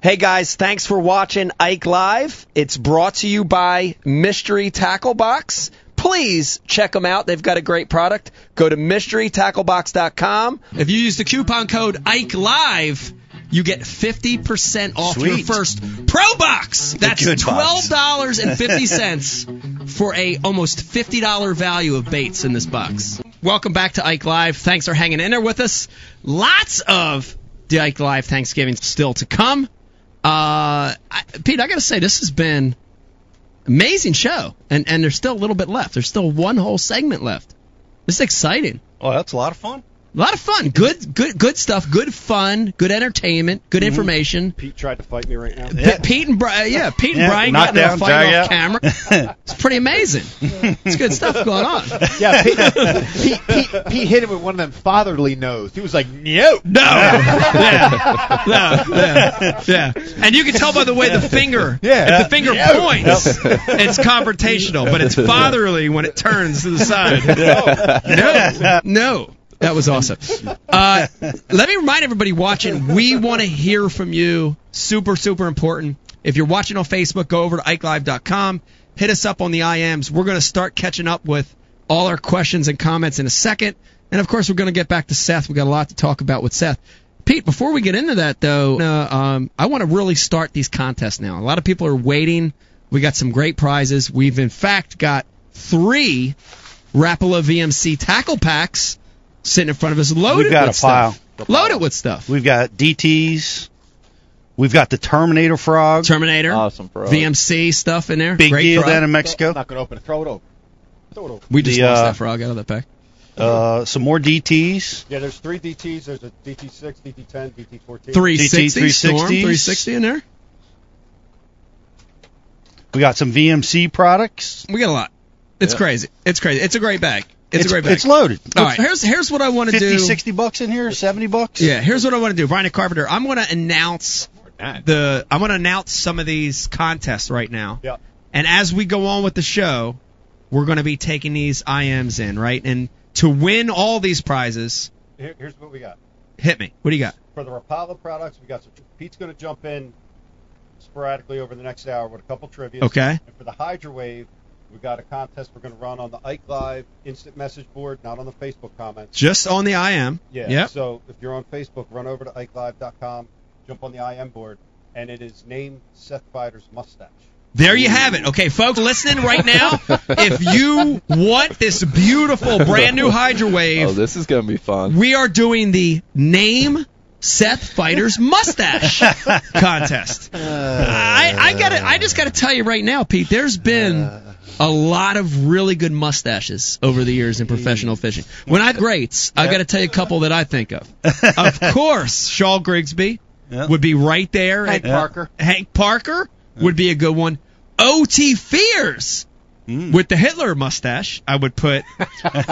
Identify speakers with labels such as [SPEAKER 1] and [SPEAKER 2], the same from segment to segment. [SPEAKER 1] Hey guys, thanks for watching Ike Live. It's brought to you by Mystery Tackle Box. Please check them out. They've got a great product. Go to mysterytacklebox.com.
[SPEAKER 2] If you use the coupon code Ike Live, you get 50% off your
[SPEAKER 3] Sweet.
[SPEAKER 2] first Pro Box. That's
[SPEAKER 3] good box.
[SPEAKER 2] $12.50 for a almost $50 value of baits in this box. Welcome back to Ike Live. Thanks for hanging in there with us. Lots of the Ike Live Thanksgiving still to come. Uh, I, Pete, I got to say, this has been amazing show, and and there's still a little bit left. There's still one whole segment left. This is exciting.
[SPEAKER 3] Oh, that's a lot of fun.
[SPEAKER 2] A lot of fun. Good, good, good stuff. Good fun. Good entertainment.
[SPEAKER 3] Mm-hmm.
[SPEAKER 2] Good information.
[SPEAKER 4] Pete tried to fight me right now.
[SPEAKER 2] P- Pete and Brian, yeah, Pete and
[SPEAKER 3] Yeah,
[SPEAKER 2] Brian
[SPEAKER 3] knock
[SPEAKER 2] got in a
[SPEAKER 3] down,
[SPEAKER 2] fight
[SPEAKER 3] drag
[SPEAKER 2] off
[SPEAKER 3] out.
[SPEAKER 2] camera. It's pretty amazing. It's good stuff going on.
[SPEAKER 4] Yeah, Pete, Pete, Pete, Pete hit him with one of them fatherly no's. He was like, "No,
[SPEAKER 2] No, yeah, no, yeah, yeah. And you can tell by the way the finger,
[SPEAKER 4] Yeah.
[SPEAKER 2] if the finger points, it's confrontational, but it's fatherly when it turns to the side. No, no. That was awesome. Uh, let me remind everybody watching, we want to hear from you. Super, super important. If you're watching on Facebook, go over to IkeLive.com. Hit us up on the IMs. We're going to start catching up with all our questions and comments in a second. And of course, we're going to get back to Seth. We've got a lot to talk about with Seth. Pete, before we get into that, though, uh, um, I want to really start these contests now. A lot of people are waiting. We got some great prizes. We've, in fact, got three Rapala VMC tackle packs sitting in front of us, loaded
[SPEAKER 3] We've got
[SPEAKER 2] with
[SPEAKER 3] a pile.
[SPEAKER 2] stuff. Loaded with stuff.
[SPEAKER 3] We've got DTs. We've got the Terminator frog.
[SPEAKER 2] Terminator,
[SPEAKER 5] Awesome, bro.
[SPEAKER 2] VMC stuff in there.
[SPEAKER 3] Big
[SPEAKER 2] Great
[SPEAKER 3] deal
[SPEAKER 2] frog.
[SPEAKER 3] down in
[SPEAKER 4] I'm
[SPEAKER 3] Mexico.
[SPEAKER 4] not gonna open it. Throw it open. Throw it open."
[SPEAKER 2] We just
[SPEAKER 3] the,
[SPEAKER 2] lost
[SPEAKER 3] uh,
[SPEAKER 2] that frog out of that pack.
[SPEAKER 3] Uh, some more DTs.
[SPEAKER 4] Yeah, there's three DTs. There's a DT6, DT10, DT14.
[SPEAKER 2] 360, Storm
[SPEAKER 3] 360s.
[SPEAKER 2] 360 in there.
[SPEAKER 3] We got some VMC products.
[SPEAKER 2] We got a lot. It's
[SPEAKER 5] Yeah.
[SPEAKER 2] crazy. It's crazy. It's a great bag. It's, a great bag.
[SPEAKER 3] It's loaded.
[SPEAKER 2] All right. Here's here's what I want to
[SPEAKER 3] 50,
[SPEAKER 2] do.
[SPEAKER 3] 60 bucks in here, 70 bucks.
[SPEAKER 2] Yeah, here's what I want to do, Brian Carpenter. I'm going to announce the. I'm going to announce some of these contests right now.
[SPEAKER 4] Yeah.
[SPEAKER 2] And as we go on with the show, we're going to be taking these IMs in, right? And to win all these prizes,
[SPEAKER 4] Here- here's what we got.
[SPEAKER 2] hit me. What do you got?
[SPEAKER 4] For the Rapala products, we got some. Pete's gonna jump in sporadically over the next hour with a couple trivia.
[SPEAKER 2] Okay.
[SPEAKER 4] And for the Hydra Wave, we got a contest we're gonna run on the Ike Live instant message board, not on the Facebook comments.
[SPEAKER 2] Just on the IM.
[SPEAKER 4] Yeah.
[SPEAKER 2] Yep.
[SPEAKER 4] So if you're on Facebook, run over to IkeLive.com, jump on the IM board, and it is name Seth Fighter's mustache.
[SPEAKER 2] There you have it. Okay, folks listening right now, if you want this beautiful brand new Hydra Wave,
[SPEAKER 5] Oh, this is gonna be fun.
[SPEAKER 2] we are doing the name Seth Fighter's mustache contest. I, I gotta, I just gotta tell you right now, Pete. There's been a lot of really good mustaches over the years in professional fishing. When I greats, I gotta tell you a couple that I think of. Of course, Shaw Grigsby
[SPEAKER 3] Yeah.
[SPEAKER 2] would be right there.
[SPEAKER 4] Hank
[SPEAKER 2] And
[SPEAKER 4] Parker.
[SPEAKER 2] Hank Parker would be a good one. O.T. Fears. With the Hitler mustache, I would put
[SPEAKER 5] Ron,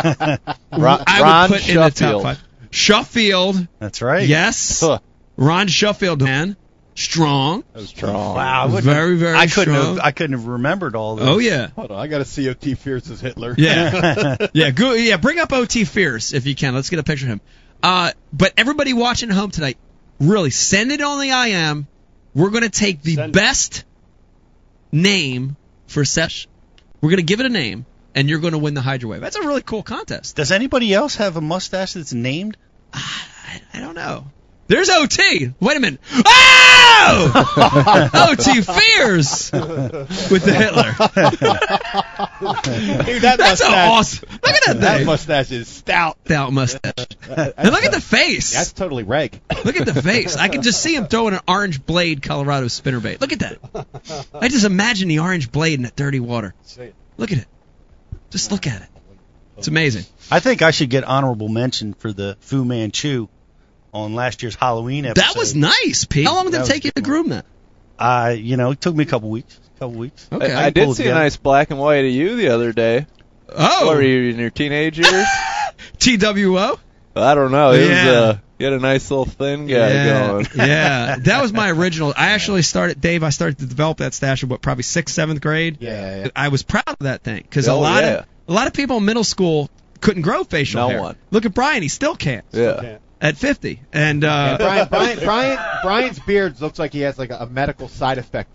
[SPEAKER 2] I would put in the top five. Shuffield,
[SPEAKER 3] That's right.
[SPEAKER 2] yes. Ron Shuffield, man, strong,
[SPEAKER 5] Strong.
[SPEAKER 3] Wow. I wouldn't-
[SPEAKER 2] Oh, very, very
[SPEAKER 3] I couldn't
[SPEAKER 2] strong.
[SPEAKER 3] have, I couldn't have remembered all this.
[SPEAKER 2] oh yeah,
[SPEAKER 4] Hold on, I got to see O.T. Fierce as Hitler.
[SPEAKER 2] yeah, yeah. Go, yeah, bring up OT Fierce if you can. Let's get a picture of him. Uh, but everybody watching at home tonight, really send it on the IM. We're gonna take the
[SPEAKER 4] Send it.
[SPEAKER 2] best name for Sesh. We're gonna give it a name, and you're gonna win the Hydra Wave. That's a really cool contest. Ah,
[SPEAKER 3] Does anybody else have a mustache that's named?
[SPEAKER 2] I, I don't know. There's OT. Wait a minute. Oh! OT fears with the Hitler.
[SPEAKER 4] Dude, that
[SPEAKER 2] That's an awesome. Look at that thing.
[SPEAKER 4] mustache is stout.
[SPEAKER 2] Stout mustache. And look at the
[SPEAKER 4] That's
[SPEAKER 2] face.
[SPEAKER 4] totally rank.
[SPEAKER 2] Look at the face. I can just see him throwing an orange blade Colorado spinnerbait. Look at that. I just imagine the orange blade in that dirty water. Look at it. Just look at it. It's amazing.
[SPEAKER 3] I think I should get honorable mention for the Fu Manchu on last year's Halloween episode.
[SPEAKER 2] That was nice, Pete. How long did
[SPEAKER 3] That
[SPEAKER 2] it
[SPEAKER 3] was
[SPEAKER 2] take you to
[SPEAKER 3] good one.
[SPEAKER 2] groom that?
[SPEAKER 3] Uh, you know, it took me a couple weeks. Couple weeks.
[SPEAKER 2] Okay.
[SPEAKER 5] I, I did
[SPEAKER 3] pulled
[SPEAKER 5] see a
[SPEAKER 3] together.
[SPEAKER 5] nice black and white of you the other day.
[SPEAKER 2] oh,
[SPEAKER 5] Were you in your teenage years?
[SPEAKER 2] TWO?
[SPEAKER 5] I don't know. It
[SPEAKER 2] Yeah.
[SPEAKER 5] was uh, you had a nice little thin guy
[SPEAKER 2] yeah,
[SPEAKER 5] going.
[SPEAKER 2] yeah, that was my original. I actually started, Dave. I started to develop that stash in what probably sixth, seventh grade.
[SPEAKER 4] Yeah.
[SPEAKER 2] I was proud of that thing because a
[SPEAKER 5] Oh,
[SPEAKER 2] lot
[SPEAKER 5] yeah.
[SPEAKER 2] of a lot of people in middle school couldn't grow facial
[SPEAKER 5] No
[SPEAKER 2] hair.
[SPEAKER 5] one.
[SPEAKER 2] Look at Brian; he still can't.
[SPEAKER 5] Yeah.
[SPEAKER 4] yeah.
[SPEAKER 2] at 50. And uh,
[SPEAKER 4] Brian, Brian, Brian, Brian's beard looks like he has like a, a medical side effect.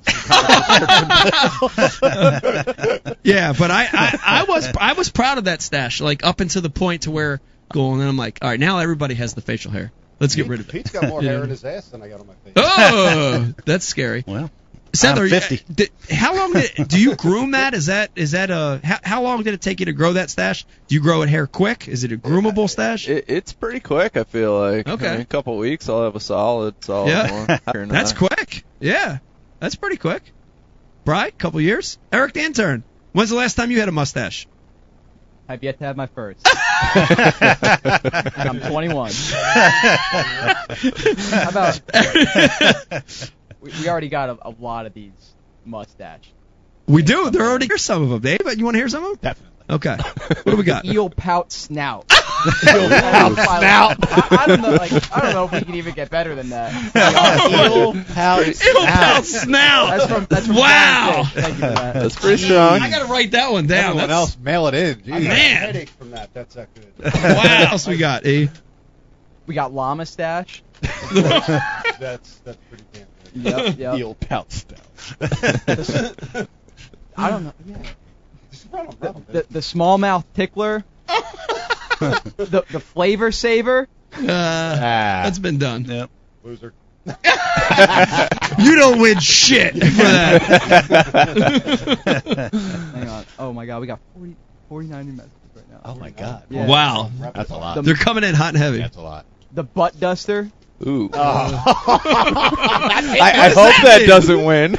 [SPEAKER 2] Yeah, but I, I, I was I was proud of that stash, like up until the point to where cool, and then I'm like, all right, now everybody has the facial hair. Let's get rid of it.
[SPEAKER 4] Pete's got more hair
[SPEAKER 2] Yeah.
[SPEAKER 4] in his ass than I got on my face.
[SPEAKER 2] Oh, that's scary.
[SPEAKER 3] Well,
[SPEAKER 2] Seth,
[SPEAKER 3] I'm
[SPEAKER 2] are you-
[SPEAKER 3] 50.
[SPEAKER 2] did- how long did do you groom that? Is that is that a how, how long did it take you to grow that stash? Do you grow it hair quick? Is it a groomable stash?
[SPEAKER 5] It, it's pretty quick. I feel like.
[SPEAKER 2] Okay.
[SPEAKER 5] I mean, a couple weeks, I'll have a solid. solid
[SPEAKER 2] Yeah.
[SPEAKER 5] one.
[SPEAKER 2] That's quick. Yeah, that's pretty quick. Bry, couple years. Eric the intern. When's the last time you had a mustache?
[SPEAKER 6] I've yet to have my first. and I'm 21. How about we, we already got a, a lot of these mustache.
[SPEAKER 2] We do. There already here's some of them, Dave. You want to hear some of them?
[SPEAKER 3] definitely.
[SPEAKER 2] Okay. What do we got?
[SPEAKER 6] Eel pout snout. Eel pout snout. I, I don't know. Like I don't know if we can even get better than that.
[SPEAKER 4] Eel pouch.
[SPEAKER 2] Ew, pal, snout.
[SPEAKER 6] That's from that's from
[SPEAKER 2] Wow.
[SPEAKER 6] Brian Fish. Thank you for that.
[SPEAKER 5] That's pretty strong.
[SPEAKER 2] I gotta write that one down.
[SPEAKER 4] Everyone
[SPEAKER 2] That's,
[SPEAKER 4] else, mail it in. Jeez, I got a
[SPEAKER 2] Man.
[SPEAKER 4] headache from that. That's not good.
[SPEAKER 2] What else we got? E.
[SPEAKER 6] We got llama stash.
[SPEAKER 4] That's that's pretty damn good.
[SPEAKER 6] Yep, yep.
[SPEAKER 3] Eel pout stout.
[SPEAKER 6] I don't know. Yeah.
[SPEAKER 4] Just run 'em, run 'em.
[SPEAKER 6] The the smallmouth tickler. the the flavor saver.
[SPEAKER 2] Uh, that's been done.
[SPEAKER 3] Yep.
[SPEAKER 4] Loser.
[SPEAKER 2] You don't win shit for that.
[SPEAKER 6] Hang on. Oh my God, we got 40, 49 new messages right now.
[SPEAKER 3] Oh my God.
[SPEAKER 6] Yeah.
[SPEAKER 2] Wow,
[SPEAKER 4] That's a lot.
[SPEAKER 6] The,
[SPEAKER 2] they're coming in hot and heavy.
[SPEAKER 4] That's a lot.
[SPEAKER 6] the butt duster. Uh,
[SPEAKER 5] Ooh.
[SPEAKER 2] I,
[SPEAKER 5] I, I hope that, doesn't win.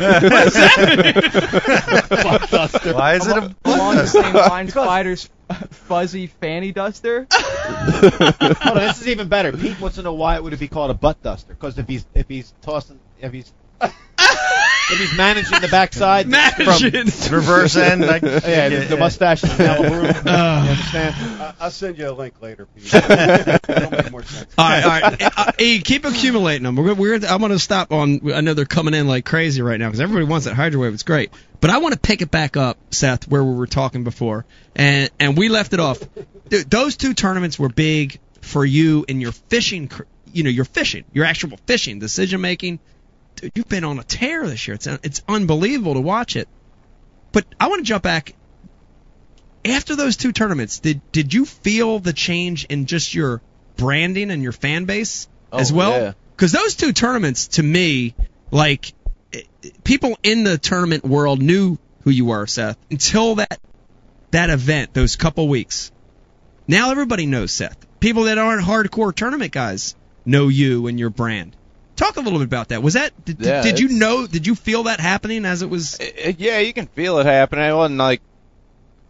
[SPEAKER 3] Why is it a
[SPEAKER 6] Along the same line, Spider's fuzzy fanny duster.
[SPEAKER 4] Hold on, this is even better. Pete wants to know why it would be called a butt duster. Because if he's if he's tossing if he's if he's managing the backside,
[SPEAKER 2] Imagine.
[SPEAKER 3] reverse end? I,
[SPEAKER 4] yeah, the, the mustache is now a broom.
[SPEAKER 2] Uh,
[SPEAKER 4] I, I'll send you a link later, Pete. It'll make more sense.
[SPEAKER 2] all right, all right. Uh, E, keep accumulating them. We're, gonna- we're, gonna- I'm going to stop on. I know they're coming in like crazy right now because everybody wants that Hydro Wave. It's great, but I want to pick it back up, Seth, where we were talking before, and and we left it off. Dude, those two tournaments were big for you and your fishing. cr- You know, your fishing, your actual fishing, decision making. Dude, you've been on a tear this year. It's it's unbelievable to watch it. But I want to jump back after those two tournaments, did did you feel the change in just your branding and your fan base as
[SPEAKER 5] Oh, yeah.
[SPEAKER 2] well? Because those two tournaments, to me, like it- it- people in the tournament world knew who you were, Seth, until that that event, those couple weeks. Now everybody knows Seth. People that aren't hardcore tournament guys know you and your brand. Talk a little bit about that. Was that did,
[SPEAKER 5] Yeah,
[SPEAKER 2] did you
[SPEAKER 5] it's-
[SPEAKER 2] know? Did you feel that happening as it was?
[SPEAKER 5] Uh, yeah, you can feel it happen. I wasn't like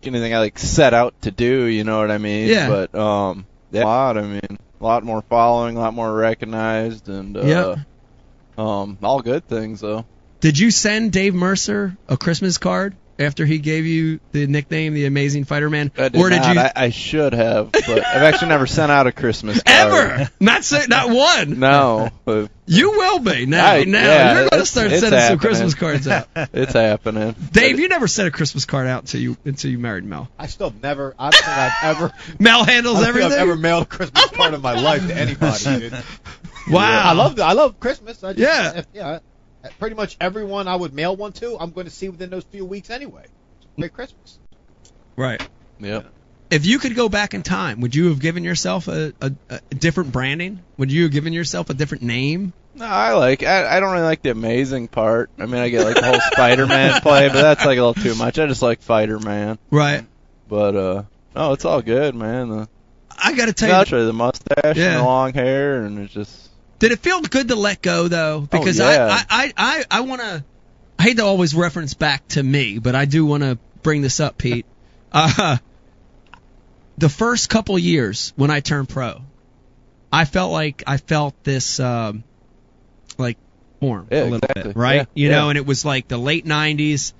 [SPEAKER 5] anything I like set out to do. You know what I mean?
[SPEAKER 2] Yeah.
[SPEAKER 5] But um, yeah, a lot. I mean, a lot more following, a lot more recognized, and uh,
[SPEAKER 2] Yep.
[SPEAKER 5] um, all good things though.
[SPEAKER 2] Did you send Dave Mercer a Christmas card after he gave you the nickname the Amazing Fighter Man?
[SPEAKER 5] I did
[SPEAKER 2] or did
[SPEAKER 5] not.
[SPEAKER 2] you
[SPEAKER 5] I, I should have, but I've actually never sent out a Christmas card.
[SPEAKER 2] ever? not say not one.
[SPEAKER 5] No, but
[SPEAKER 2] You will be now.
[SPEAKER 5] I-
[SPEAKER 2] now
[SPEAKER 5] yeah,
[SPEAKER 2] you're going to
[SPEAKER 5] it's-
[SPEAKER 2] start
[SPEAKER 5] it's
[SPEAKER 2] sending some
[SPEAKER 5] happening.
[SPEAKER 2] Christmas cards out.
[SPEAKER 5] it's happening.
[SPEAKER 2] Dave, you never sent a Christmas card out until you until you married Mel.
[SPEAKER 4] I still never. I don't think I've ever.
[SPEAKER 2] Mel handles
[SPEAKER 4] I don't think
[SPEAKER 2] everything. Oh
[SPEAKER 4] I've ever mailed a Christmas card in my life to anybody. Dude.
[SPEAKER 2] wow.
[SPEAKER 4] I love I love Christmas. I just,
[SPEAKER 2] Yeah.
[SPEAKER 4] if- yeah. I- Pretty much everyone I would mail one to, I'm going to see within those few weeks anyway. Merry Christmas.
[SPEAKER 2] Right.
[SPEAKER 5] Yep.
[SPEAKER 2] If you could go back in time, would you have given yourself a, a, a different branding? Would you have given yourself a different name?
[SPEAKER 5] No, I like. I, I don't really like the amazing part. I mean, I get like the whole Spider-Man play, but that's like a little too much. I just like Fighter-Man.
[SPEAKER 2] Right.
[SPEAKER 5] But uh, no, it's all good, man. The,
[SPEAKER 2] I got to tell you,
[SPEAKER 5] especially the mustache
[SPEAKER 2] Yeah.
[SPEAKER 5] and the long hair, and it's just
[SPEAKER 2] Did it feel good to let go though? Because
[SPEAKER 5] Oh, yeah.
[SPEAKER 2] I, I, I, I, I want to. I hate to always reference back to me, but I do want to bring this up, Pete. Uh, the first couple years when I turned pro, I felt like I felt this um, like form
[SPEAKER 5] Yeah,
[SPEAKER 2] a little
[SPEAKER 5] exactly.
[SPEAKER 2] bit, right?
[SPEAKER 5] Yeah,
[SPEAKER 2] you know,
[SPEAKER 5] yeah.
[SPEAKER 2] and it was like the late '90s,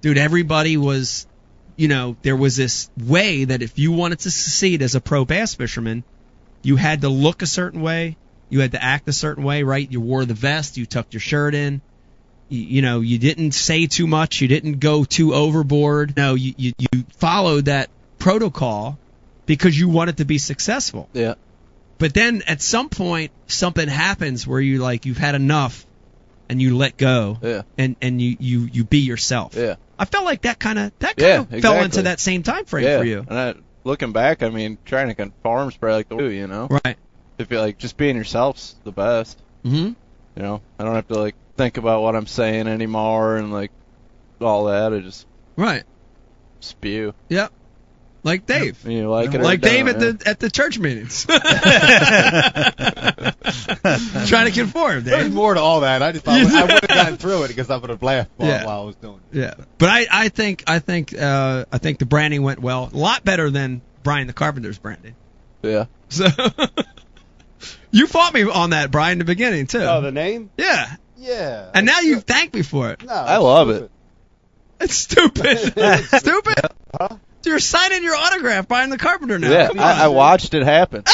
[SPEAKER 2] dude. Everybody was, you know, there was this way that if you wanted to succeed as a pro bass fisherman, you had to look a certain way, you had to act a certain way, right? You wore the vest, you tucked your shirt in, you, you know, you didn't say too much, you didn't go too overboard. No, you, you you followed that protocol because you wanted to be successful.
[SPEAKER 5] yeah.
[SPEAKER 2] But then at some point something happens where you like you've had enough and you let go
[SPEAKER 5] Yeah.
[SPEAKER 2] and and you you you be yourself.
[SPEAKER 5] Yeah.
[SPEAKER 2] I felt like that kind of that kind
[SPEAKER 5] Yeah,
[SPEAKER 2] of fell
[SPEAKER 5] exactly.
[SPEAKER 2] into that same time frame
[SPEAKER 5] yeah.
[SPEAKER 2] for you.
[SPEAKER 5] And I, looking back, I mean, trying to conform's probably like the way, you know.
[SPEAKER 2] Right.
[SPEAKER 5] If you like just being yourself's the best.
[SPEAKER 2] Mhm.
[SPEAKER 5] You know, I don't have to like think about what I'm saying anymore and like all that. I just
[SPEAKER 2] Right.
[SPEAKER 5] spew.
[SPEAKER 2] Yep. Like Dave.
[SPEAKER 5] And you like it. or
[SPEAKER 2] Like
[SPEAKER 5] you
[SPEAKER 2] Dave
[SPEAKER 5] don't,
[SPEAKER 2] at
[SPEAKER 5] yeah.
[SPEAKER 2] the at the church meetings. Trying to conform,
[SPEAKER 4] There's
[SPEAKER 2] Dave.
[SPEAKER 4] more to all that. I just thought I would have gotten through it because I would have laughed while,
[SPEAKER 2] Yeah.
[SPEAKER 4] while I was doing it.
[SPEAKER 2] Yeah. But I, I think I think uh, I think the branding went well. A lot better than Brian the Carpenter's branding.
[SPEAKER 5] Yeah.
[SPEAKER 2] So you fought me on that, Brian, in the beginning too.
[SPEAKER 7] Oh, the name?
[SPEAKER 2] yeah.
[SPEAKER 4] Yeah.
[SPEAKER 2] And now you thank me for it.
[SPEAKER 4] No,
[SPEAKER 5] I love it.
[SPEAKER 2] It's stupid. stupid. You're signing your autograph, Brian the Carpenter now.
[SPEAKER 5] Yeah.
[SPEAKER 2] Come on.
[SPEAKER 5] I, I watched it happen.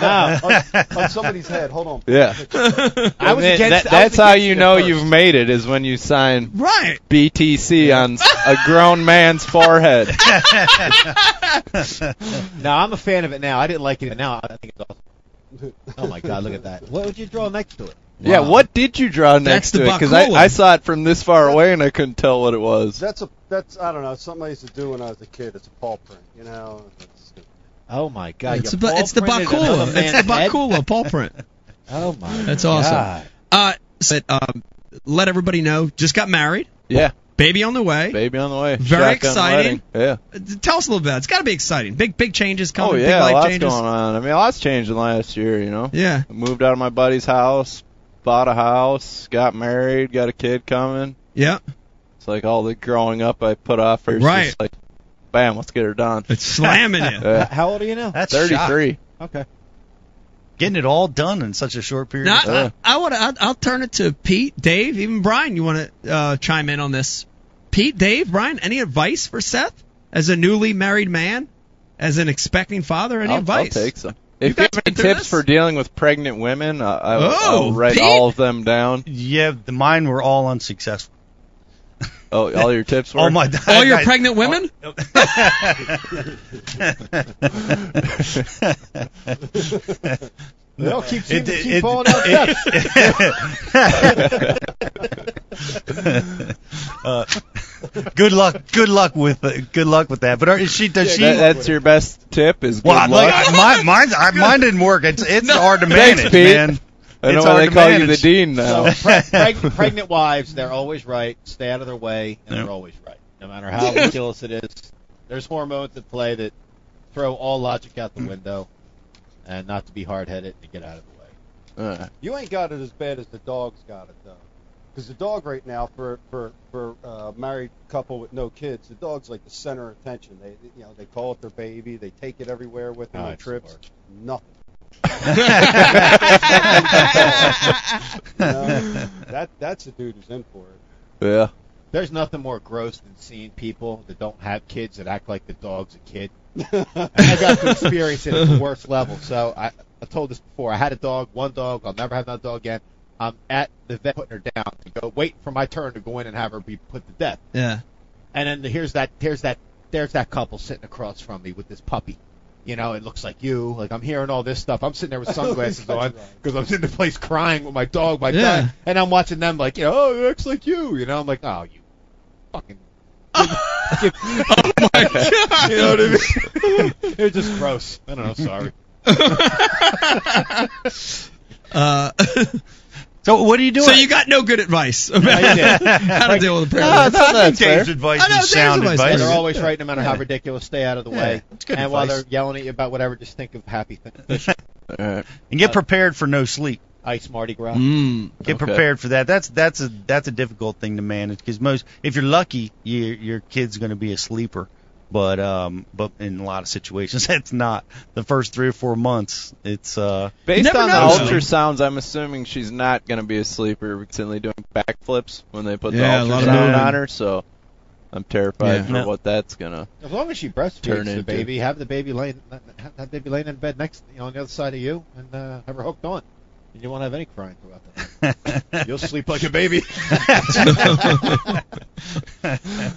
[SPEAKER 4] Now on, on somebody's head. Hold on. I
[SPEAKER 5] Yeah.
[SPEAKER 4] was
[SPEAKER 5] Man,
[SPEAKER 4] against.
[SPEAKER 5] that,
[SPEAKER 4] I was
[SPEAKER 5] that's how
[SPEAKER 4] against
[SPEAKER 5] you
[SPEAKER 4] it
[SPEAKER 5] know
[SPEAKER 4] at first.
[SPEAKER 5] you've made it is when you sign
[SPEAKER 2] right.
[SPEAKER 5] BTC on a grown man's forehead.
[SPEAKER 4] No, I'm a fan of it now. I didn't like it but now. I think it's awesome. Oh my God, look at that. What would you draw next to it?
[SPEAKER 5] Yeah,
[SPEAKER 4] Wow.
[SPEAKER 5] what did you draw next
[SPEAKER 2] the
[SPEAKER 5] to it? Because I,
[SPEAKER 2] Bacola.
[SPEAKER 5] I saw it from this far away and I couldn't tell what it was.
[SPEAKER 7] That's a that's I don't know something I used to do when I was a kid. It's a paw print, you know. It's-
[SPEAKER 4] Oh my God.
[SPEAKER 2] It's,
[SPEAKER 4] you
[SPEAKER 2] the- it's the
[SPEAKER 4] ball-printed
[SPEAKER 2] Bakula.
[SPEAKER 4] another
[SPEAKER 2] It's the
[SPEAKER 4] man's head?
[SPEAKER 2] Bakula paw print.
[SPEAKER 4] Oh my.
[SPEAKER 2] That's awesome.
[SPEAKER 4] God.
[SPEAKER 2] Uh, so, um, let everybody know. Just got married.
[SPEAKER 5] Yeah,
[SPEAKER 2] Baby on the way.
[SPEAKER 5] baby on the way.
[SPEAKER 2] Very
[SPEAKER 5] Shotgun
[SPEAKER 2] exciting.
[SPEAKER 5] wedding. Yeah.
[SPEAKER 2] Uh, Tell us a little bit. It's got to be exciting. Big big changes
[SPEAKER 5] Oh
[SPEAKER 2] coming.
[SPEAKER 5] yeah,
[SPEAKER 2] big life
[SPEAKER 5] lots
[SPEAKER 2] changes.
[SPEAKER 5] going on. I mean, a lot's changed in the last year. You know,
[SPEAKER 2] Yeah.
[SPEAKER 5] I moved out of my buddy's house, bought a house, got married, got a kid coming.
[SPEAKER 2] Yeah.
[SPEAKER 5] It's like all the growing up I put off for
[SPEAKER 2] Right.
[SPEAKER 5] just like, bam, let's get her done.
[SPEAKER 2] It's slamming you.
[SPEAKER 5] Yeah.
[SPEAKER 4] How old are you now?
[SPEAKER 3] That's shot.
[SPEAKER 5] Thirty-three.
[SPEAKER 4] Okay.
[SPEAKER 3] Getting it all done in such a short period.
[SPEAKER 2] Now,
[SPEAKER 3] of time.
[SPEAKER 5] Uh.
[SPEAKER 2] I, I want to. I'll, I'll turn it to Pete, Dave, even Brian. You want to uh, chime in on this? Pete, Dave, Brian, any advice for Seth as a newly married man, as an expecting father? Any
[SPEAKER 5] I'll,
[SPEAKER 2] advice?
[SPEAKER 5] I'll take some. If you
[SPEAKER 2] guys
[SPEAKER 5] have any
[SPEAKER 2] been through
[SPEAKER 5] tips
[SPEAKER 2] this?
[SPEAKER 5] for dealing with pregnant women, uh, I,
[SPEAKER 2] Oh,
[SPEAKER 5] I'll write
[SPEAKER 2] Pete.
[SPEAKER 5] all of them down.
[SPEAKER 3] yeah, the mine were all unsuccessful.
[SPEAKER 5] Oh, all your tips were.
[SPEAKER 3] Oh my!
[SPEAKER 2] All your pregnant
[SPEAKER 5] Oh,
[SPEAKER 2] women?
[SPEAKER 4] They all keep,
[SPEAKER 3] It-
[SPEAKER 4] keep, keep
[SPEAKER 3] it-
[SPEAKER 4] falling out.
[SPEAKER 3] it-
[SPEAKER 4] steps.
[SPEAKER 3] Uh, good luck. Good luck with uh, good luck with that. But are, she does she?
[SPEAKER 5] That, that's your best tip is good
[SPEAKER 3] well, I'm
[SPEAKER 5] luck.
[SPEAKER 3] like, I, my, mine, I, mine didn't work. It's it's hard to
[SPEAKER 5] Thanks,
[SPEAKER 3] manage,
[SPEAKER 5] Pete.
[SPEAKER 3] man.
[SPEAKER 5] I know
[SPEAKER 3] it's
[SPEAKER 5] why
[SPEAKER 3] hard
[SPEAKER 5] they
[SPEAKER 3] to
[SPEAKER 5] call you the
[SPEAKER 3] manage.
[SPEAKER 5] dean now.
[SPEAKER 4] So, pre- preg- pregnant wives, they're always right. Stay out of their way, and
[SPEAKER 3] Yeah.
[SPEAKER 4] they're always right. No matter how ridiculous it is, there's hormones at play that throw all logic out the window, and not to be hard headed and get out of the way.
[SPEAKER 5] Uh,
[SPEAKER 7] You ain't got it as bad as the dog's got it though, because the dog right now for for for a married couple with no kids, the dog's like the center of attention. They you know they call it their baby, they take it everywhere with them
[SPEAKER 4] Ah,
[SPEAKER 7] on
[SPEAKER 4] it's
[SPEAKER 7] trips.
[SPEAKER 4] work.
[SPEAKER 7] Nothing. You know? that that's a dude who's in for it.
[SPEAKER 5] yeah.
[SPEAKER 4] There's nothing more gross than seeing people that don't have kids that act like the dog's a kid. I got to experience it at the worst level. So I, I told this before. I had a dog, one dog. I'll never have another dog again. I'm at the vet putting her down to go wait for my turn to go in and have her be put to death.
[SPEAKER 2] Yeah.
[SPEAKER 4] And then here's that here's that there's that couple sitting across from me with this puppy. You know, it looks like you. Like I'm hearing all this stuff. I'm sitting there
[SPEAKER 3] Oh,
[SPEAKER 4] with sunglasses
[SPEAKER 7] That's
[SPEAKER 4] on
[SPEAKER 7] right.
[SPEAKER 4] because I'm in the place crying with my dog, my
[SPEAKER 2] Yeah.
[SPEAKER 4] dog, and I'm watching them like, you know, oh, it looks like you. You know, I'm like, oh, you fucking.
[SPEAKER 3] Oh
[SPEAKER 4] You know what I mean? They're just gross. I don't know. Sorry.
[SPEAKER 2] Uh,
[SPEAKER 3] So what are you doing?
[SPEAKER 2] so you got no good advice about how to deal with a
[SPEAKER 5] No,
[SPEAKER 2] pregnant.
[SPEAKER 5] no, that's fair.
[SPEAKER 3] Dave's advice
[SPEAKER 2] I know,
[SPEAKER 3] is sound
[SPEAKER 2] Dave's advice.
[SPEAKER 3] advice.
[SPEAKER 4] They're always right, no matter how ridiculous. Stay out of the way.
[SPEAKER 3] it's good
[SPEAKER 4] and while
[SPEAKER 3] advice.
[SPEAKER 4] they're yelling at you about whatever, just think of happy things.
[SPEAKER 5] Alright.
[SPEAKER 4] Uh,
[SPEAKER 3] and get prepared for no sleep.
[SPEAKER 4] Ice Mardi Gras.
[SPEAKER 2] Mm.
[SPEAKER 3] Get
[SPEAKER 5] Okay.
[SPEAKER 3] prepared for that. That's that's a that's a difficult thing to manage because most, if you're lucky, your your kid's going to be a sleeper. But um, but in a lot of situations, that's not the first three or four months. It's uh,
[SPEAKER 5] Based
[SPEAKER 2] never
[SPEAKER 5] on the
[SPEAKER 2] know.
[SPEAKER 5] ultrasounds, I'm assuming she's not going to be a sleeper recently doing backflips when they put
[SPEAKER 2] Yeah, a
[SPEAKER 5] the
[SPEAKER 2] lot of
[SPEAKER 5] ultrasound
[SPEAKER 2] moving.
[SPEAKER 5] on her, so I'm terrified
[SPEAKER 2] Yeah.
[SPEAKER 5] for
[SPEAKER 3] No.
[SPEAKER 5] what that's going to.
[SPEAKER 4] As long as she
[SPEAKER 5] Turn
[SPEAKER 4] breastfeeds the
[SPEAKER 5] into-
[SPEAKER 4] baby, have the baby laying have that baby laying in bed next you know, on the other side of you, and uh, have her hooked on. And you won't have any crying throughout the night. You'll sleep like a baby.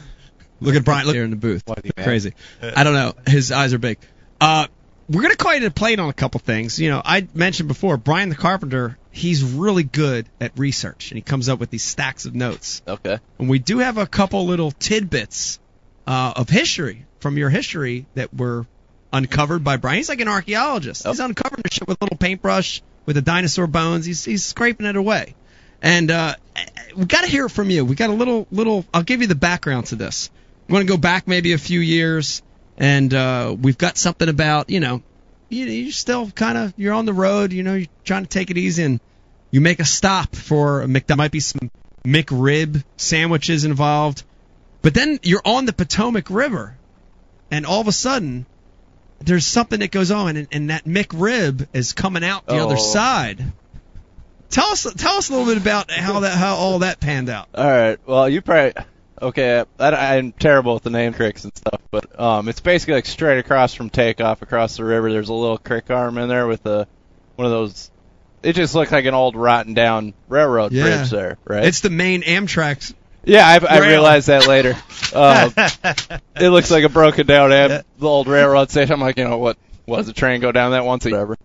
[SPEAKER 2] Look at Brian. Look here in the booth.
[SPEAKER 4] Bloody man.
[SPEAKER 2] Crazy. I don't know. His eyes are big. Uh, we're going to call you to the plate on a couple things. You know, I mentioned before, Brian the Carpenter, he's really good at research, and he comes up with these stacks of notes.
[SPEAKER 5] Okay.
[SPEAKER 2] And we do have a couple little tidbits uh, of history from your history that were uncovered by Brian. He's like an archaeologist. He's uncovering this shit with a little paintbrush, with the dinosaur bones. He's, he's scraping it away. And uh, we got to hear it from you. We got a little little. I'll give you the background to this. We want to go back maybe a few years, and uh, we've got something about you know, you, you're still kind of you're on the road. You know, you're trying to take it easy, and you make a stop for a Mc. That might be some McRib sandwiches involved, but then you're on the Potomac River, and all of a sudden. There's something that goes on, and, and that McRib is coming out the other
[SPEAKER 5] Oh.
[SPEAKER 2] side. Tell us, tell us a little bit about how that, how all that panned out.
[SPEAKER 5] All right. Well, you probably okay. I, I'm terrible with the name tricks and stuff, but um, it's basically like straight across from takeoff, across the river. There's a little creek arm in there with a one of those. It just looks like an old rotten down railroad
[SPEAKER 2] Yeah.
[SPEAKER 5] bridge there, right?
[SPEAKER 2] It's the main Amtrak.
[SPEAKER 5] yeah, I, I
[SPEAKER 2] rail.
[SPEAKER 5] realized that later. Um, it looks like a broken down am- the old railroad station. I'm like, you know what? Was the train go down that once? a- Whatever.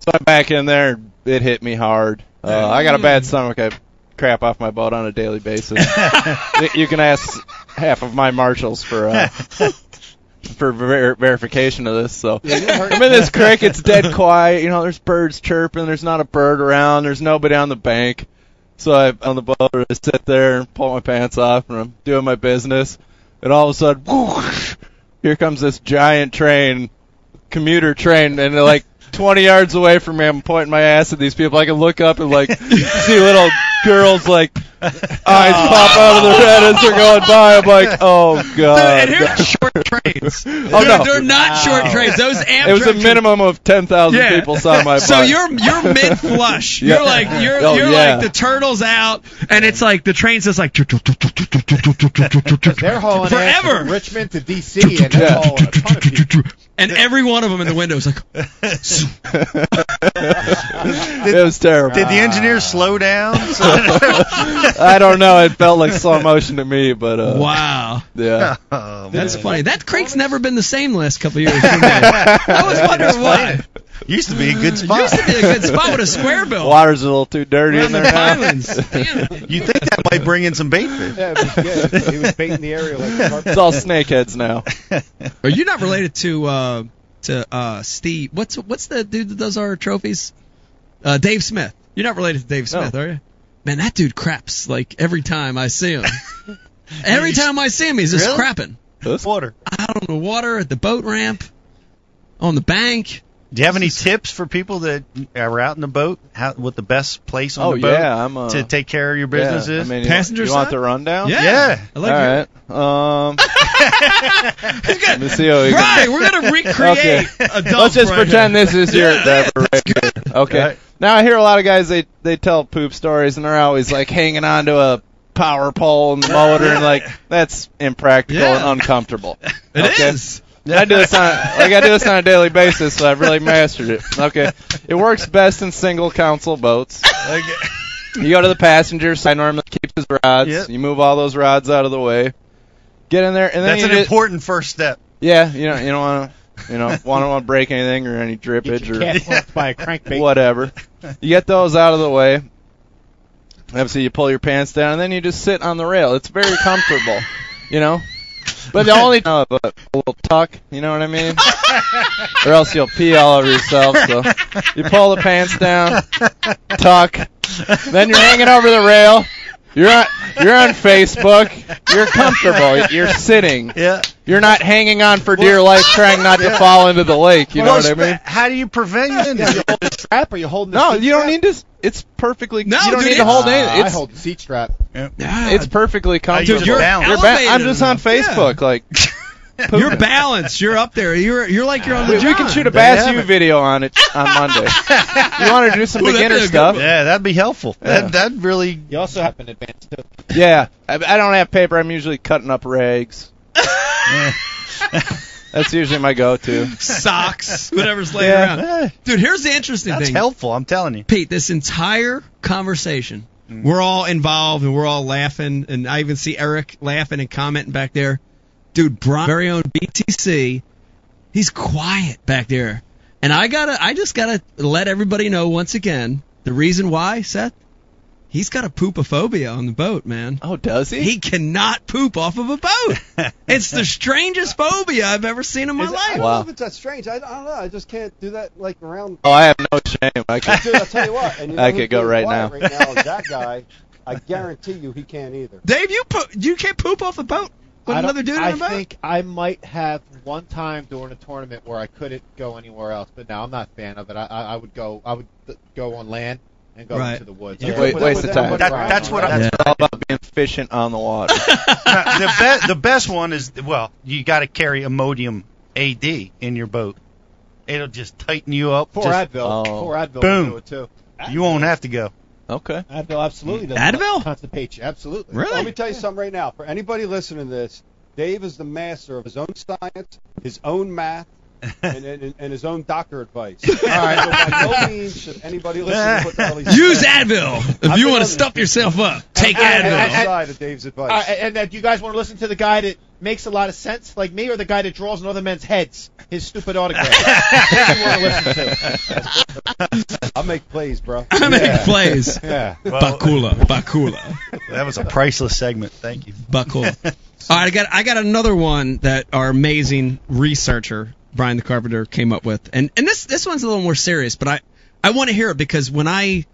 [SPEAKER 5] So I'm back in there. and It hit me hard. Uh, I got a bad stomach. I crap off my boat on a daily basis. Y- you can ask half of my marshals for uh, for ver- verification of this. So I'm in this creek. It's dead quiet. You know, there's birds chirping. There's not a bird around. There's nobody on the bank. So I on the boat, I sit there and pull my pants off, and I'm doing my business. And all of a sudden, whoosh, here comes this giant train, commuter train, and they're like 20 yards away from me. I'm pointing my ass at these people. I can look up and like see little girls like eyes
[SPEAKER 3] Oh.
[SPEAKER 5] pop out of their head as they're going by. I'm like, oh god.
[SPEAKER 2] and here's short trains.
[SPEAKER 5] Oh,
[SPEAKER 2] they're,
[SPEAKER 5] no.
[SPEAKER 2] they're not short trains. Those Amtrak.
[SPEAKER 5] It was a minimum of 10,000
[SPEAKER 2] Yeah.
[SPEAKER 5] people saw my
[SPEAKER 2] So
[SPEAKER 5] butt.
[SPEAKER 2] you're you're mid flush.
[SPEAKER 5] Yeah.
[SPEAKER 2] You're like you're
[SPEAKER 5] Oh,
[SPEAKER 2] you're
[SPEAKER 5] yeah.
[SPEAKER 2] like the turtles out, and it's like the train's just like
[SPEAKER 4] They're hauling ass
[SPEAKER 2] Forever.
[SPEAKER 4] from Richmond to D.C. and they're
[SPEAKER 5] Yeah.
[SPEAKER 4] hauling a ton of people.
[SPEAKER 2] and every one of them in the window is like
[SPEAKER 5] it was terrible.
[SPEAKER 3] Did the engineer slow down?
[SPEAKER 5] I don't know. It felt like slow motion to me, but uh,
[SPEAKER 2] wow.
[SPEAKER 5] yeah.
[SPEAKER 3] Oh,
[SPEAKER 2] That's funny. That creek's never been the same last couple years. I was wondering why.
[SPEAKER 3] used to be a good
[SPEAKER 2] It used
[SPEAKER 3] spot.
[SPEAKER 2] to be a good spot with a square bill.
[SPEAKER 5] Water's a little too dirty in
[SPEAKER 2] Around the
[SPEAKER 5] there now.
[SPEAKER 2] islands. Damn.
[SPEAKER 3] You think that might bring in some bait fish?
[SPEAKER 7] Yeah, it was, yeah, he was baiting the area like a
[SPEAKER 5] It's
[SPEAKER 7] carpenter.
[SPEAKER 5] all snakeheads now.
[SPEAKER 2] Are you not related to uh to uh Steve? What's what's the dude that does our trophies? Uh Dave Smith. You're not related to Dave Smith, are you? Man, that dude craps like every time I see him. every time I see him, he's just
[SPEAKER 3] Really?
[SPEAKER 2] crapping
[SPEAKER 3] Water.
[SPEAKER 2] out on the water at the boat ramp, on the bank.
[SPEAKER 3] Do you have any tips for people that are out in the boat? How, what the best place on
[SPEAKER 5] Oh
[SPEAKER 3] the boat
[SPEAKER 5] yeah, I'm uh,
[SPEAKER 3] to take care of your
[SPEAKER 5] yeah,
[SPEAKER 3] business
[SPEAKER 5] I
[SPEAKER 3] is?
[SPEAKER 5] mean, you-
[SPEAKER 2] Passenger
[SPEAKER 5] you, want
[SPEAKER 2] side?
[SPEAKER 5] the rundown?
[SPEAKER 2] Yeah,
[SPEAKER 3] Yeah.
[SPEAKER 2] I like
[SPEAKER 5] All
[SPEAKER 2] it.
[SPEAKER 5] right. Um, let me see how we go.
[SPEAKER 2] Right, we're gonna recreate
[SPEAKER 5] Okay.
[SPEAKER 2] a dump.
[SPEAKER 5] Let's just
[SPEAKER 2] right
[SPEAKER 5] pretend
[SPEAKER 2] now.
[SPEAKER 5] this is your whatever right here. Okay.
[SPEAKER 3] Right.
[SPEAKER 5] Now I hear a lot of guys they they tell poop stories and they're always like hanging onto a power pole and the motor and like that's impractical
[SPEAKER 2] Yeah.
[SPEAKER 5] and uncomfortable.
[SPEAKER 2] It
[SPEAKER 5] okay.
[SPEAKER 2] is.
[SPEAKER 5] I do this on like I do this on a daily basis, so I've really mastered it. Okay. It works best in single console boats. You go to the passenger side normally keeps his rods.
[SPEAKER 3] Yep.
[SPEAKER 5] You move all those rods out of the way. Get in there and then
[SPEAKER 3] That's
[SPEAKER 5] you
[SPEAKER 3] an
[SPEAKER 5] just-
[SPEAKER 3] important first step.
[SPEAKER 5] Yeah, you know you don't wanna you know, wanna wanna break anything or any drippage or
[SPEAKER 4] Cat fucked by a crankbait.
[SPEAKER 5] whatever. You get those out of the way. Obviously, you pull your pants down, and then you just sit on the rail. It's very comfortable, you know. But the only uh, but a little tuck, you know what I mean? or else you'll pee all over yourself. So you pull the pants down, tuck, then you're hanging over the rail. You're on, you're on Facebook. You're comfortable. You're sitting.
[SPEAKER 3] Yeah.
[SPEAKER 5] You're not hanging on for dear life, trying not to fall into the lake. You know what I mean?
[SPEAKER 3] How do you prevent it?
[SPEAKER 4] Strap or you holding the
[SPEAKER 5] No,
[SPEAKER 4] seat
[SPEAKER 5] you don't
[SPEAKER 4] strap?
[SPEAKER 5] need to. It's perfectly.
[SPEAKER 2] No,
[SPEAKER 5] you don't
[SPEAKER 2] dude,
[SPEAKER 5] need to hold
[SPEAKER 4] Uh,
[SPEAKER 5] anything.
[SPEAKER 4] I
[SPEAKER 5] It's
[SPEAKER 4] hold the seat strap.
[SPEAKER 2] Ah,
[SPEAKER 5] it's perfectly comfortable.
[SPEAKER 3] just You're balance.
[SPEAKER 5] You're ba- I'm
[SPEAKER 2] elevated
[SPEAKER 5] just on
[SPEAKER 2] enough, yeah.
[SPEAKER 5] Facebook. Like
[SPEAKER 2] You're balanced. You're up there. You're you're like you're on the.
[SPEAKER 5] we, we can
[SPEAKER 2] John.
[SPEAKER 5] shoot a
[SPEAKER 3] have
[SPEAKER 5] Bass U
[SPEAKER 3] it.
[SPEAKER 5] video on it on Monday. you want to do some
[SPEAKER 2] Ooh, that'd
[SPEAKER 5] beginner
[SPEAKER 2] be a good
[SPEAKER 5] stuff? Yeah,
[SPEAKER 3] Yeah, that'd be helpful.
[SPEAKER 5] Yeah.
[SPEAKER 3] That that really
[SPEAKER 4] You also have an advance too.
[SPEAKER 5] I, I don't have paper. I'm usually cutting up rags. That's usually my go-to.
[SPEAKER 2] socks, whatever's laying
[SPEAKER 5] Yeah.
[SPEAKER 2] around. Dude, here's the interesting
[SPEAKER 3] that's
[SPEAKER 2] thing.
[SPEAKER 3] helpful. I'm telling you.
[SPEAKER 2] Pete, this entire conversation, we're all involved and we're all laughing, and I even see Eric laughing and commenting back there. Dude, Brian, very own BTC, he's quiet back there. And I gotta, I just gotta let everybody know once again the reason why, Seth. He's got a poopophobia on the boat, man.
[SPEAKER 5] Oh, does he?
[SPEAKER 2] He cannot poop off of a boat. it's the strangest phobia I've ever seen in my
[SPEAKER 7] Is it- I
[SPEAKER 2] life.
[SPEAKER 7] don't
[SPEAKER 5] Wow.
[SPEAKER 7] know if it's that strange. I, I don't know. I just can't do that like around.
[SPEAKER 5] oh, I have no shame. I can,
[SPEAKER 7] Dude, I'll tell you what. And you know
[SPEAKER 5] I
[SPEAKER 7] who's
[SPEAKER 5] could go
[SPEAKER 7] being
[SPEAKER 5] right
[SPEAKER 7] quiet
[SPEAKER 5] now.
[SPEAKER 7] Right now, is that guy. I guarantee you, he can't either.
[SPEAKER 2] Dave, you po- you can't poop off a boat with
[SPEAKER 4] I don't-
[SPEAKER 2] another dude in
[SPEAKER 4] I
[SPEAKER 2] a boat.
[SPEAKER 4] think I might have one time during a tournament where I couldn't go anywhere else, but now I'm not a fan of it. I, I, I would go. I would th- go on land and go
[SPEAKER 2] Right.
[SPEAKER 4] into the woods.
[SPEAKER 7] You
[SPEAKER 4] I
[SPEAKER 7] could
[SPEAKER 4] would
[SPEAKER 5] Wait,
[SPEAKER 4] put-
[SPEAKER 5] waste
[SPEAKER 4] put
[SPEAKER 5] of
[SPEAKER 4] that
[SPEAKER 5] time.
[SPEAKER 4] wood
[SPEAKER 3] That-
[SPEAKER 4] around
[SPEAKER 3] that's
[SPEAKER 4] on
[SPEAKER 3] what
[SPEAKER 4] that.
[SPEAKER 5] That's all about being efficient on the water.
[SPEAKER 3] Now, the be- the best one is well, you got to carry Imodium AD in your boat. It'll just tighten you up.
[SPEAKER 4] Poor
[SPEAKER 3] just-
[SPEAKER 4] Advil.
[SPEAKER 5] oh.
[SPEAKER 4] Poor Advil.
[SPEAKER 3] Boom.
[SPEAKER 4] would Do it too.
[SPEAKER 3] you won't have to go.
[SPEAKER 5] okay.
[SPEAKER 4] Advil absolutely does
[SPEAKER 2] Mm. Advil?
[SPEAKER 4] constipate you. Absolutely.
[SPEAKER 7] Let me
[SPEAKER 2] really?
[SPEAKER 7] tell you something right now. For anybody listening to this, Dave is the master of his own science, his own math, and, and, and his own doctor advice. All right. So by no means should anybody listen to what the hell he's
[SPEAKER 2] Use
[SPEAKER 7] saying.
[SPEAKER 2] Advil if you want to stuff yourself up. Take
[SPEAKER 7] I'm on
[SPEAKER 2] Advil.
[SPEAKER 7] the side of Dave's advice.
[SPEAKER 4] Uh, and that you guys want to listen to the guy that makes a lot of sense, like me, or the guy that draws on other men's heads, his stupid autograph. Who you want to listen to?
[SPEAKER 7] I'll make plays, bro.
[SPEAKER 2] I make plays.
[SPEAKER 7] Yeah.
[SPEAKER 3] Well,
[SPEAKER 2] Bakula, Bakula,
[SPEAKER 3] that was a priceless segment. Thank you.
[SPEAKER 2] Bakula. All right, I got I got another one that our amazing researcher Brian the Carpenter came up with, and and this this one's a little more serious, but I I want to hear it because when I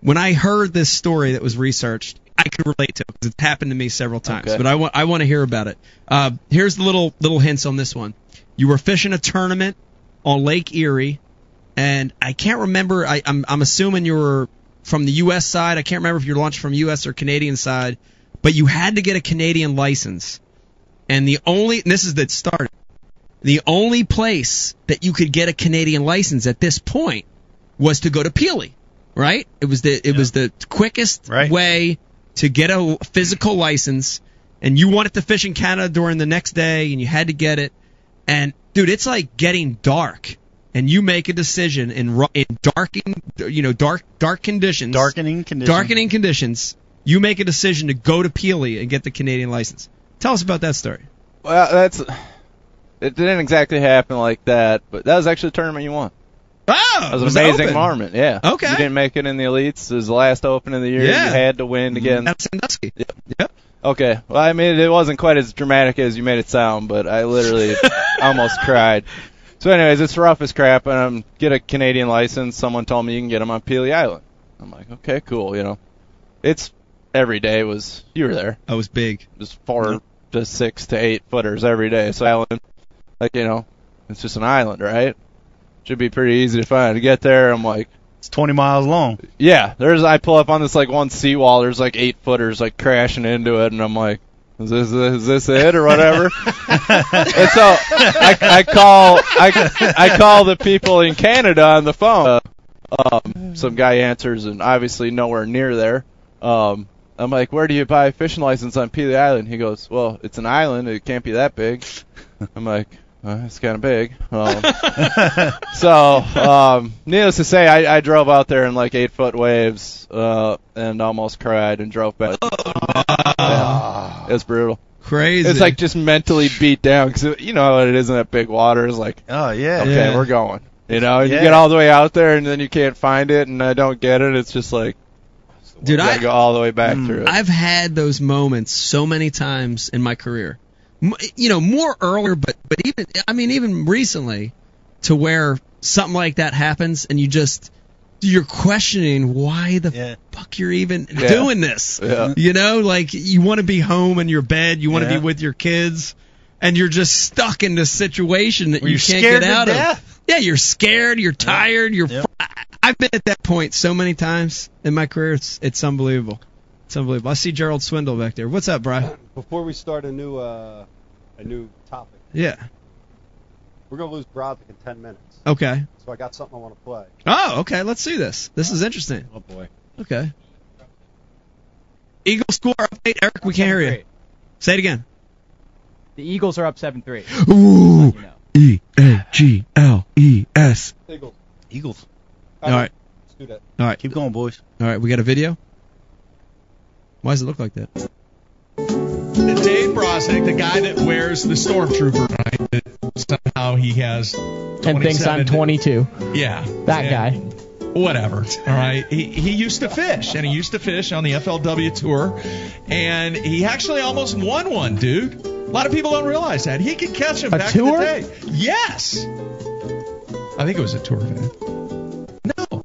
[SPEAKER 2] when I heard this story that was researched, I could relate to it because it's happened to me several times.
[SPEAKER 5] Okay.
[SPEAKER 2] But I want I want to hear about it. Uh, here's the little little hints on this one. You were fishing a tournament on Lake Erie, and I can't remember. I, I'm I'm assuming you were from the U.S. side. I can't remember if you're launched from U.S. or Canadian side, but you had to get a Canadian license. And the only and this is that started. The only place that you could get a Canadian license at this point was to go to Peely, right? It was the it was the quickest
[SPEAKER 3] Right.
[SPEAKER 2] way to get a physical license, and you wanted to fish in Canada during the next day, and you had to get it. And dude, it's like getting dark, and you make a decision in ru- in darking, you know, dark dark conditions,
[SPEAKER 3] Darkening conditions.
[SPEAKER 2] darkening conditions. You make a decision to go to Peely and get the Canadian license. Tell us about that story.
[SPEAKER 5] Well, that's. It didn't exactly happen like that, but that was actually the tournament you won.
[SPEAKER 2] Oh,
[SPEAKER 5] That was, an amazing marmot. Yeah.
[SPEAKER 2] Okay.
[SPEAKER 5] You didn't make it in the elites. It was the last open of the year.
[SPEAKER 2] Yeah.
[SPEAKER 5] You had to win to get in.
[SPEAKER 2] That's Sandusky.
[SPEAKER 5] Okay. Well, I mean, it wasn't quite as dramatic as you made it sound, but I literally almost cried. So, anyways, it's rough as crap, and I'm get a Canadian license. Someone told me you can get them on Pelee Island. I'm like, okay, cool. You know, it's every day was you were there.
[SPEAKER 2] I was big.
[SPEAKER 5] It was four to six to eight footers every day. So island, like you know, it's just an island, right? Should be pretty easy to find. To get there, I'm like,
[SPEAKER 3] It's 20 miles long.
[SPEAKER 5] yeah, there's I pull up on this like one seawall, there's like eight footers like crashing into it and I'm like, Is this is this it or whatever? and so I, I call I, I call the people in Canada on the phone. Uh, um, some guy answers and obviously nowhere near there. Um I'm like, where do you buy a fishing license on Pelee Island? He goes, well, it's an island. It can't be that big. I'm like, uh, it's kind of big. Um, so, um, needless to say, I, I drove out there in like eight foot waves uh, and almost cried and drove back. Yeah. It's brutal.
[SPEAKER 2] Oh. Crazy.
[SPEAKER 5] It's like just mentally beat down because you know what it is in that big water. It's like,
[SPEAKER 3] Oh yeah.
[SPEAKER 5] okay,
[SPEAKER 2] Yeah.
[SPEAKER 5] we're going. You know, and
[SPEAKER 3] Yeah.
[SPEAKER 5] you get all the way out there and then you can't find it and I don't get it. It's just like,
[SPEAKER 2] dude,
[SPEAKER 5] you gotta
[SPEAKER 2] I, Mm.
[SPEAKER 5] go all the way back through it.
[SPEAKER 2] I've had those moments so many times in my career. M- You know, more earlier, but but even I mean, even recently, to where something like that happens and you just you're questioning why the
[SPEAKER 3] Yeah.
[SPEAKER 2] fuck you're even
[SPEAKER 5] Yeah.
[SPEAKER 2] doing this.
[SPEAKER 5] Yeah.
[SPEAKER 2] You know, like you want to be home in your bed, you want to
[SPEAKER 3] Yeah.
[SPEAKER 2] be with your kids, and you're just stuck in this situation that
[SPEAKER 3] Well,
[SPEAKER 2] you
[SPEAKER 3] you're
[SPEAKER 2] can't
[SPEAKER 3] scared
[SPEAKER 2] get
[SPEAKER 3] to
[SPEAKER 2] out of.
[SPEAKER 3] death.
[SPEAKER 2] Yeah, you're scared, you're tired, you're.
[SPEAKER 3] Yeah.
[SPEAKER 2] fr- I- I've been at that point so many times in my career. It's it's unbelievable. It's unbelievable. I see Gerald Swindle back there. What's up, Brian?
[SPEAKER 7] Before we start a new uh, a new topic,
[SPEAKER 2] Yeah.
[SPEAKER 7] we're gonna lose Broderick in 10 minutes.
[SPEAKER 2] Okay.
[SPEAKER 7] So I got something I want to play.
[SPEAKER 2] Oh, okay. Let's do this. This is interesting.
[SPEAKER 4] Oh boy.
[SPEAKER 2] Okay. Eagle score update. Eric, we can't hear you. Say it again.
[SPEAKER 6] The Eagles are up seven three.
[SPEAKER 2] Ooh.
[SPEAKER 6] You know.
[SPEAKER 2] E A G L E S.
[SPEAKER 7] Eagles.
[SPEAKER 3] Eagles.
[SPEAKER 2] All right.
[SPEAKER 7] Let's do that.
[SPEAKER 2] All right.
[SPEAKER 3] Keep going, boys.
[SPEAKER 2] All right, we got a video. Why does it look like that? Dave Brosnick, the guy that wears the stormtrooper, right? somehow he has
[SPEAKER 8] and thinks I'm 22.
[SPEAKER 2] Yeah,
[SPEAKER 8] That
[SPEAKER 2] And-
[SPEAKER 8] guy.
[SPEAKER 2] whatever. All right. He, he used to fish, and he used to fish on the FLW tour, and he actually almost won one, dude. A lot of people don't realize that he could catch him
[SPEAKER 8] A
[SPEAKER 2] back
[SPEAKER 8] tour?
[SPEAKER 2] in the day. Yes. I think it was a tour event. No.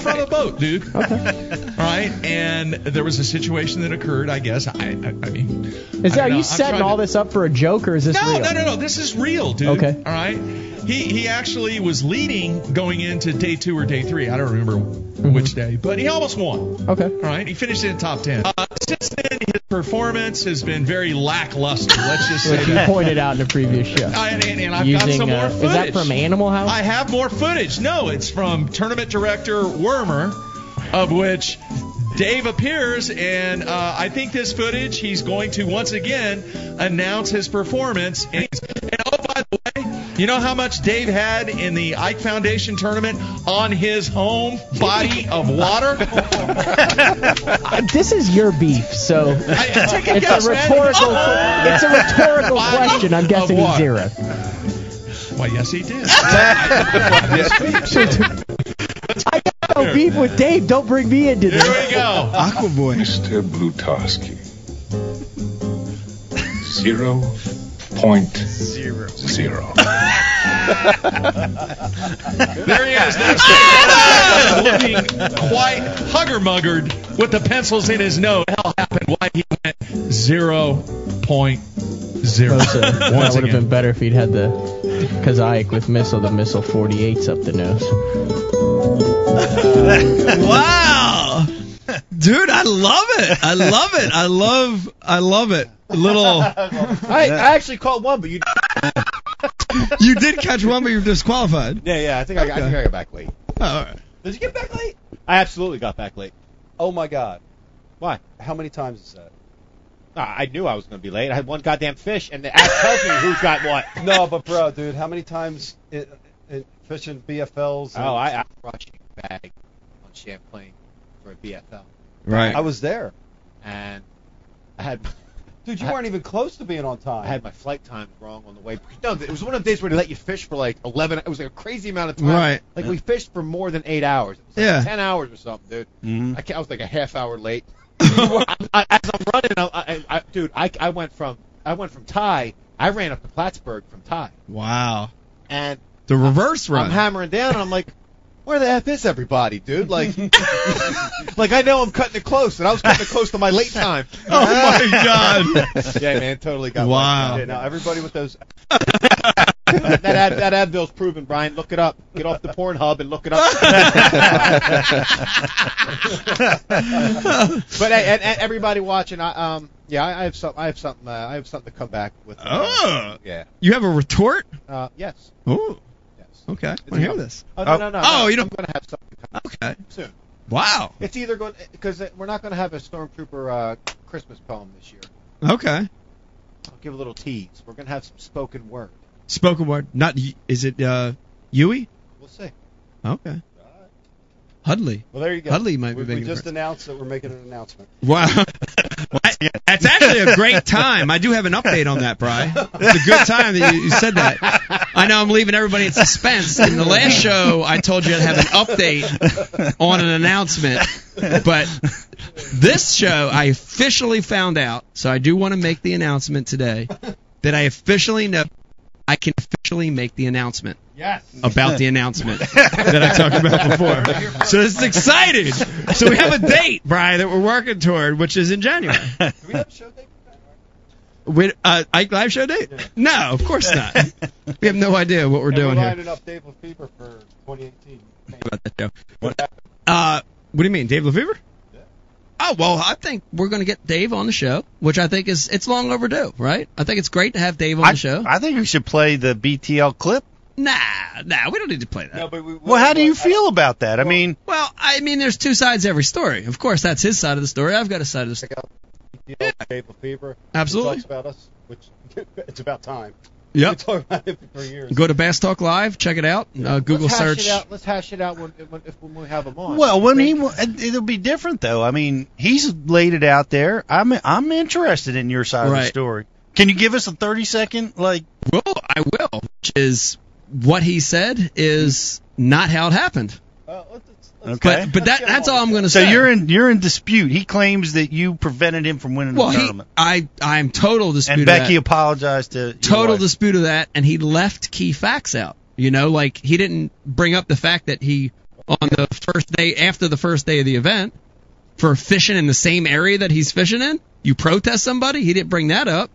[SPEAKER 2] From a boat, dude. All right, and there was a situation that occurred. I guess I, I, I mean,
[SPEAKER 8] Is
[SPEAKER 2] I don't
[SPEAKER 8] that, are
[SPEAKER 2] know.
[SPEAKER 8] you
[SPEAKER 2] I'm
[SPEAKER 8] setting
[SPEAKER 2] trying
[SPEAKER 8] all
[SPEAKER 2] to-
[SPEAKER 8] this up for a joke, or is this
[SPEAKER 2] no,
[SPEAKER 8] real?
[SPEAKER 2] no, no, no. This is real, dude.
[SPEAKER 8] Okay.
[SPEAKER 2] All right. He he actually was leading going into day two or day three. I don't remember which day, but he almost won.
[SPEAKER 8] no. Mm-hmm. Okay.
[SPEAKER 2] All right. He finished in the top ten. Uh, since then, his performance has been very lackluster. Let's just say
[SPEAKER 8] Which you
[SPEAKER 2] that.
[SPEAKER 8] pointed out in a previous show.
[SPEAKER 2] I, and, and I've got
[SPEAKER 8] Using,
[SPEAKER 2] some more
[SPEAKER 8] uh,
[SPEAKER 2] footage.
[SPEAKER 8] is that from Animal House?
[SPEAKER 2] I have more footage. No, it's from tournament director Wormer, of which Dave appears, and uh, I think this footage he's going to once again announce his performance. And, and oh, by the way, you know how much Dave had in the Ike Foundation tournament on his home body of water?
[SPEAKER 8] Uh, this is your beef, so
[SPEAKER 2] I, take a
[SPEAKER 8] it's
[SPEAKER 2] guess,
[SPEAKER 8] a
[SPEAKER 2] man.
[SPEAKER 8] rhetorical. It's a rhetorical
[SPEAKER 2] Body
[SPEAKER 8] question. I'm
[SPEAKER 2] of
[SPEAKER 8] guessing he's
[SPEAKER 2] water.
[SPEAKER 8] zero.
[SPEAKER 2] Well, yes, he did.
[SPEAKER 8] Oh, beef with Dave. Don't bring me into
[SPEAKER 2] Here
[SPEAKER 8] this.
[SPEAKER 2] we go.
[SPEAKER 9] Aquaboy. Mr. Blutowski. Zero point zero zero.
[SPEAKER 2] There he is. There's Steve Looking quite hugger muggered with the pencils in his nose. How happened? Why he went zero point zero.
[SPEAKER 8] that
[SPEAKER 2] Once
[SPEAKER 8] would have
[SPEAKER 2] again.
[SPEAKER 8] been better if he'd had the Kazayak with missile, the missile 48s up the nose.
[SPEAKER 2] Oh Wow, dude, I love it. I love it. I love. I love it. Little.
[SPEAKER 4] I, I actually caught one, but you.
[SPEAKER 2] You did catch one, but you're disqualified.
[SPEAKER 4] Yeah, yeah. I think I, I think I got back late.
[SPEAKER 2] all right.
[SPEAKER 4] Did you get back late? I absolutely got back late.
[SPEAKER 7] Oh my God.
[SPEAKER 4] Why? Uh,
[SPEAKER 7] How many times is that?
[SPEAKER 4] I I knew I was going to be late. I had one goddamn fish, and the app tells me who's got what.
[SPEAKER 7] No, but bro, dude, how many times in, in fishing BFLs? and-
[SPEAKER 4] Oh, I, I brought you a bag on Champlain for a BFL,
[SPEAKER 7] I was there.
[SPEAKER 4] and I had
[SPEAKER 7] Dude,
[SPEAKER 4] I-
[SPEAKER 7] you weren't even close to being on time.
[SPEAKER 4] I had my flight time wrong on the way. No, it was one of the days where they let you fish for like 11. It was like a crazy amount of time.
[SPEAKER 2] Right.
[SPEAKER 4] Like we fished for more than eight hours. It was like
[SPEAKER 2] Yeah.
[SPEAKER 4] 10 hours or something, dude.
[SPEAKER 3] Mhm.
[SPEAKER 4] I, ca- I was like a half hour late. I, I, as I'm running, I, I, I, dude, I, I went from I went from Ty. I ran up to Plattsburgh from Ty,
[SPEAKER 2] Wow.
[SPEAKER 4] and
[SPEAKER 2] The reverse
[SPEAKER 4] I'm hammering down, and I'm like, where the f is everybody, dude? Like, like I know I'm cutting it close, and I was cutting it close to my late time.
[SPEAKER 2] oh my god.
[SPEAKER 4] yeah, man, totally got
[SPEAKER 2] Wow.
[SPEAKER 4] wiped out. Now everybody with those. that, Ad, that Advil's proven, Brian. Look it up. Get off the Pornhub and look it up. but hey, and, and everybody watching, I, um, yeah, I, I have some, I have something, uh, I have something to come back with.
[SPEAKER 2] Oh.
[SPEAKER 4] yeah.
[SPEAKER 2] You have a retort?
[SPEAKER 4] Uh, yes.
[SPEAKER 2] Oh.
[SPEAKER 4] Yes.
[SPEAKER 2] Okay. I
[SPEAKER 4] wanna hear
[SPEAKER 2] this.
[SPEAKER 4] Oh, no, no, no,
[SPEAKER 2] Oh,
[SPEAKER 4] no,
[SPEAKER 2] you
[SPEAKER 4] I'm
[SPEAKER 2] don't-
[SPEAKER 4] going to have something coming
[SPEAKER 2] Okay.
[SPEAKER 4] soon.
[SPEAKER 2] Wow.
[SPEAKER 4] It's either going because we're not going to have a stormtrooper uh, Christmas poem this year.
[SPEAKER 2] Okay.
[SPEAKER 4] I'll give a little tease. We're going to have some spoken word.
[SPEAKER 2] Spoken word. Not is it uh Yui?
[SPEAKER 4] We'll see.
[SPEAKER 2] Okay. Hudley.
[SPEAKER 7] well, there you go.
[SPEAKER 2] Hudley might be
[SPEAKER 7] we, we
[SPEAKER 2] making a
[SPEAKER 7] just
[SPEAKER 2] first.
[SPEAKER 7] announced that we're making an announcement.
[SPEAKER 2] Wow. that's actually a great time. I do have an update on that, Bry. It's a good time that you, you said that. I know I'm leaving everybody in suspense. In the last show, I told you I'd have an update on an announcement, but this show, I officially found out. So I do want to make the announcement today that I officially know I can officially make the announcement.
[SPEAKER 4] Yes.
[SPEAKER 2] about the announcement that I talked about before. So this is exciting. So we have a date, Brian, that we're working toward, which is in January.
[SPEAKER 7] Do we have a show date?
[SPEAKER 2] We, uh, Ike Live Show date? No, of course not. We have no idea what we're
[SPEAKER 7] And
[SPEAKER 2] doing
[SPEAKER 7] we're
[SPEAKER 2] here.
[SPEAKER 7] lining up Dave Lefebvre for 2018.
[SPEAKER 2] About that show. Uh, what do you mean, Dave Lefevre? Oh well, I think we're going to get Dave on the show, which I think is it's long overdue, right? I think it's great to have Dave on
[SPEAKER 3] I,
[SPEAKER 2] the show.
[SPEAKER 3] I think we should play the BTL clip.
[SPEAKER 2] nah, nah, we don't need to play that.
[SPEAKER 7] No, but we, we,
[SPEAKER 3] Well, how do you
[SPEAKER 7] I-
[SPEAKER 3] feel about that? I mean,
[SPEAKER 2] Well, I mean, there's two sides to every story. Of course, that's his side of the story. I've got a side of the story.
[SPEAKER 7] you know, Dave Lefebvre.
[SPEAKER 2] Absolutely.
[SPEAKER 7] He talks about us, which it's about time.
[SPEAKER 2] Yep.
[SPEAKER 7] We talked about it for years.
[SPEAKER 2] Go to Bass Talk Live, check it out. Uh, Google
[SPEAKER 4] let's
[SPEAKER 2] search.
[SPEAKER 4] Hash it out, let's hash it out when, when, if, when we have him on.
[SPEAKER 3] well, when he
[SPEAKER 4] Great.
[SPEAKER 3] wa- it'll be different though. I mean, he's laid it out there. I'm I'm interested in your side of
[SPEAKER 2] Right.
[SPEAKER 3] the story Can you give us a 30 second? Like,
[SPEAKER 2] Well, I will. Which is what he said is not how it happened.
[SPEAKER 7] Well, let's- let's- let's-
[SPEAKER 3] okay.
[SPEAKER 2] But but that
[SPEAKER 7] get
[SPEAKER 2] that's
[SPEAKER 7] on
[SPEAKER 2] all I'm going to
[SPEAKER 3] so
[SPEAKER 2] say.
[SPEAKER 3] you're in you're in dispute. He claims that you prevented him from winning
[SPEAKER 2] well.
[SPEAKER 3] the
[SPEAKER 2] He,
[SPEAKER 3] tournament.
[SPEAKER 2] I I'm total dispute.
[SPEAKER 3] and
[SPEAKER 2] of
[SPEAKER 3] Becky
[SPEAKER 2] that.
[SPEAKER 3] apologized to your
[SPEAKER 2] total
[SPEAKER 3] wife.
[SPEAKER 2] dispute of that, and he left key facts out. You know, like he didn't bring up the fact that he on the first day after the first day of the event for fishing in the same area that he's fishing in. You protest somebody. He didn't bring that up.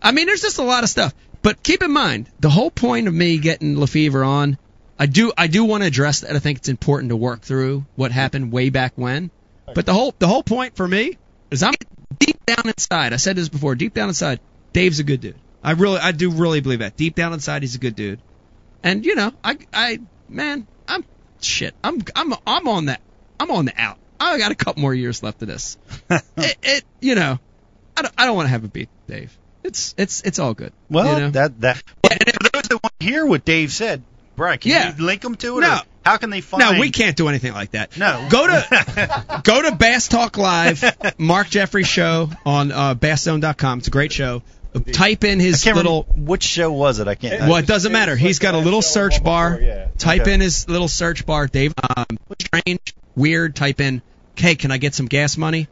[SPEAKER 2] I mean, there's just a lot of stuff. But keep in mind, the whole point of me getting Lefevre on, I do I do want to address that. I think it's important to work through what happened way back when. But the whole the whole point for me is I'm deep down inside. I said this before. Deep down inside, Dave's a good dude. I really I do really believe that. Deep down inside, he's a good dude. And you know, I I man, I'm shit. I'm I'm I'm on that. I'm on the out. I got a couple more years left of this. it, it you know, I don't I don't want to have a beat, Dave. It's it's it's all good.
[SPEAKER 3] Well,
[SPEAKER 2] you know?
[SPEAKER 3] that that
[SPEAKER 2] and
[SPEAKER 3] for those that want to hear what Dave said, Brian, can
[SPEAKER 2] Yeah.
[SPEAKER 3] you link them to it?
[SPEAKER 2] No.
[SPEAKER 3] Or how can they find?
[SPEAKER 2] No, we can't do anything like that.
[SPEAKER 3] No.
[SPEAKER 2] Go to go to Bass Talk Live, Mark Jeffrey's show on uh, basszone.com. It's a great show. Type in
[SPEAKER 3] I
[SPEAKER 2] his
[SPEAKER 3] can't
[SPEAKER 2] little.
[SPEAKER 3] remember which show was it. I can't.
[SPEAKER 2] Well, it doesn't matter. He's got a little search bar.
[SPEAKER 7] yeah.
[SPEAKER 2] Type
[SPEAKER 3] Okay.
[SPEAKER 2] in his little search bar. Dave, um, strange, weird. Type in, hey, can I get some gas money?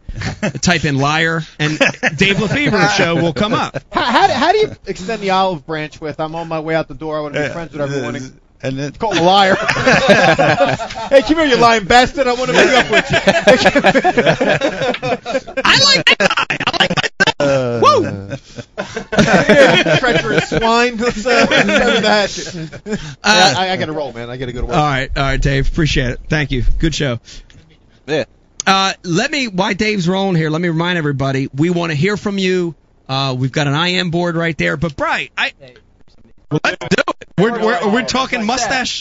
[SPEAKER 2] type in liar, and Dave Lefevre's show will come up.
[SPEAKER 4] How, how, do- how do you extend the olive branch with? I'm on my way out the door. I want to be friends with everyone. And
[SPEAKER 3] And then,
[SPEAKER 4] call him a liar. hey, come here, you lying bastard. I want to meet up with you.
[SPEAKER 2] I like that guy. I like that.
[SPEAKER 3] uh,
[SPEAKER 2] Woo!
[SPEAKER 4] Treacherous swine. Let's, uh, let's end that.
[SPEAKER 2] Uh,
[SPEAKER 4] I, I got to roll, man. I got to go to work.
[SPEAKER 2] All right, all right, Dave. Appreciate it. Thank you. Good show.
[SPEAKER 5] Yeah.
[SPEAKER 2] Uh, let me, while Dave's rolling here, let me remind everybody we want to hear from you. Uh, we've got an IM board right there. But Bright, I well, let's do it. We're we're, we're talking
[SPEAKER 6] Like
[SPEAKER 2] mustache.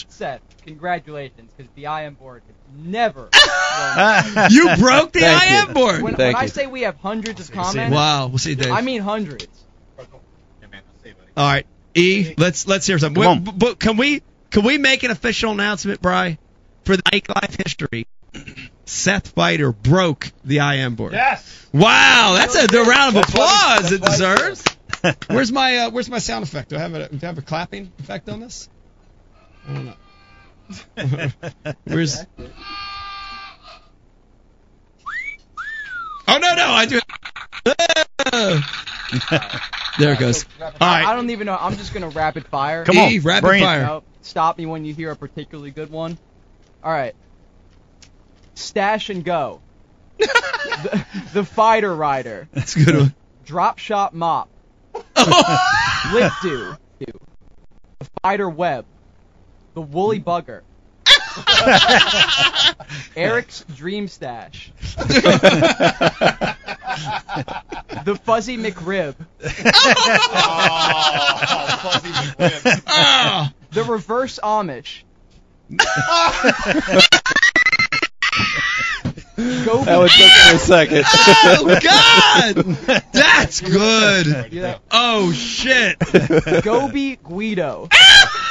[SPEAKER 6] Seth, Seth, congratulations, because the I am board has never.
[SPEAKER 2] You broke the
[SPEAKER 5] Thank you.
[SPEAKER 2] IM board.
[SPEAKER 6] when when
[SPEAKER 5] Thank
[SPEAKER 6] I
[SPEAKER 5] you.
[SPEAKER 6] say we have hundreds of comments,
[SPEAKER 2] wow. We'll see, Dave.
[SPEAKER 6] I mean hundreds.
[SPEAKER 2] all right, E. Let's let's hear something.
[SPEAKER 3] Come
[SPEAKER 2] Wait, b- But can we can we make an official announcement, Bry, for the Ike Life history? Seth Fighter broke the IM board.
[SPEAKER 7] Yes.
[SPEAKER 2] Wow, that's a, the round of applause it deserves. Where's my uh, Where's my sound effect? Do I have a Do I have a clapping effect on this? I don't know. Where's Oh no no I do. there it goes. All
[SPEAKER 6] I
[SPEAKER 2] right,
[SPEAKER 6] don't even know. I'm just gonna rapid fire.
[SPEAKER 3] Come on,
[SPEAKER 2] E, rapid
[SPEAKER 3] bring it.
[SPEAKER 2] fire.
[SPEAKER 6] Nope. Stop me when you hear a particularly good one. All right. Stash and go. the, the fighter rider.
[SPEAKER 2] That's a good one.
[SPEAKER 6] Drop shot mop. Lick do. The fighter web. The woolly bugger. Eric's dream stash. the fuzzy McRib.
[SPEAKER 2] Ah,
[SPEAKER 6] The reverse Amish. Go
[SPEAKER 5] That would took me a second.
[SPEAKER 2] oh God, that's good. Oh shit.
[SPEAKER 6] Gobi Guido.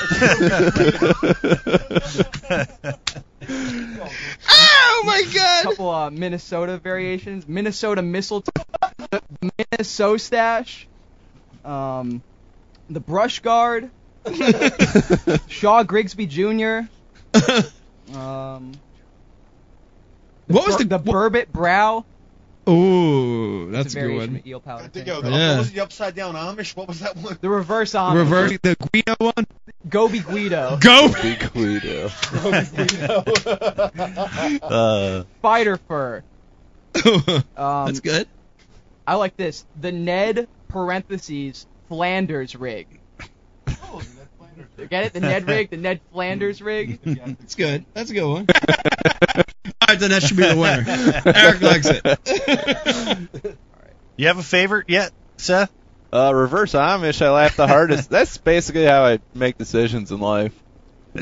[SPEAKER 2] Oh my God.
[SPEAKER 6] couple uh, Minnesota variations. Minnesota mistletoe. Minnesota stash. Um, the brush guard. Shaw Grigsby Jr. Um,
[SPEAKER 2] What was the
[SPEAKER 6] the burbot brow?
[SPEAKER 2] Ooh, that's
[SPEAKER 6] It's
[SPEAKER 2] a
[SPEAKER 6] a
[SPEAKER 2] good
[SPEAKER 6] variation
[SPEAKER 2] one.
[SPEAKER 6] of eel powder.
[SPEAKER 4] To
[SPEAKER 6] thing.
[SPEAKER 4] go.
[SPEAKER 2] Yeah.
[SPEAKER 4] What was the upside down Amish? What was that one?
[SPEAKER 6] The reverse on
[SPEAKER 2] Reverse the Guido one.
[SPEAKER 6] Gobi Guido.
[SPEAKER 2] Go.
[SPEAKER 5] Big Guido.
[SPEAKER 3] Uh,
[SPEAKER 6] Spider fur. Um,
[SPEAKER 2] That's good.
[SPEAKER 6] I like this. The Ned parentheses Flanders rig. Get it? The Ned rig, the Ned Flanders rig.
[SPEAKER 2] That's good. That's a good one. All right, then that should be the winner. Eric likes it.
[SPEAKER 3] you have a favorite yet, Seth?
[SPEAKER 5] Uh, reverse Amish, I laugh the hardest. That's basically how I make decisions in life.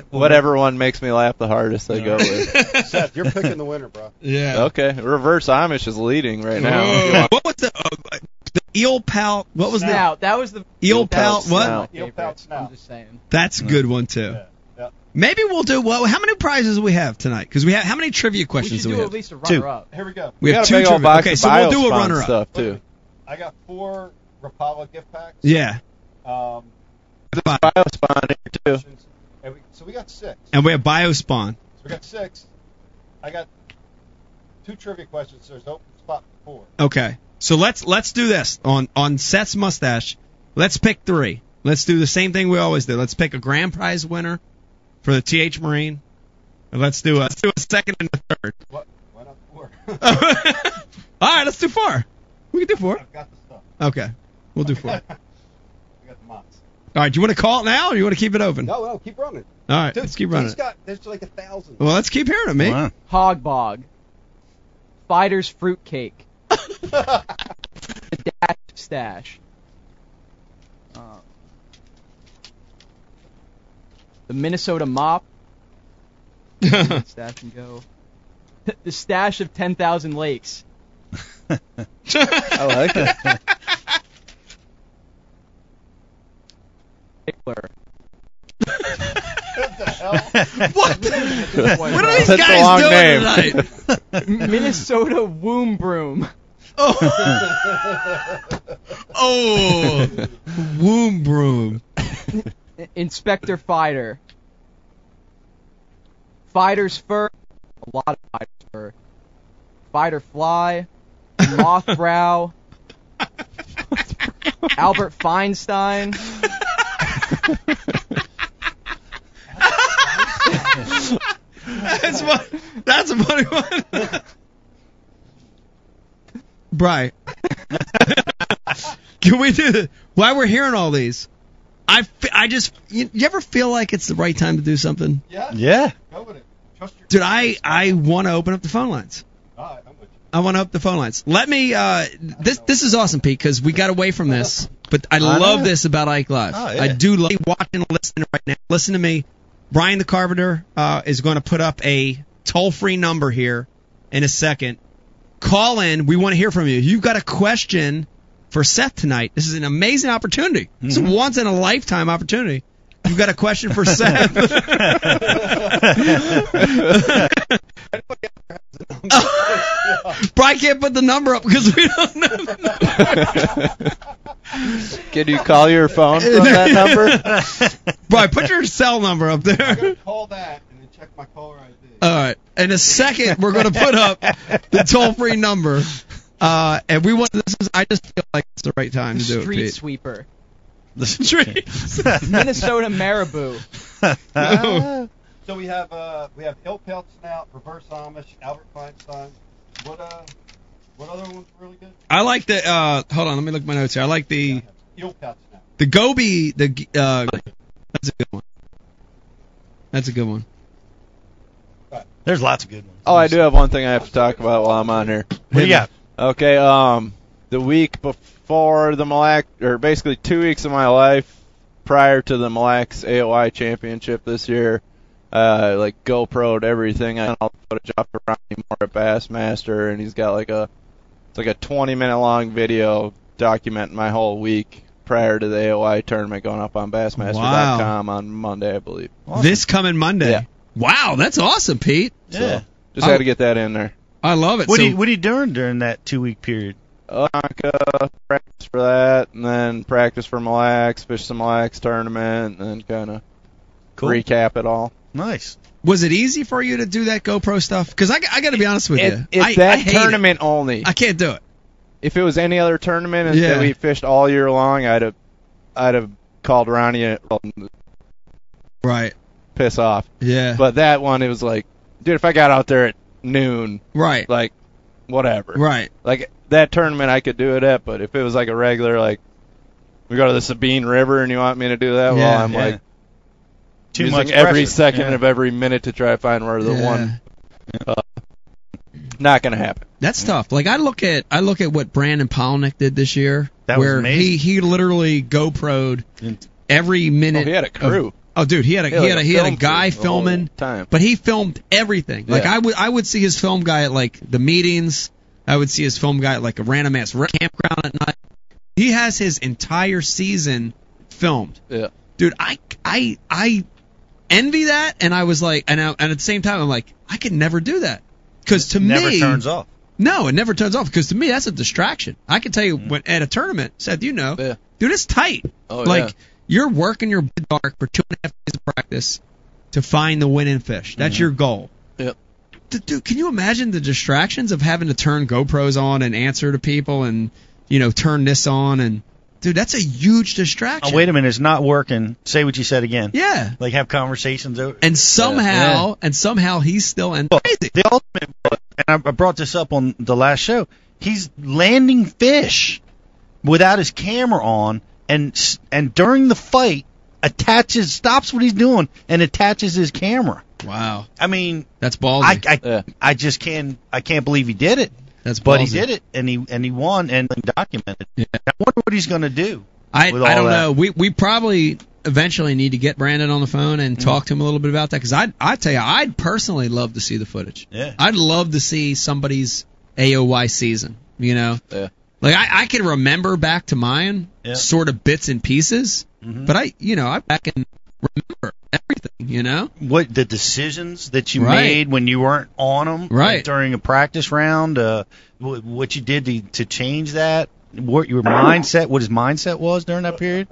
[SPEAKER 5] Whatever one makes me laugh the hardest, I go with.
[SPEAKER 7] Seth, you're picking the winner, bro.
[SPEAKER 2] yeah.
[SPEAKER 5] Okay, reverse Amish is leading right
[SPEAKER 2] Whoa.
[SPEAKER 5] now.
[SPEAKER 2] What was the, uh, the eel pout? What was
[SPEAKER 6] Snout. That was the
[SPEAKER 2] the eel
[SPEAKER 5] Eel pout
[SPEAKER 2] pout? What?
[SPEAKER 5] snout.
[SPEAKER 7] Eel pout snout.
[SPEAKER 6] I'm just saying.
[SPEAKER 2] That's a good one too.
[SPEAKER 7] Yeah. Yeah.
[SPEAKER 2] Maybe we'll do well. How many prizes we have tonight? Because we have how many trivia
[SPEAKER 6] We
[SPEAKER 2] questions
[SPEAKER 6] should
[SPEAKER 2] do we
[SPEAKER 6] do at
[SPEAKER 2] have?
[SPEAKER 6] least a
[SPEAKER 3] Two.
[SPEAKER 6] runner up.
[SPEAKER 7] Here we go.
[SPEAKER 2] We
[SPEAKER 5] got
[SPEAKER 2] have
[SPEAKER 5] a big
[SPEAKER 2] two
[SPEAKER 5] old
[SPEAKER 2] trivia.
[SPEAKER 5] box
[SPEAKER 2] Okay,
[SPEAKER 5] of
[SPEAKER 2] so we'll do a
[SPEAKER 5] Biospawn
[SPEAKER 2] runner up.
[SPEAKER 5] stuff too.
[SPEAKER 7] I got four Rapala gift packs.
[SPEAKER 2] Yeah.
[SPEAKER 7] Um,
[SPEAKER 5] Biospawn here too.
[SPEAKER 7] and we, so we got six.
[SPEAKER 2] And we have Biospawn.
[SPEAKER 7] So we got six. I got two trivia questions. So there's open spot for four.
[SPEAKER 2] Okay. So let's let's do this on on Seth's mustache. Let's pick three. Let's do the same thing we always do. Let's pick a grand prize winner for the TH Marine. And let's do a let's do a second and a third.
[SPEAKER 7] What? Why not four?
[SPEAKER 2] All right, let's do four. We can do four.
[SPEAKER 7] I've got the stuff.
[SPEAKER 2] Okay, we'll do four. All
[SPEAKER 7] I got the mocks.
[SPEAKER 2] right, do you want to call it now, or you want to keep it open?
[SPEAKER 7] No, no, keep running.
[SPEAKER 2] All right,
[SPEAKER 7] Dude,
[SPEAKER 2] let's keep
[SPEAKER 7] dude's
[SPEAKER 2] running. it.
[SPEAKER 7] Got, there's like a thousand.
[SPEAKER 2] Well, let's keep hearing it, mate.
[SPEAKER 3] Wow.
[SPEAKER 6] Hog bog. Fighter's fruitcake. the dash stash. Uh, the Minnesota mop. stash and go. The stash of 10,000 lakes.
[SPEAKER 5] I like it.
[SPEAKER 6] Tickler.
[SPEAKER 7] What the hell?
[SPEAKER 2] what? what are these
[SPEAKER 5] That's a
[SPEAKER 2] guys
[SPEAKER 5] long
[SPEAKER 2] doing
[SPEAKER 5] name.
[SPEAKER 2] tonight?
[SPEAKER 6] Minnesota womb broom.
[SPEAKER 2] Oh, oh, womb broom.
[SPEAKER 6] I- Inspector Fighter. Fighter's fur. A lot of fighter's fur. Fighter fly. Moth brow. Albert Feinstein.
[SPEAKER 2] That's one. That's a funny one. Bry, can we do this? Why we're hearing all these? I, f- I just you, you ever feel like it's the right time to do something,
[SPEAKER 7] Yeah.
[SPEAKER 3] Yeah.
[SPEAKER 7] Go with it. Trust your.
[SPEAKER 2] dude? I I want to open up the phone lines.
[SPEAKER 7] All right, I'm with you.
[SPEAKER 2] I want to up the phone lines. Let me. Uh, this this is awesome, Pete, because we got away from this, but I, love
[SPEAKER 3] know.
[SPEAKER 2] this about Ike Live.
[SPEAKER 3] Oh, yeah.
[SPEAKER 2] I do love watching and listening right now. Listen to me. Brian the Carpenter uh, is going to put up a toll free number here in a second. Call in. We want to hear from you. You've got a question for Seth tonight. This is an amazing opportunity. It's a once in a lifetime opportunity. You've got a question for Seth. Brian can't put the number up because we don't know. The number.
[SPEAKER 5] Can you call your phone from that number?
[SPEAKER 2] Brian, put your cell number up there.
[SPEAKER 7] Call that and then check my caller ID.
[SPEAKER 2] All right. In a second, we're going to put up the toll free number. Uh, and we want this is. I just feel like it's the right time to do it.
[SPEAKER 6] Street
[SPEAKER 2] Pete.
[SPEAKER 6] sweeper.
[SPEAKER 2] Streets.
[SPEAKER 6] Minnesota marabou.
[SPEAKER 2] Oh.
[SPEAKER 7] So we have uh we have Hill Pelt Snout, Reverse Amish, Albert Feinstein. What uh what other one's really good?
[SPEAKER 2] I like the. Uh, hold on, let me look at my notes here. I like the
[SPEAKER 7] Hill Pelt Snout.
[SPEAKER 2] the Gobi. The uh, that's a good one. That's a good one.
[SPEAKER 3] There's lots of good ones.
[SPEAKER 5] Oh, I do have one thing I have to talk about while I'm on here.
[SPEAKER 3] What do you got?
[SPEAKER 5] Okay, um, the week before the Mille Lacs, or basically two weeks of my life prior to the Mille Lacs AOI Championship this year, uh, like GoPro'd everything. I all the footage up to Ronnie Moore at Bassmaster, and he's got like a, it's like a 20 minute long video documenting my whole week prior to the AOI tournament going up on Bassmaster.com on Monday, I believe.
[SPEAKER 2] This coming Monday.
[SPEAKER 5] Yeah.
[SPEAKER 2] Wow, that's awesome, Pete.
[SPEAKER 3] Yeah.
[SPEAKER 5] Just had to get that in there.
[SPEAKER 2] I love it.
[SPEAKER 3] What
[SPEAKER 2] So-
[SPEAKER 3] are you, what are you doing during that two week period?
[SPEAKER 5] Onondaga, practice for that, and then practice for Mille Lacs, fish some Mille Lacs tournament, and then kind of recap it all.
[SPEAKER 3] Nice.
[SPEAKER 2] was it easy for you to do that GoPro stuff? Because I, got to be honest with
[SPEAKER 5] It,
[SPEAKER 2] you.
[SPEAKER 5] it's
[SPEAKER 2] I,
[SPEAKER 5] that
[SPEAKER 2] I hate it.
[SPEAKER 5] tournament only.
[SPEAKER 2] I can't do it.
[SPEAKER 5] if it was any other tournament and
[SPEAKER 2] Yeah.
[SPEAKER 5] that we fished all year long, I'd have, I'd have called Ronnie and told him to
[SPEAKER 2] Right.
[SPEAKER 5] piss off.
[SPEAKER 2] Yeah.
[SPEAKER 5] But that one, it was like, dude, if I got out there at noon,
[SPEAKER 2] right.
[SPEAKER 5] like, whatever.
[SPEAKER 2] Right.
[SPEAKER 5] Like that tournament, I could do it at, but if it was like a regular, like, we go to the Sabine River and you want me to do that,
[SPEAKER 2] Yeah.
[SPEAKER 5] well, I'm
[SPEAKER 3] Yeah.
[SPEAKER 5] like.
[SPEAKER 3] Too
[SPEAKER 5] It's
[SPEAKER 3] much
[SPEAKER 5] like every
[SPEAKER 3] pressure.
[SPEAKER 5] second
[SPEAKER 3] Yeah.
[SPEAKER 5] of every minute to try to find where the
[SPEAKER 2] Yeah.
[SPEAKER 5] one. Uh, not gonna happen.
[SPEAKER 2] That's tough. Like I look at I look at what Brandon Polnick did this year,
[SPEAKER 3] That was
[SPEAKER 2] where he
[SPEAKER 3] amazing.
[SPEAKER 2] he literally GoPro'd
[SPEAKER 3] And-
[SPEAKER 2] every minute.
[SPEAKER 5] Oh, he had a
[SPEAKER 2] of-
[SPEAKER 5] crew.
[SPEAKER 2] oh, dude, he had a he, had a, he had a
[SPEAKER 5] Oh,
[SPEAKER 2] guy filming,
[SPEAKER 5] time.
[SPEAKER 2] but he filmed everything. Like
[SPEAKER 5] Yeah.
[SPEAKER 2] I would I would see his film guy at like the meetings. I would see his film guy at like a random ass rec- campground at night. He has his entire season filmed.
[SPEAKER 5] Yeah.
[SPEAKER 2] dude, I I I envy that, and I was like, and I, and at the same time, I'm like, I could never do that because to
[SPEAKER 3] Never
[SPEAKER 2] me,
[SPEAKER 3] turns off.
[SPEAKER 2] No, it never turns off because to me that's a distraction. I can tell you when at a tournament, Seth, you know,
[SPEAKER 5] Mm-hmm. Yeah.
[SPEAKER 2] dude, it's tight.
[SPEAKER 5] Oh,
[SPEAKER 2] like
[SPEAKER 5] yeah.
[SPEAKER 2] you're working your butt dark for two and a half days of practice to find the winning fish. That's your goal.
[SPEAKER 5] Mm-hmm. Yep.
[SPEAKER 2] D- Dude, can you imagine the distractions of having to turn GoPros on and answer to people and you know turn this on and dude, that's a huge distraction.
[SPEAKER 3] Oh, wait a minute, it's not working. Say what you said again.
[SPEAKER 2] Yeah.
[SPEAKER 3] Like have conversations over.
[SPEAKER 2] And somehow, and somehow he's still in crazy.
[SPEAKER 3] the ultimate book, and I I brought this up on the last show. He's landing fish without his camera on, and s- and during the fight, attaches stops what he's doing and attaches his camera.
[SPEAKER 2] Wow,
[SPEAKER 3] I mean,
[SPEAKER 2] that's ballsy.
[SPEAKER 3] I I,
[SPEAKER 5] Yeah.
[SPEAKER 3] I just can't I can't believe he did it,
[SPEAKER 2] that's ballsy.
[SPEAKER 3] but he did it, and he and he won and documented.
[SPEAKER 2] Yeah.
[SPEAKER 3] I wonder what he's gonna do.
[SPEAKER 2] I,
[SPEAKER 3] with
[SPEAKER 2] I
[SPEAKER 3] all
[SPEAKER 2] don't
[SPEAKER 3] that.
[SPEAKER 2] know. We we probably eventually need to get Brandon on the phone and
[SPEAKER 5] Mm-hmm.
[SPEAKER 2] talk to him a little bit about that because I I tell you I'd personally love to see the footage.
[SPEAKER 3] Yeah.
[SPEAKER 2] I'd love to see somebody's AOY season. You know.
[SPEAKER 5] Yeah.
[SPEAKER 2] Like I I can remember back to mine
[SPEAKER 3] Yeah.
[SPEAKER 2] sort of bits and pieces,
[SPEAKER 3] Mhm.
[SPEAKER 2] but I you know I I can remember everything. You know.
[SPEAKER 3] what the decisions that you
[SPEAKER 2] Right.
[SPEAKER 3] made when you weren't on them
[SPEAKER 2] Right.
[SPEAKER 3] during a practice round, uh, wh- what you did to, to change that, what your mindset, what his mindset was during that period.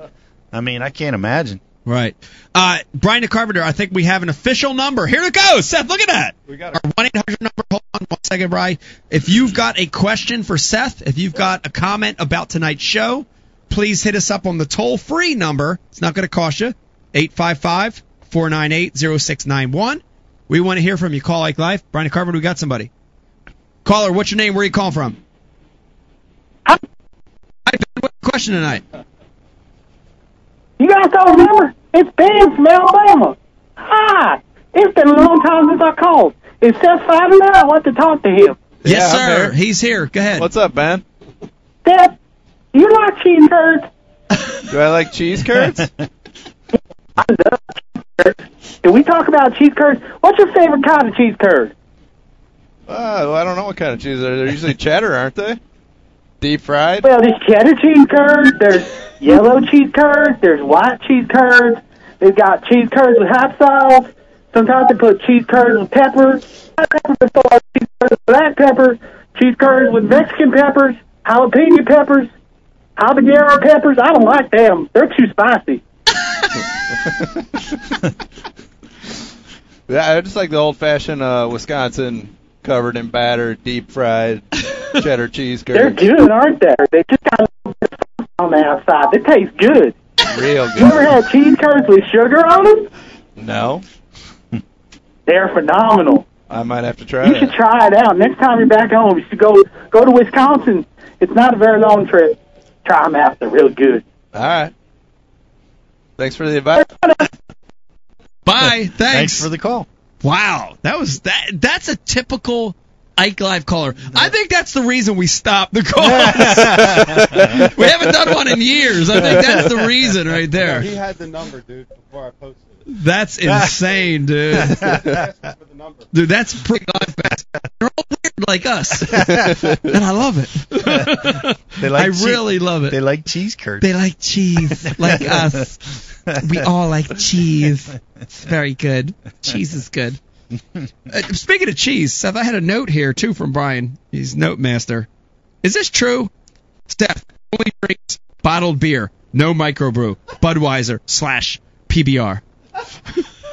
[SPEAKER 3] I mean, I can't imagine.
[SPEAKER 2] Right. Uh, Brian the Carpenter, I think we have an official number. Here it goes. Seth, look at that.
[SPEAKER 7] We got
[SPEAKER 2] Our 1 800 number. Hold on one second, Brian. If you've got a question for Seth, if you've got a comment about tonight's show, please hit us up on the toll free number. It's not going to cost you. 855 498 0691. We want to hear from you. Call like life. Brian the Carpenter, we got somebody. Caller, what's your name? Where are you calling from? Hi, Ben. What's your question tonight?
[SPEAKER 10] You guys don't remember? It's Ben from Alabama. Hi. It's been a long time since I called. It's Seth Fadden. I want to talk to him.
[SPEAKER 2] yes,
[SPEAKER 5] I'm
[SPEAKER 2] sir.
[SPEAKER 5] here.
[SPEAKER 2] He's here. Go ahead.
[SPEAKER 5] What's up, man?
[SPEAKER 10] Seth, you like cheese curds?
[SPEAKER 5] Do I like cheese curds? Uh,
[SPEAKER 10] Did we talk about cheese curds? What's your favorite kind of cheese curd?
[SPEAKER 5] Oh, I don't know what kind of cheese they are. They're usually cheddar, aren't they? Deep fried.
[SPEAKER 10] Well, there's cheddar cheese curds. There's yellow cheese curds. There's white cheese curds. They've got cheese curds with hot sauce. Sometimes they put cheese curds with pepper. Hot pepper with sauce, cheese curds with black pepper. Cheese curds with Mexican peppers, jalapeno peppers, habanero peppers. I don't like them. They're too spicy.
[SPEAKER 5] Yeah, I just like the old-fashioned uh, Wisconsin covered in batter, deep fried cheddar cheese
[SPEAKER 10] They're
[SPEAKER 5] curds.
[SPEAKER 10] good, aren't they? They just got a little bit of sauce on the outside. They taste good.
[SPEAKER 5] Real
[SPEAKER 10] You ever
[SPEAKER 5] good.
[SPEAKER 10] had cheese curds with sugar on them?
[SPEAKER 5] No,
[SPEAKER 10] They're phenomenal.
[SPEAKER 5] I might have to try
[SPEAKER 10] You should
[SPEAKER 5] that.
[SPEAKER 10] try it out. Next time you're back home, you should go go to Wisconsin. It's not a very long trip. Try them out. They're real good.
[SPEAKER 5] All right. Thanks for the advice.
[SPEAKER 2] Bye. Thanks.
[SPEAKER 3] Thanks for the call.
[SPEAKER 2] Wow, that was that. That's a typical Ike Live caller. I think that's the reason we stopped the call. we haven't done one in years. I think that's the reason right
[SPEAKER 7] He
[SPEAKER 2] there.
[SPEAKER 7] had the number, dude, before I posted it.
[SPEAKER 2] That's insane, dude.
[SPEAKER 7] He asked me for the number.
[SPEAKER 2] Dude, that's pretty live fast. They're all weird like us, and I love it.
[SPEAKER 3] They like
[SPEAKER 2] I
[SPEAKER 3] cheese-
[SPEAKER 2] really love it.
[SPEAKER 3] They like cheese curds.
[SPEAKER 2] They like cheese like us. We all like cheese. It's very good. Cheese is good. Uh, speaking of cheese, Seth, I had a note here too from Brian. He's note master. Is this true? Seth only drinks bottled beer, no microbrew, Budweiser slash PBR.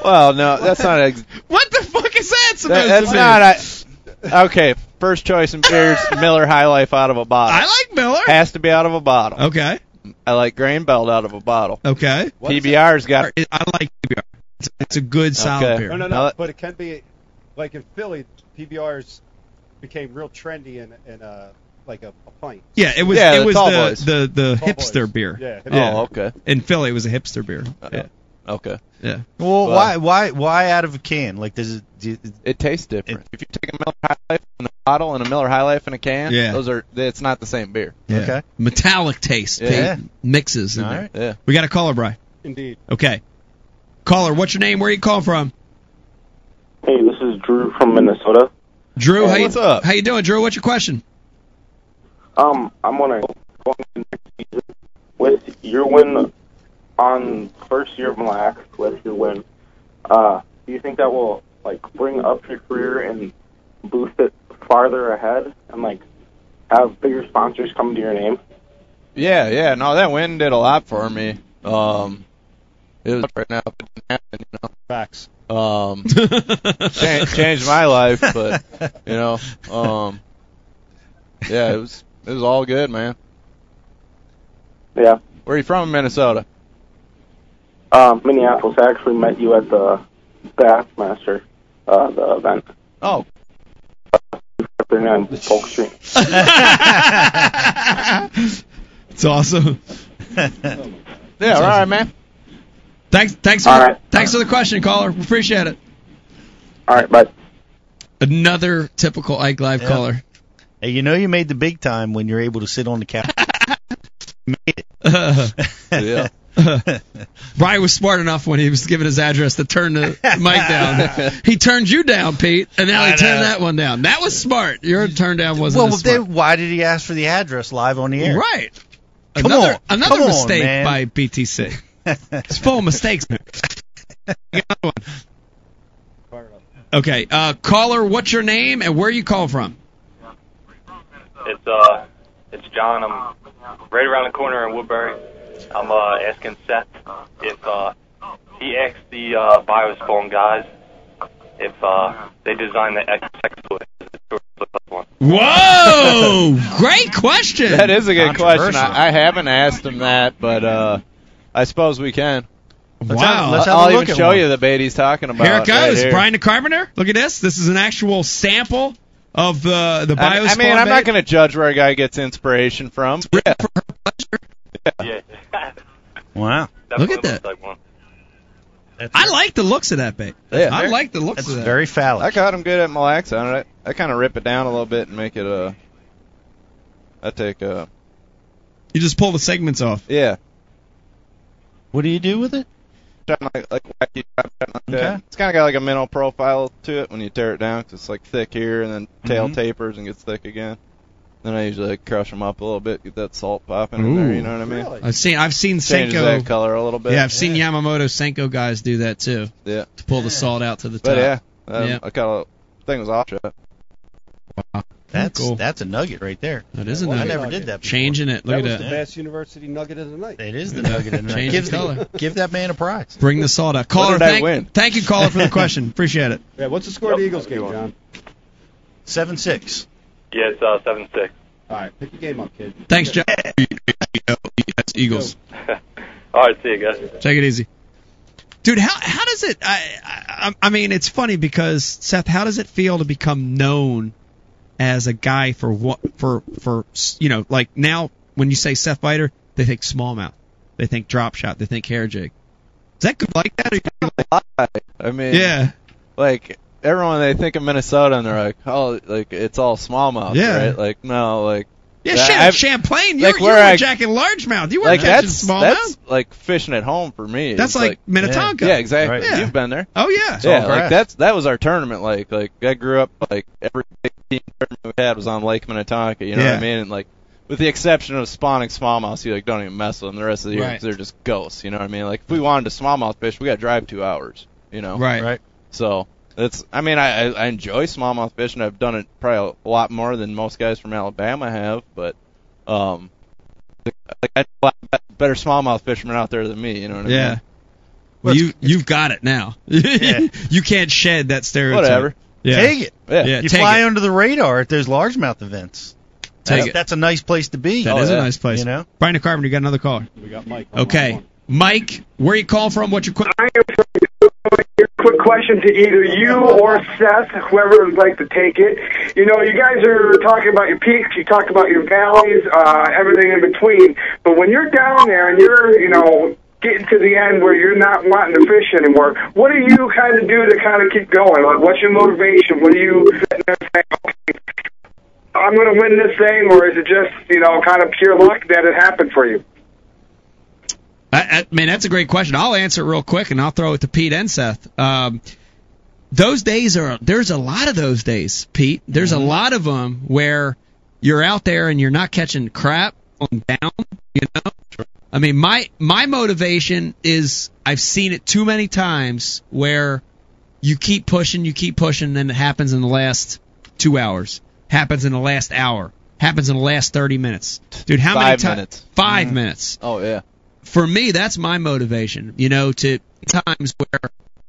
[SPEAKER 5] Well, no, that's not. Ex-
[SPEAKER 2] What the fuck is that supposed
[SPEAKER 5] that, that's
[SPEAKER 2] to be?
[SPEAKER 5] not. A, okay, first choice in beers, Miller High Life out of a bottle.
[SPEAKER 2] I like Miller.
[SPEAKER 5] Has to be out of a bottle.
[SPEAKER 2] Okay.
[SPEAKER 5] I like Grain Belt out of a bottle.
[SPEAKER 2] Okay.
[SPEAKER 5] PBR's got.
[SPEAKER 2] I like PBR. It's, it's a good solid
[SPEAKER 5] Okay.
[SPEAKER 2] beer.
[SPEAKER 7] No, no,
[SPEAKER 5] Now
[SPEAKER 7] no.
[SPEAKER 5] that-
[SPEAKER 7] But it can be like in Philly, PBRs became real trendy in in a like a, a pint.
[SPEAKER 2] Yeah, it was
[SPEAKER 5] Yeah,
[SPEAKER 2] it
[SPEAKER 5] the
[SPEAKER 2] was
[SPEAKER 5] tall
[SPEAKER 2] the,
[SPEAKER 5] boys.
[SPEAKER 2] the the
[SPEAKER 7] Tall
[SPEAKER 2] hipster
[SPEAKER 7] boys.
[SPEAKER 2] beer.
[SPEAKER 7] Yeah, hipster.
[SPEAKER 2] yeah.
[SPEAKER 5] Oh, okay, Uh,
[SPEAKER 2] In Philly, it was a hipster beer. Yeah.
[SPEAKER 5] okay.
[SPEAKER 2] yeah.
[SPEAKER 3] well,
[SPEAKER 5] Well-
[SPEAKER 3] why why why out of a can? Like does it? Do,
[SPEAKER 5] It tastes different. if you take a Miller High Life in a bottle and a Miller High Life in a can,
[SPEAKER 2] Yeah.
[SPEAKER 5] those are it's not the same beer.
[SPEAKER 2] Yeah.
[SPEAKER 3] Okay.
[SPEAKER 2] Metallic taste.
[SPEAKER 5] Yeah.
[SPEAKER 2] They mixes. In
[SPEAKER 3] All
[SPEAKER 2] there.
[SPEAKER 3] right.
[SPEAKER 5] Yeah.
[SPEAKER 2] We got a caller, Bry.
[SPEAKER 7] Indeed.
[SPEAKER 2] Okay. Caller, what's your name? Where you calling from?
[SPEAKER 10] Hey, this is Drew from Minnesota.
[SPEAKER 2] Drew,
[SPEAKER 3] Oh,
[SPEAKER 5] Hey,
[SPEAKER 2] how you,
[SPEAKER 5] what's up?
[SPEAKER 2] How you doing, Drew? What's your question?
[SPEAKER 10] Um, I'm gonna go next season with your win on first year of Black with your win. Uh, do you think that will like bring up your career and boost it farther ahead?
[SPEAKER 11] and like have bigger sponsors come to your name?
[SPEAKER 5] Yeah, yeah. No, that win did a lot for me. Um, it was right now, but it didn't happen, you know.
[SPEAKER 3] Facts.
[SPEAKER 5] Um, cha- changed my life, but you know, um, yeah, it was it was all good, man.
[SPEAKER 11] Yeah.
[SPEAKER 5] Where are you from in Minnesota?
[SPEAKER 11] Uh, Minneapolis. I actually met you at the Bathmaster, uh, the event.
[SPEAKER 5] Oh.
[SPEAKER 11] Afternoon on Polk Street.
[SPEAKER 2] It's awesome.
[SPEAKER 3] yeah,
[SPEAKER 5] all right, man.
[SPEAKER 2] Thanks, thanks for,
[SPEAKER 11] All right.
[SPEAKER 2] thanks for the question, caller. We appreciate it.
[SPEAKER 11] All right, bye.
[SPEAKER 2] Another typical Ike Live
[SPEAKER 3] Yeah.
[SPEAKER 2] caller.
[SPEAKER 3] Hey, you know you made the big time when you're able to sit on the couch. made
[SPEAKER 5] Yeah.
[SPEAKER 3] it.
[SPEAKER 2] Brian was smart enough when he was giving his address to turn the mic down. He turned you down, Pete, and now
[SPEAKER 3] I
[SPEAKER 2] he
[SPEAKER 3] know.
[SPEAKER 2] turned that one down. That was smart. Your turn down wasn't
[SPEAKER 3] well,
[SPEAKER 2] as
[SPEAKER 3] they,
[SPEAKER 2] smart.
[SPEAKER 3] why did he ask for the address live on the air?
[SPEAKER 2] right.
[SPEAKER 3] Come
[SPEAKER 2] another
[SPEAKER 3] on.
[SPEAKER 2] another
[SPEAKER 3] Come on,
[SPEAKER 2] mistake
[SPEAKER 3] man.
[SPEAKER 2] by BTC. It's full of mistakes. man. I got one. Okay, uh, caller, what's your name and where you call from?
[SPEAKER 12] It's uh, it's John. I'm right around the corner in Woodbury. I'm uh, asking Seth if uh, he asked the uh, Biospone guys if uh, they designed the X Sexual as a short flip up one.
[SPEAKER 2] Whoa! Great question.
[SPEAKER 5] That is a good question.
[SPEAKER 3] Controversial.
[SPEAKER 5] I, I haven't asked him that, but uh, I suppose we can.
[SPEAKER 2] wow.
[SPEAKER 3] Let's have a
[SPEAKER 5] I'll
[SPEAKER 3] look
[SPEAKER 5] even
[SPEAKER 3] at
[SPEAKER 5] show
[SPEAKER 3] one.
[SPEAKER 5] you the bait he's talking about.
[SPEAKER 2] Here it
[SPEAKER 5] uh, right
[SPEAKER 2] goes,
[SPEAKER 5] here.
[SPEAKER 2] Brian the Carpenter. Look at this. This is an actual sample of the the
[SPEAKER 5] I,
[SPEAKER 2] biospawn.
[SPEAKER 5] I mean, I'm
[SPEAKER 2] bait.
[SPEAKER 5] not going to judge where a guy gets inspiration from. Yeah.
[SPEAKER 12] Yeah,
[SPEAKER 3] Wow.
[SPEAKER 2] Look
[SPEAKER 12] Definitely
[SPEAKER 2] at that.
[SPEAKER 12] looks like one.
[SPEAKER 3] That's,
[SPEAKER 2] I like the looks of that bait.
[SPEAKER 5] Yeah.
[SPEAKER 2] I like the looks
[SPEAKER 3] that's
[SPEAKER 2] of that.
[SPEAKER 3] very
[SPEAKER 5] I
[SPEAKER 3] phallic.
[SPEAKER 5] caught him good at Mille Lacs on it. I, I kind of rip it down a little bit and make it uh I take uh
[SPEAKER 2] you just pull the segments off.
[SPEAKER 5] yeah.
[SPEAKER 3] What do you do with it?
[SPEAKER 5] Shot Like, like wacky drop shot like that.
[SPEAKER 3] Okay.
[SPEAKER 5] It's kind of got like a mental profile to it when you tear it down 'cause it's like thick here and then tail
[SPEAKER 2] Mm-hmm.
[SPEAKER 3] Mhm.
[SPEAKER 5] tapers and gets thick again. Then I usually like, crush them up a little bit, get that salt popping in there.
[SPEAKER 2] Ooh.
[SPEAKER 5] You know what I mean?
[SPEAKER 7] Really?
[SPEAKER 2] I've seen I've seen
[SPEAKER 5] Changes that
[SPEAKER 2] Senko.
[SPEAKER 5] color a little bit.
[SPEAKER 2] Yeah, I've seen Yamamoto Senko guys do that too
[SPEAKER 5] Yeah.
[SPEAKER 2] to pull the salt out to the top.
[SPEAKER 5] But yeah, um,
[SPEAKER 2] Yeah.
[SPEAKER 5] I caught a thing was off shot.
[SPEAKER 3] That's
[SPEAKER 2] cool.
[SPEAKER 3] that's a nugget right there.
[SPEAKER 2] that is a
[SPEAKER 7] Well,
[SPEAKER 3] I
[SPEAKER 7] Nugget.
[SPEAKER 3] never did that. Before.
[SPEAKER 2] Changing it. Look
[SPEAKER 7] that
[SPEAKER 2] at
[SPEAKER 7] was
[SPEAKER 2] that.
[SPEAKER 7] the best university nugget of the night.
[SPEAKER 3] It is the nugget. in there.
[SPEAKER 2] Change
[SPEAKER 3] give,
[SPEAKER 2] the color.
[SPEAKER 3] give that man a prize.
[SPEAKER 2] Bring the salt out. Caller,
[SPEAKER 5] did I
[SPEAKER 2] thank,
[SPEAKER 5] win?
[SPEAKER 2] thank you, caller, for the question. Appreciate it.
[SPEAKER 7] Yeah, what's the score of the Eagles game, John?
[SPEAKER 3] Seven six.
[SPEAKER 12] Yeah, it's uh, seven six.
[SPEAKER 7] All right, pick your game up, kid.
[SPEAKER 2] Thanks, Jeff. That's Eagles.
[SPEAKER 12] All right, see you guys.
[SPEAKER 2] Take it easy. Dude, how how does it? I, I I mean, it's funny because Seth, how does it feel to become known as a guy for what for for you know like now when you say Seth Biter, they think smallmouth, they think drop shot, they think hair jig. Is that good like that? Or you like,
[SPEAKER 5] I mean,
[SPEAKER 2] yeah,
[SPEAKER 5] like everyone they think of Minnesota and they're like, oh, like it's all smallmouth,
[SPEAKER 2] Yeah.
[SPEAKER 5] right? Like no, like
[SPEAKER 2] yeah.
[SPEAKER 5] That-
[SPEAKER 2] Shannon
[SPEAKER 5] I've-
[SPEAKER 2] Champlain, you're,
[SPEAKER 5] like,
[SPEAKER 2] you're
[SPEAKER 5] where I-
[SPEAKER 2] jacking largemouth. You weren't
[SPEAKER 5] like
[SPEAKER 2] catching
[SPEAKER 5] that's
[SPEAKER 2] smallmouth.
[SPEAKER 5] that's like fishing at home for me.
[SPEAKER 2] That's
[SPEAKER 5] It's
[SPEAKER 2] like, Minnetonka.
[SPEAKER 5] yeah, exactly.
[SPEAKER 3] Right.
[SPEAKER 2] Yeah.
[SPEAKER 5] You've been there.
[SPEAKER 2] Oh yeah.
[SPEAKER 3] all
[SPEAKER 5] yeah,
[SPEAKER 3] grass.
[SPEAKER 5] like that's that was our tournament. Like like I grew up like every big team tournament we had was on Lake Minnetonka. You know
[SPEAKER 2] Yeah.
[SPEAKER 5] what I mean? And like with the exception of spawning smallmouth, you like don't even mess with them. The rest of the year
[SPEAKER 2] Right.
[SPEAKER 5] they're just ghosts. You know what I mean? Like if we wanted to smallmouth fish, we got to drive two hours. You know?
[SPEAKER 2] Right.
[SPEAKER 3] Right.
[SPEAKER 5] So that's I mean I I I enjoy smallmouth fishing. I've done it probably a lot more than most guys from Alabama have, but um like I know a lot better smallmouth fishermen out there than me. You know what I
[SPEAKER 2] Yeah.
[SPEAKER 5] mean?
[SPEAKER 2] Well, you you've got it now. you can't shed that stereotype.
[SPEAKER 5] Whatever.
[SPEAKER 2] Yeah.
[SPEAKER 3] Take it.
[SPEAKER 5] Yeah.
[SPEAKER 2] Yeah.
[SPEAKER 3] You
[SPEAKER 2] take
[SPEAKER 3] fly
[SPEAKER 2] it.
[SPEAKER 3] under the radar at those largemouth events.
[SPEAKER 2] Take
[SPEAKER 3] that's,
[SPEAKER 2] it.
[SPEAKER 3] that's a nice place to be.
[SPEAKER 2] That
[SPEAKER 5] Oh,
[SPEAKER 2] is a
[SPEAKER 5] yeah.
[SPEAKER 2] nice place.
[SPEAKER 3] You know?
[SPEAKER 2] Brian De Carpenter, you got another caller.
[SPEAKER 7] We got Mike. on
[SPEAKER 2] Okay.
[SPEAKER 7] line
[SPEAKER 2] Mike, where you call from? What you qu-
[SPEAKER 11] I am from your quick question to either you or Seth, whoever would like to take it. You know, you guys are talking about your peaks, you talk about your valleys, uh, everything in between. But when you're down there and you're, you know, getting to the end where you're not wanting to fish anymore, what do you kind of do to kind of keep going? Like, what's your motivation? What do you sit there and say, okay, I'm going to win this thing, or is it just, you know, kind of pure luck that it happened for you?
[SPEAKER 2] I, I mean, that's a great question. I'll answer it real quick, and I'll throw it to Pete and Seth. Um, those days are there's a lot of those days, Pete. There's
[SPEAKER 5] Mm-hmm.
[SPEAKER 2] a lot of them where you're out there and you're not catching crap on down. You know, I mean, my my motivation is I've seen it too many times where you keep pushing, you keep pushing, and then it happens in the last two hours. happens in the last hour, happens in the last 30 minutes. Dude, how many
[SPEAKER 5] Five
[SPEAKER 2] times?
[SPEAKER 5] minutes.
[SPEAKER 2] 5 minutes.
[SPEAKER 5] Oh yeah.
[SPEAKER 2] For me, that's my motivation. You know, to times where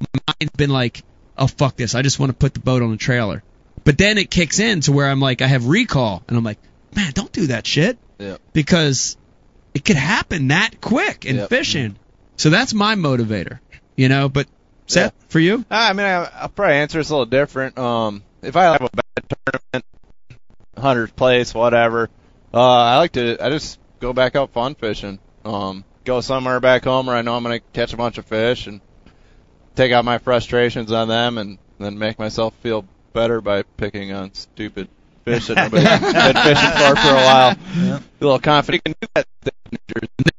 [SPEAKER 2] my mind's been like, oh fuck this, I just want to put the boat on a trailer. But then it kicks in to where I'm like, I have recall, and I'm like, man, don't do that shit
[SPEAKER 5] Yeah.
[SPEAKER 2] because it could happen that quick in
[SPEAKER 5] Yep.
[SPEAKER 2] fishing. So that's my motivator, you know. But Seth, for you,
[SPEAKER 5] Uh, I mean, I, I'll probably answer this a little different. Um, if I have a bad tournament, hundredth place, whatever, uh, I like to. I just go back out fun fishing. Um, go somewhere back home where I know I'm gonna catch a bunch of fish and take out my frustrations on them, and then make myself feel better by picking on stupid fish that nobody's been fishing for for a while. A little confident. You can do that. in New Jersey.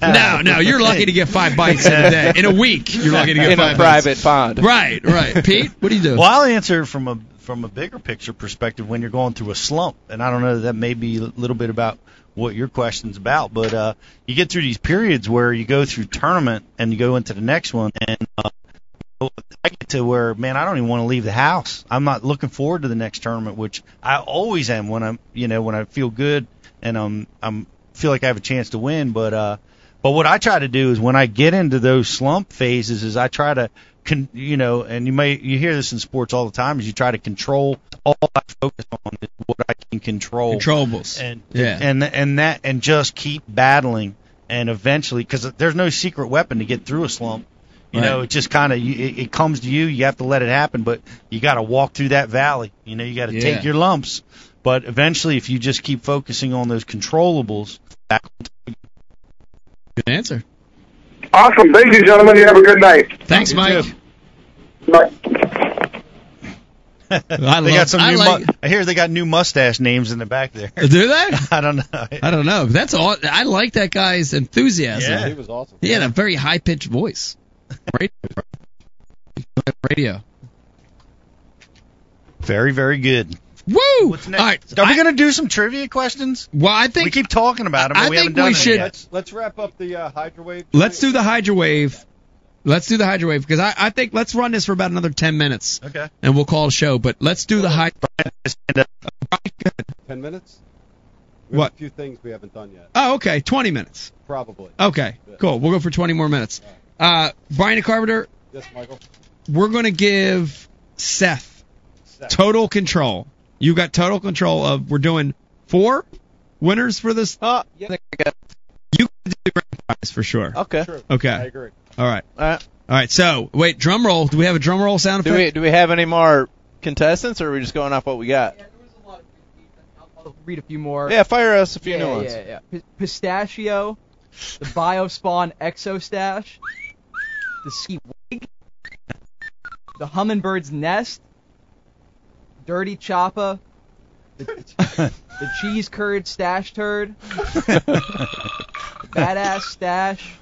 [SPEAKER 2] no, no, you're lucky to get five bites in a day. In a week, you're lucky to get
[SPEAKER 5] in
[SPEAKER 2] five
[SPEAKER 5] a
[SPEAKER 2] bites.
[SPEAKER 5] private pond.
[SPEAKER 2] Right, right. Pete, what do you do?
[SPEAKER 3] Well, I'll answer from a from a bigger picture perspective when you're going through a slump, and I don't know that may be a little bit about what your question's about, but uh, you get through these periods where you go through tournament and you go into the next one, and uh, I get to where man, I don't even want to leave the house. I'm not looking forward to the next tournament, which I always am when I'm you know when I feel good and I'm I'm feel like I have a chance to win, but uh, but what I try to do is when I get into those slump phases, is I try to, con- you know, and you may you hear this in sports all the time, is you try to control all I focus on is what I can control,
[SPEAKER 2] Controllables.
[SPEAKER 3] and
[SPEAKER 2] Yeah.
[SPEAKER 3] and and that and just keep battling, and eventually, because there's no secret weapon to get through a slump. You
[SPEAKER 2] Right.
[SPEAKER 3] know, it just kind of it, it comes to you. You have to let it happen, but you got to walk through that valley. You know, you got to
[SPEAKER 2] Yeah.
[SPEAKER 3] take your lumps. But eventually, if you just keep focusing on those controllables, that
[SPEAKER 2] Good answer.
[SPEAKER 11] Awesome. Thank you, gentlemen. You have a good night.
[SPEAKER 2] Thanks, Mike.
[SPEAKER 11] Bye.
[SPEAKER 2] I
[SPEAKER 3] they
[SPEAKER 2] love-
[SPEAKER 3] got some
[SPEAKER 2] I
[SPEAKER 3] new.
[SPEAKER 2] like-
[SPEAKER 3] mu- I hear they got new mustache names in the back there.
[SPEAKER 2] Do they?
[SPEAKER 3] I don't know.
[SPEAKER 2] I don't know. but That's all. I like that guy's enthusiasm.
[SPEAKER 3] Yeah.
[SPEAKER 7] He was awesome.
[SPEAKER 2] He had a very high pitched voice. Radio. Radio.
[SPEAKER 3] Very, very good.
[SPEAKER 2] Woo!
[SPEAKER 3] What's next?
[SPEAKER 2] All right.
[SPEAKER 3] Are we
[SPEAKER 2] I-
[SPEAKER 3] going to do some trivia questions?
[SPEAKER 2] well, I
[SPEAKER 3] we
[SPEAKER 2] think
[SPEAKER 3] keep talking about them.
[SPEAKER 2] I
[SPEAKER 3] and we
[SPEAKER 2] think
[SPEAKER 3] haven't done
[SPEAKER 2] we
[SPEAKER 3] it
[SPEAKER 2] should-
[SPEAKER 3] yet.
[SPEAKER 7] Let's let's wrap up the uh, hydro wave.
[SPEAKER 2] let's do the Hydra Wave. Let's do the Hydra Wave because I, I think let's run this for about another ten minutes
[SPEAKER 3] Okay.
[SPEAKER 2] and we'll call a show. But let's do the Hydra.
[SPEAKER 7] Ten minutes. We
[SPEAKER 2] What?
[SPEAKER 7] Have a few things we haven't done yet.
[SPEAKER 2] Oh, okay. Twenty minutes.
[SPEAKER 7] Probably.
[SPEAKER 2] Okay, cool. We'll go for 20 more minutes. Uh, Brian and Carpenter,
[SPEAKER 7] Yes, Michael.
[SPEAKER 2] we're going to give Seth total control. You got total control of. We're doing four winners for this.
[SPEAKER 5] Uh, yeah, Uh, I think I got-
[SPEAKER 2] You can do the grand prize for sure.
[SPEAKER 5] okay.
[SPEAKER 7] True. I
[SPEAKER 2] Okay.
[SPEAKER 7] agree.
[SPEAKER 2] All right.
[SPEAKER 5] All right.
[SPEAKER 2] All right. So wait, drum roll. Do we have a drum roll sound
[SPEAKER 5] Do we
[SPEAKER 2] effect?
[SPEAKER 5] do we have any more contestants, or are we just going off what we got?
[SPEAKER 6] I'll read a few more.
[SPEAKER 5] Yeah, fire us a few
[SPEAKER 6] yeah,
[SPEAKER 5] new ones.
[SPEAKER 6] Yeah, yeah. Pis- Pistachio, the Biospawn Exostash, the Sea Wig, the Hummingbird's Nest, Dirty Choppa, the, the Cheese Curd Stash Turd, Badass Stash,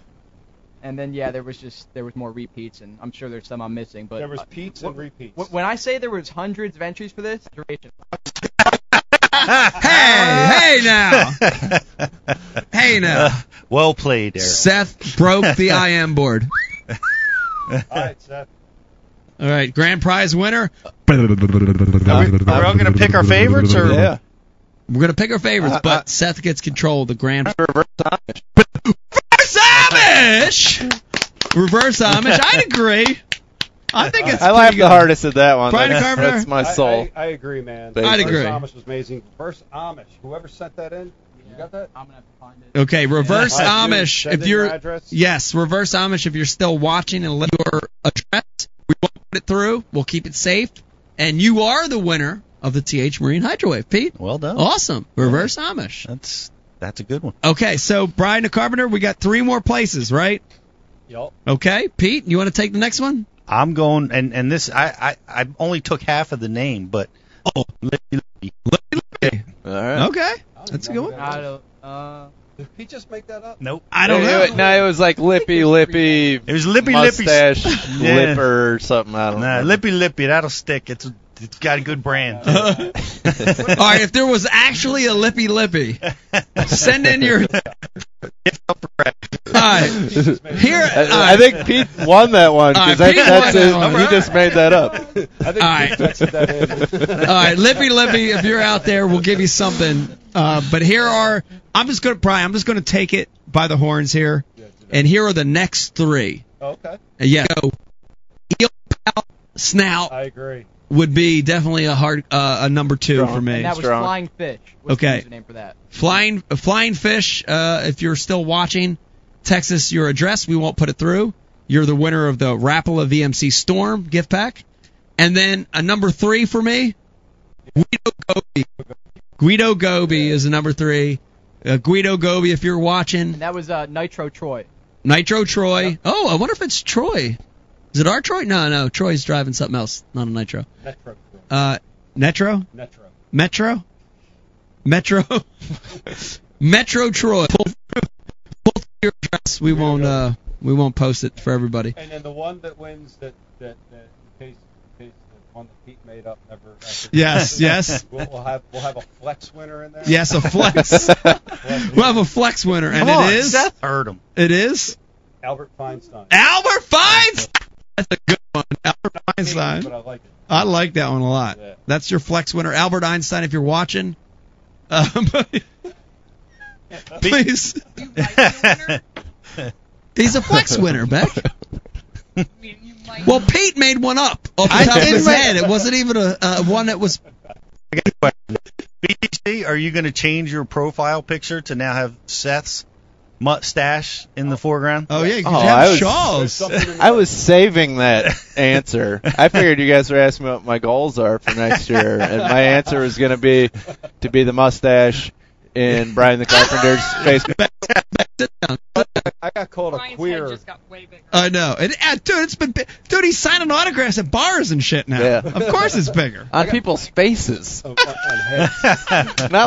[SPEAKER 6] and then yeah, there was just there was more repeats, and I'm sure there's some I'm missing, but
[SPEAKER 7] There was
[SPEAKER 6] uh,
[SPEAKER 7] peats
[SPEAKER 6] wh-
[SPEAKER 7] and repeats.
[SPEAKER 6] wh- when I say there was hundreds of entries for this, duration.
[SPEAKER 2] Hey, hey now, hey now.
[SPEAKER 3] Uh, well played, Eric.
[SPEAKER 2] Seth broke the IM board.
[SPEAKER 7] All right, Seth.
[SPEAKER 2] All right, grand prize winner.
[SPEAKER 3] Are we, are we all going to pick our favorites, or
[SPEAKER 5] Yeah.
[SPEAKER 2] We're gonna pick our favorites,
[SPEAKER 5] Uh,
[SPEAKER 2] but
[SPEAKER 5] uh,
[SPEAKER 2] Seth gets control of the grand
[SPEAKER 5] Reverse Amish.
[SPEAKER 2] reverse Amish. Reverse Amish. I'd agree. I think it's.
[SPEAKER 5] I laughed
[SPEAKER 2] pretty
[SPEAKER 5] the
[SPEAKER 2] good.
[SPEAKER 5] hardest at that one.
[SPEAKER 2] Brian
[SPEAKER 5] That's-
[SPEAKER 2] Carpenter?
[SPEAKER 5] That's my
[SPEAKER 7] I-
[SPEAKER 5] soul.
[SPEAKER 7] I, I, agree, man.
[SPEAKER 5] Thank
[SPEAKER 2] I'd
[SPEAKER 7] Reverse
[SPEAKER 2] agree.
[SPEAKER 7] Amish was amazing. Reverse Amish. Whoever sent that in, you got that?
[SPEAKER 6] I'm gonna have to find it.
[SPEAKER 2] Okay, reverse
[SPEAKER 7] All right, dude,
[SPEAKER 2] Amish.
[SPEAKER 7] send
[SPEAKER 2] if
[SPEAKER 7] in your
[SPEAKER 2] you're
[SPEAKER 7] address.
[SPEAKER 2] yes, reverse Amish. If you're still watching and let your address, we won't put it through. We'll keep it safe, and you are the winner of the TH Marine Hydrowave, Pete.
[SPEAKER 3] Well done.
[SPEAKER 2] Awesome, reverse Amish.
[SPEAKER 3] That's that's a good one.
[SPEAKER 2] Okay, so Brian the Carpenter, we got three more places, right?
[SPEAKER 7] Yup.
[SPEAKER 2] Okay, Pete, you want to take the next one?
[SPEAKER 3] I'm going, and and this I I, I only took half of the name, but oh,
[SPEAKER 5] All right.
[SPEAKER 2] Okay, that's a good one.
[SPEAKER 6] I don't- uh,
[SPEAKER 7] Did he just make that up?
[SPEAKER 3] nope.
[SPEAKER 2] I don't
[SPEAKER 5] It-
[SPEAKER 2] know.
[SPEAKER 5] it- No, it was like lippy lippy
[SPEAKER 3] It was Lippy Lippy.
[SPEAKER 5] mustache
[SPEAKER 3] Yeah.
[SPEAKER 5] lipper or something. I don't
[SPEAKER 3] Nah,
[SPEAKER 5] know.
[SPEAKER 3] Uh, Lippy Lippy. That'll stick. It's it's got a good brand.
[SPEAKER 2] All right, if there was actually a lippy lippy, send in your. All Here,
[SPEAKER 5] I, I think Pete won that one
[SPEAKER 2] All
[SPEAKER 5] because
[SPEAKER 2] right,
[SPEAKER 5] that,
[SPEAKER 2] Pete
[SPEAKER 5] that's
[SPEAKER 2] won
[SPEAKER 5] his,
[SPEAKER 2] that one.
[SPEAKER 5] he just made that up.
[SPEAKER 2] All right. All right, Lippy, Lippy, if you're out there, we'll give you something. Uh, but here are, I'm just going to, Brian, I'm just going to take it by the horns here. And here are the next three.
[SPEAKER 7] Okay.
[SPEAKER 2] Uh, yeah. Go. Eel, pout, snout
[SPEAKER 7] I agree.
[SPEAKER 2] would be definitely a hard, uh, a number two for me.
[SPEAKER 6] And that was Flying Fish. Was
[SPEAKER 2] Okay.
[SPEAKER 6] The username for that.
[SPEAKER 2] Flying uh, Flying Fish, uh, if you're still watching, Texas, your address, we won't put it through. You're the winner of the Rapala VMC Storm gift pack. And then a number three for me, Guido Gobi. Guido Gobi is a number three. Uh, Guido Gobi, if you're
[SPEAKER 6] And
[SPEAKER 2] watching.
[SPEAKER 6] that was uh, Nitro Troy.
[SPEAKER 2] Nitro Troy. Oh, I wonder if it's Troy. Is it our Troy? No, no. Troy's driving something else, not a Nitro.
[SPEAKER 7] Metro.
[SPEAKER 2] Uh, Netro?
[SPEAKER 7] Metro.
[SPEAKER 2] Metro? Metro? Metro Troy. Pull through, pull through your address. We won't uh we won't post it for everybody.
[SPEAKER 7] And then the one that wins that that that case case the one that Pete made up never. actually-
[SPEAKER 2] Yes, yes.
[SPEAKER 7] We'll, we'll have we'll have a flex winner in there.
[SPEAKER 2] Yes, a flex. we'll have a flex winner, and
[SPEAKER 7] Come on,
[SPEAKER 2] it is
[SPEAKER 7] Seth
[SPEAKER 3] heard him.
[SPEAKER 2] It is
[SPEAKER 7] Albert Feinstein.
[SPEAKER 2] Albert Feinstein. That's a good one, Albert Feinstein.
[SPEAKER 7] But I like it.
[SPEAKER 2] I like that one a lot. That's your flex winner, Albert Einstein. If you're watching, um, please. He's a flex winner, Beck. well, Pete made one up off the
[SPEAKER 3] I
[SPEAKER 2] top of
[SPEAKER 3] did
[SPEAKER 2] his
[SPEAKER 3] make-
[SPEAKER 2] head. It wasn't even a uh, one that was.
[SPEAKER 3] I got a question. BTC, are you going to change your profile picture to now have Seth's mustache in the foreground?
[SPEAKER 2] Oh yeah,
[SPEAKER 5] Oh, I was, I was saving that answer. I figured you guys were asking me what my goals are for next year, and my answer was going to be to be the mustache in Brian the Carpenter's Facebook.
[SPEAKER 7] I got called a queer.
[SPEAKER 2] I know, and uh, dude, it's been bi- dude. He's signing autographs at bars and shit now.
[SPEAKER 5] Yeah.
[SPEAKER 2] Of course, it's bigger.
[SPEAKER 5] on people's faces.
[SPEAKER 7] Not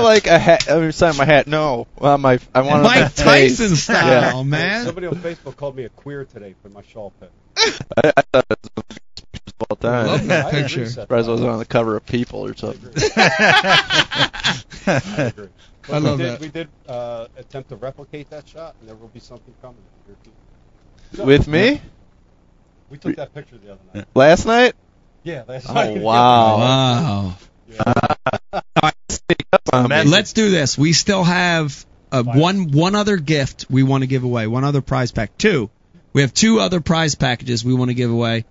[SPEAKER 5] like a hat. I'm signing my hat. No, on my I want my
[SPEAKER 2] Mike
[SPEAKER 5] face.
[SPEAKER 2] Tyson
[SPEAKER 5] Yeah.
[SPEAKER 2] style, Oh, man.
[SPEAKER 7] Somebody on Facebook called me a queer today for my shawl pic.
[SPEAKER 5] I, I thought it was the best picture of all time.
[SPEAKER 2] Love that I agree, picture. Seth.
[SPEAKER 5] Surprised I was on the cover of People or something.
[SPEAKER 7] But
[SPEAKER 5] I
[SPEAKER 7] we
[SPEAKER 5] love
[SPEAKER 7] did,
[SPEAKER 5] that.
[SPEAKER 7] We did uh, attempt to replicate that shot, and there will be something coming.
[SPEAKER 5] With me?
[SPEAKER 7] We took that picture the other night.
[SPEAKER 5] Last night?
[SPEAKER 7] Yeah, last
[SPEAKER 5] oh,
[SPEAKER 7] night.
[SPEAKER 5] wow.
[SPEAKER 2] Wow.
[SPEAKER 5] Message.
[SPEAKER 2] Let's do this. We still have uh, one one other gift we want to give away. One other prize pack. Two. We have two other prize packages we want to give away.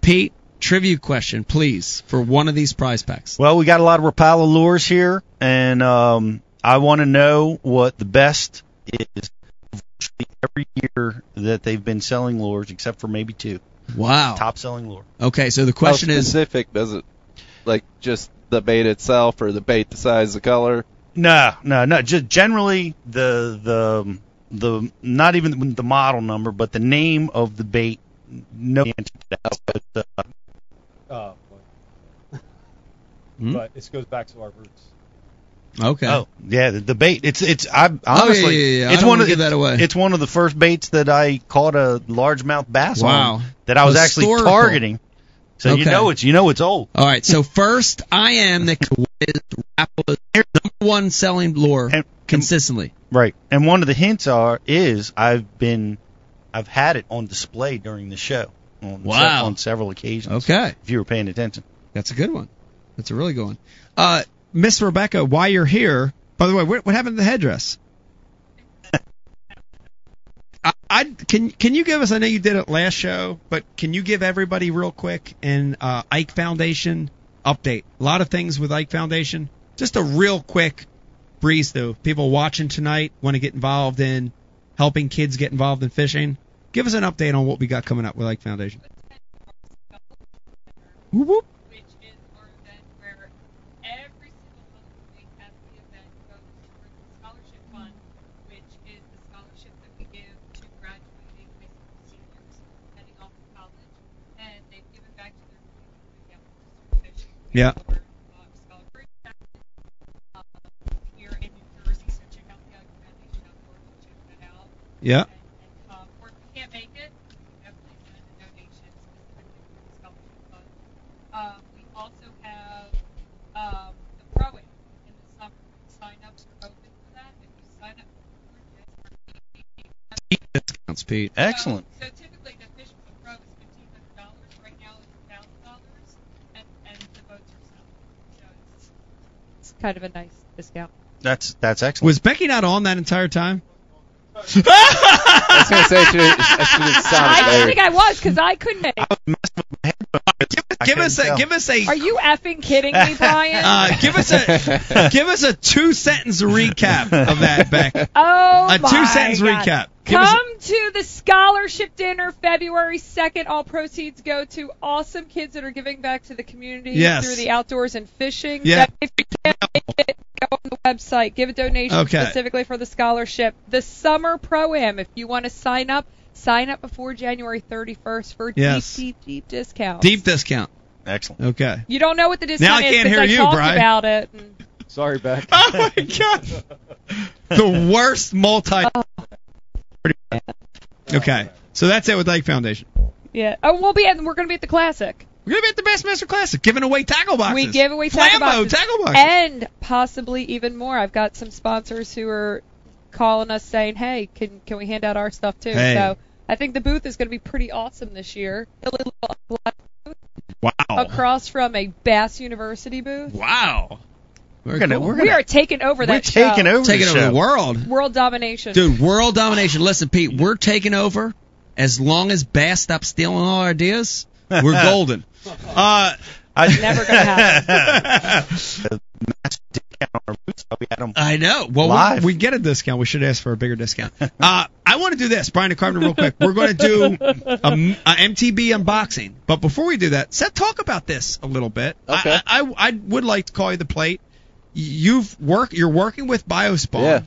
[SPEAKER 2] Pete, trivia question, please, for one of these prize packs.
[SPEAKER 3] Well, we got a lot of Rapala lures here, and um, I want to know what the best is virtually every year that they've been selling lures, except for maybe two.
[SPEAKER 2] Wow.
[SPEAKER 3] Top selling lure.
[SPEAKER 2] Okay, so the question
[SPEAKER 5] How
[SPEAKER 2] is
[SPEAKER 5] specific does it like just the bait itself or the bait the size the color
[SPEAKER 3] No, no, no. Just generally the the the not even the model number, but the name of the bait. No answer to that. But, uh,
[SPEAKER 7] Uh, but,
[SPEAKER 2] Hmm?
[SPEAKER 7] but this goes back to our roots.
[SPEAKER 2] okay. Oh,
[SPEAKER 3] Oh yeah, the, the bait. It's it's I honestly
[SPEAKER 2] yeah, yeah, yeah. I
[SPEAKER 3] it's
[SPEAKER 2] don't
[SPEAKER 3] one
[SPEAKER 2] wanna
[SPEAKER 3] of
[SPEAKER 2] give
[SPEAKER 3] it's-
[SPEAKER 2] that away.
[SPEAKER 3] It's one of the first baits that I caught a largemouth bass
[SPEAKER 2] Wow.
[SPEAKER 3] on that I was actually
[SPEAKER 2] Historical.
[SPEAKER 3] targeting. So you
[SPEAKER 2] Okay.
[SPEAKER 3] know it's you know it's old.
[SPEAKER 2] All right, so first I am the quiz Rappala's number one selling lure consistently.
[SPEAKER 3] Right. And one of the hints are is I've been I've had it on display during the show on se-
[SPEAKER 2] Wow.
[SPEAKER 3] on several occasions.
[SPEAKER 2] Okay.
[SPEAKER 3] If you were paying attention.
[SPEAKER 2] That's a good one. That's a really good one. Uh, Miss Rebecca, while you're here, by the way, what, what happened to the headdress? I, I can can you give us? I know you did it last show, but can you give everybody real quick an uh, Ike Foundation update? A lot of things with Ike Foundation. Just a real quick breeze through. People watching tonight want to get involved in helping kids get involved in fishing. Give us an update on what we got coming up with Ike Foundation. Whoop, whoop. Yeah. Yeah.
[SPEAKER 13] Um, we also have um, the pro am in the summer. Sign ups are open for that. If you sign up,
[SPEAKER 2] That's Pete.
[SPEAKER 3] Excellent.
[SPEAKER 13] So typically the fish with the probe is fifteen hundred dollars. Right now it's a thousand dollars, and and the boats are selling. So it's, it's kind of a nice discount.
[SPEAKER 3] That's that's excellent.
[SPEAKER 2] Was Becky not on that entire time?
[SPEAKER 5] I was gonna say she, she didn't sound
[SPEAKER 13] I don't
[SPEAKER 5] very-
[SPEAKER 13] think I was because I couldn't.
[SPEAKER 2] Give us a give us a
[SPEAKER 13] Are you effing kidding me, Brian?
[SPEAKER 2] uh, give us a give us a two sentence recap of that, Beck.
[SPEAKER 13] Oh,
[SPEAKER 2] a
[SPEAKER 13] my
[SPEAKER 2] two sentence
[SPEAKER 13] God.
[SPEAKER 2] recap. Give us a-
[SPEAKER 13] Come to the scholarship dinner February 2nd. All proceeds go to awesome kids that are giving back to the community
[SPEAKER 2] Yes.
[SPEAKER 13] through the outdoors and fishing.
[SPEAKER 2] Yeah.
[SPEAKER 13] If you can't make it, go on the website. Give a donation
[SPEAKER 2] Okay.
[SPEAKER 13] specifically for the scholarship. The summer pro-am, if you want to sign up, sign up before January 31st for
[SPEAKER 2] Yes.
[SPEAKER 13] deep, deep, deep discounts.
[SPEAKER 2] deep discount.
[SPEAKER 3] Excellent.
[SPEAKER 2] Okay.
[SPEAKER 13] You don't know what the
[SPEAKER 2] Now
[SPEAKER 13] discount
[SPEAKER 2] I can't
[SPEAKER 13] is because
[SPEAKER 2] hear
[SPEAKER 13] I
[SPEAKER 2] you,
[SPEAKER 13] talked
[SPEAKER 2] Brian.
[SPEAKER 13] about it.
[SPEAKER 7] Sorry, Beck.
[SPEAKER 2] Oh my god. the worst multi. Okay. So that's it with Lake Foundation.
[SPEAKER 13] Yeah. Oh, we'll be at, we're going to be at the Classic.
[SPEAKER 2] We're gonna be at the Bassmaster Classic, giving away tackle boxes.
[SPEAKER 13] We give away
[SPEAKER 2] Flambo
[SPEAKER 13] tackle boxes,
[SPEAKER 2] tackle boxes.
[SPEAKER 13] and possibly even more. I've got some sponsors who are calling us saying, "Hey, can can we hand out our stuff too?"
[SPEAKER 2] Hey.
[SPEAKER 13] So I think the booth is going to be pretty awesome this year.
[SPEAKER 2] Wow.
[SPEAKER 13] Across from a Bass University booth,
[SPEAKER 2] Wow. We're
[SPEAKER 3] gonna- we're
[SPEAKER 13] we are taking over that show.
[SPEAKER 3] taking over
[SPEAKER 2] taking
[SPEAKER 3] the
[SPEAKER 2] over
[SPEAKER 3] show.
[SPEAKER 2] the world.
[SPEAKER 13] World domination.
[SPEAKER 2] Dude, world domination. Listen, Pete, we're taking over. As long as Bass stops stealing all our ideas, we're golden. Uh,
[SPEAKER 13] Never gonna happen.
[SPEAKER 2] I know. Well,
[SPEAKER 3] Live.
[SPEAKER 2] we, we get a discount. We should ask for a bigger discount. Uh, I want to do this, Brian and Carpenter, real quick. We're going to do a, m- a MTB unboxing, but before we do that, Seth, talk about this a little bit.
[SPEAKER 5] Okay.
[SPEAKER 2] I, I, I- I would like to call you the plate. You've work. You're working with Biospawn.
[SPEAKER 5] Yeah.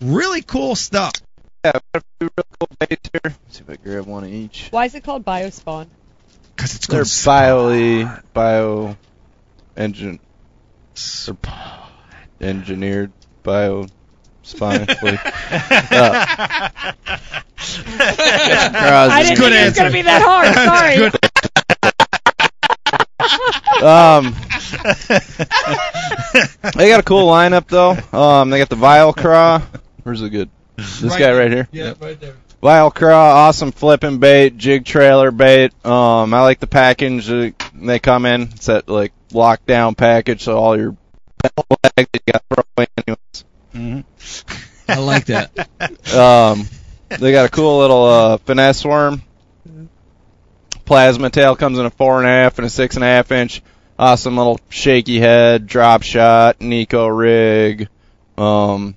[SPEAKER 2] Really cool stuff.
[SPEAKER 5] Yeah, we've got a few real cool baits here. Let's see if I grab one of each.
[SPEAKER 13] Why is it called Biospawn?
[SPEAKER 2] Because it's
[SPEAKER 5] They're
[SPEAKER 2] going
[SPEAKER 5] bioly bio engine or p- engineered bio spionically. Uh,
[SPEAKER 13] I didn't
[SPEAKER 2] good
[SPEAKER 13] think it was
[SPEAKER 2] answer.
[SPEAKER 13] going to be that hard. Sorry.
[SPEAKER 5] um, they got a cool lineup though. Um, they got the Vilecraw. Where's the good? This
[SPEAKER 2] Right
[SPEAKER 5] guy
[SPEAKER 2] there.
[SPEAKER 5] right here.
[SPEAKER 2] Yeah, right there.
[SPEAKER 5] Vilecraw, awesome flipping bait, jig trailer bait. Um, I like the package that they come in. It's that like lockdown package, so all your bags you got to throw away anyways.
[SPEAKER 2] I like that.
[SPEAKER 5] Um, they got a cool little uh, finesse worm. Plasma tail comes in a four and a half and a six and a half inch. Awesome little shaky head, drop shot, Nico rig, um,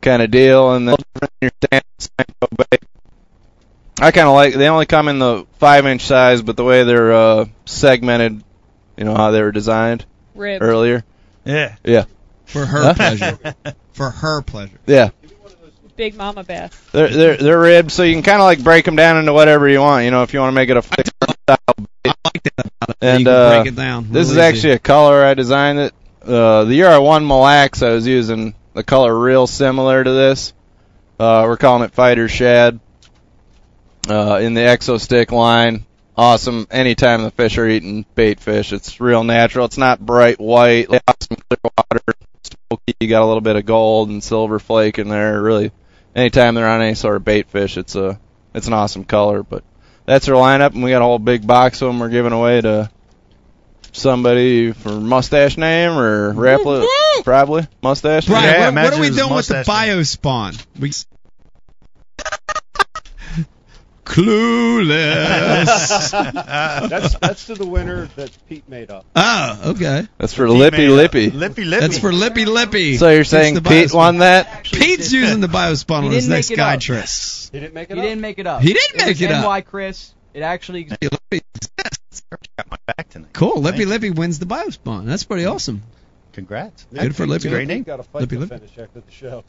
[SPEAKER 5] kind of deal. And then your standard Senko bait. I kind of like. They only come in the five inch size, but the way they're uh, segmented, you know how they were designed
[SPEAKER 13] Rib.
[SPEAKER 2] Er.
[SPEAKER 5] earlier.
[SPEAKER 3] Yeah.
[SPEAKER 5] Yeah,
[SPEAKER 2] For her
[SPEAKER 5] Huh?
[SPEAKER 2] pleasure. For her pleasure.
[SPEAKER 5] yeah.
[SPEAKER 13] Big Mama Bass.
[SPEAKER 5] They're they're they're ribbed, so you can kind of like break them down into whatever you want. You know, if you want to make it a flick style. bait.
[SPEAKER 2] you
[SPEAKER 5] And
[SPEAKER 2] can
[SPEAKER 5] uh,
[SPEAKER 2] break it down.
[SPEAKER 5] this is
[SPEAKER 2] real easy.
[SPEAKER 5] actually a color I designed it. Uh, the year I won Mille Lacs, I was using the color real similar to this. Uh, we're calling it Fighter Shad. Uh, in the Exo Stick line, awesome. Anytime the fish are eating bait fish, it's real natural. It's not bright white. Like, awesome clear water, smoky. You got a little bit of gold and silver flake in there. Really, anytime they're on any sort of bait fish, it's a it's an awesome color. But that's our lineup, and we got a whole big box of them we're giving away to somebody for mustache name or Rapla, probably mustache.
[SPEAKER 2] Brian,
[SPEAKER 5] name.
[SPEAKER 3] Yeah,
[SPEAKER 2] what- what,
[SPEAKER 3] imagine
[SPEAKER 2] are we
[SPEAKER 3] his
[SPEAKER 2] doing with the
[SPEAKER 3] mustache
[SPEAKER 2] bio spawn? We clueless.
[SPEAKER 7] that's that's to the winner that Pete made up.
[SPEAKER 2] oh, okay.
[SPEAKER 5] That's for Lippy Lippy.
[SPEAKER 3] Lippy Lippy.
[SPEAKER 2] That's for Lippy Lippy.
[SPEAKER 5] So you're
[SPEAKER 2] It's the
[SPEAKER 5] saying
[SPEAKER 2] bio
[SPEAKER 5] Pete
[SPEAKER 2] spawn.
[SPEAKER 5] won that?
[SPEAKER 2] Pete's using the bio spawn
[SPEAKER 6] He
[SPEAKER 2] on his
[SPEAKER 6] didn't
[SPEAKER 2] next
[SPEAKER 6] make it
[SPEAKER 2] guide
[SPEAKER 6] up.
[SPEAKER 2] trip.
[SPEAKER 7] He didn't make
[SPEAKER 6] He
[SPEAKER 7] it up.
[SPEAKER 6] didn't make it up.
[SPEAKER 2] He didn't
[SPEAKER 6] was
[SPEAKER 2] make it up.
[SPEAKER 6] NY Chris. It actually exists.
[SPEAKER 2] Lippy Lippy exists.
[SPEAKER 3] Got my back tonight.
[SPEAKER 2] Cool. Lippy
[SPEAKER 3] Thanks.
[SPEAKER 2] Lippy wins the bio spawn. That's pretty awesome.
[SPEAKER 3] Congrats.
[SPEAKER 2] Good for Lippy.
[SPEAKER 3] Great name.
[SPEAKER 7] Got a fight
[SPEAKER 2] Lippy
[SPEAKER 7] to
[SPEAKER 2] Lippy.
[SPEAKER 7] finish after the show.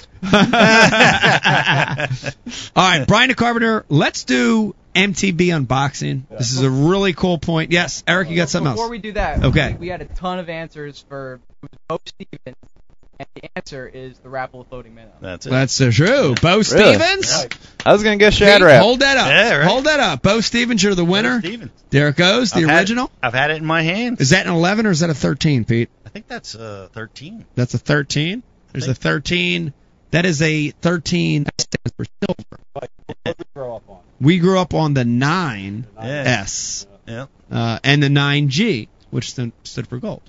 [SPEAKER 2] All right, Brian DeCarpenter, let's do MTB unboxing. This is a really cool point. Yes, Eric, you got something
[SPEAKER 6] Before
[SPEAKER 2] else.
[SPEAKER 6] we do that,
[SPEAKER 2] Okay.
[SPEAKER 6] we, we had a ton of answers for Bo Stevens, and the answer is the Rapala floating minnow.
[SPEAKER 3] That's it.
[SPEAKER 2] That's so true. Bo Stevens.
[SPEAKER 5] I was gonna guess
[SPEAKER 2] Pete,
[SPEAKER 5] Shad Rap.
[SPEAKER 2] hold that up.
[SPEAKER 3] Yeah, right.
[SPEAKER 2] Hold that up. Bo Stevens, you're the winner.
[SPEAKER 3] Stevens.
[SPEAKER 2] There it goes, the
[SPEAKER 3] I've had-
[SPEAKER 2] original.
[SPEAKER 3] I've had it in my hands.
[SPEAKER 2] Is that an 11 or is that a 13, Pete?
[SPEAKER 3] I think that's uh, 13.
[SPEAKER 2] That's a 13. There's a 13. That is a 13. That stands for silver. We grew up on the 9S
[SPEAKER 3] Yeah.
[SPEAKER 2] uh, and the 9G, which st- stood for gold.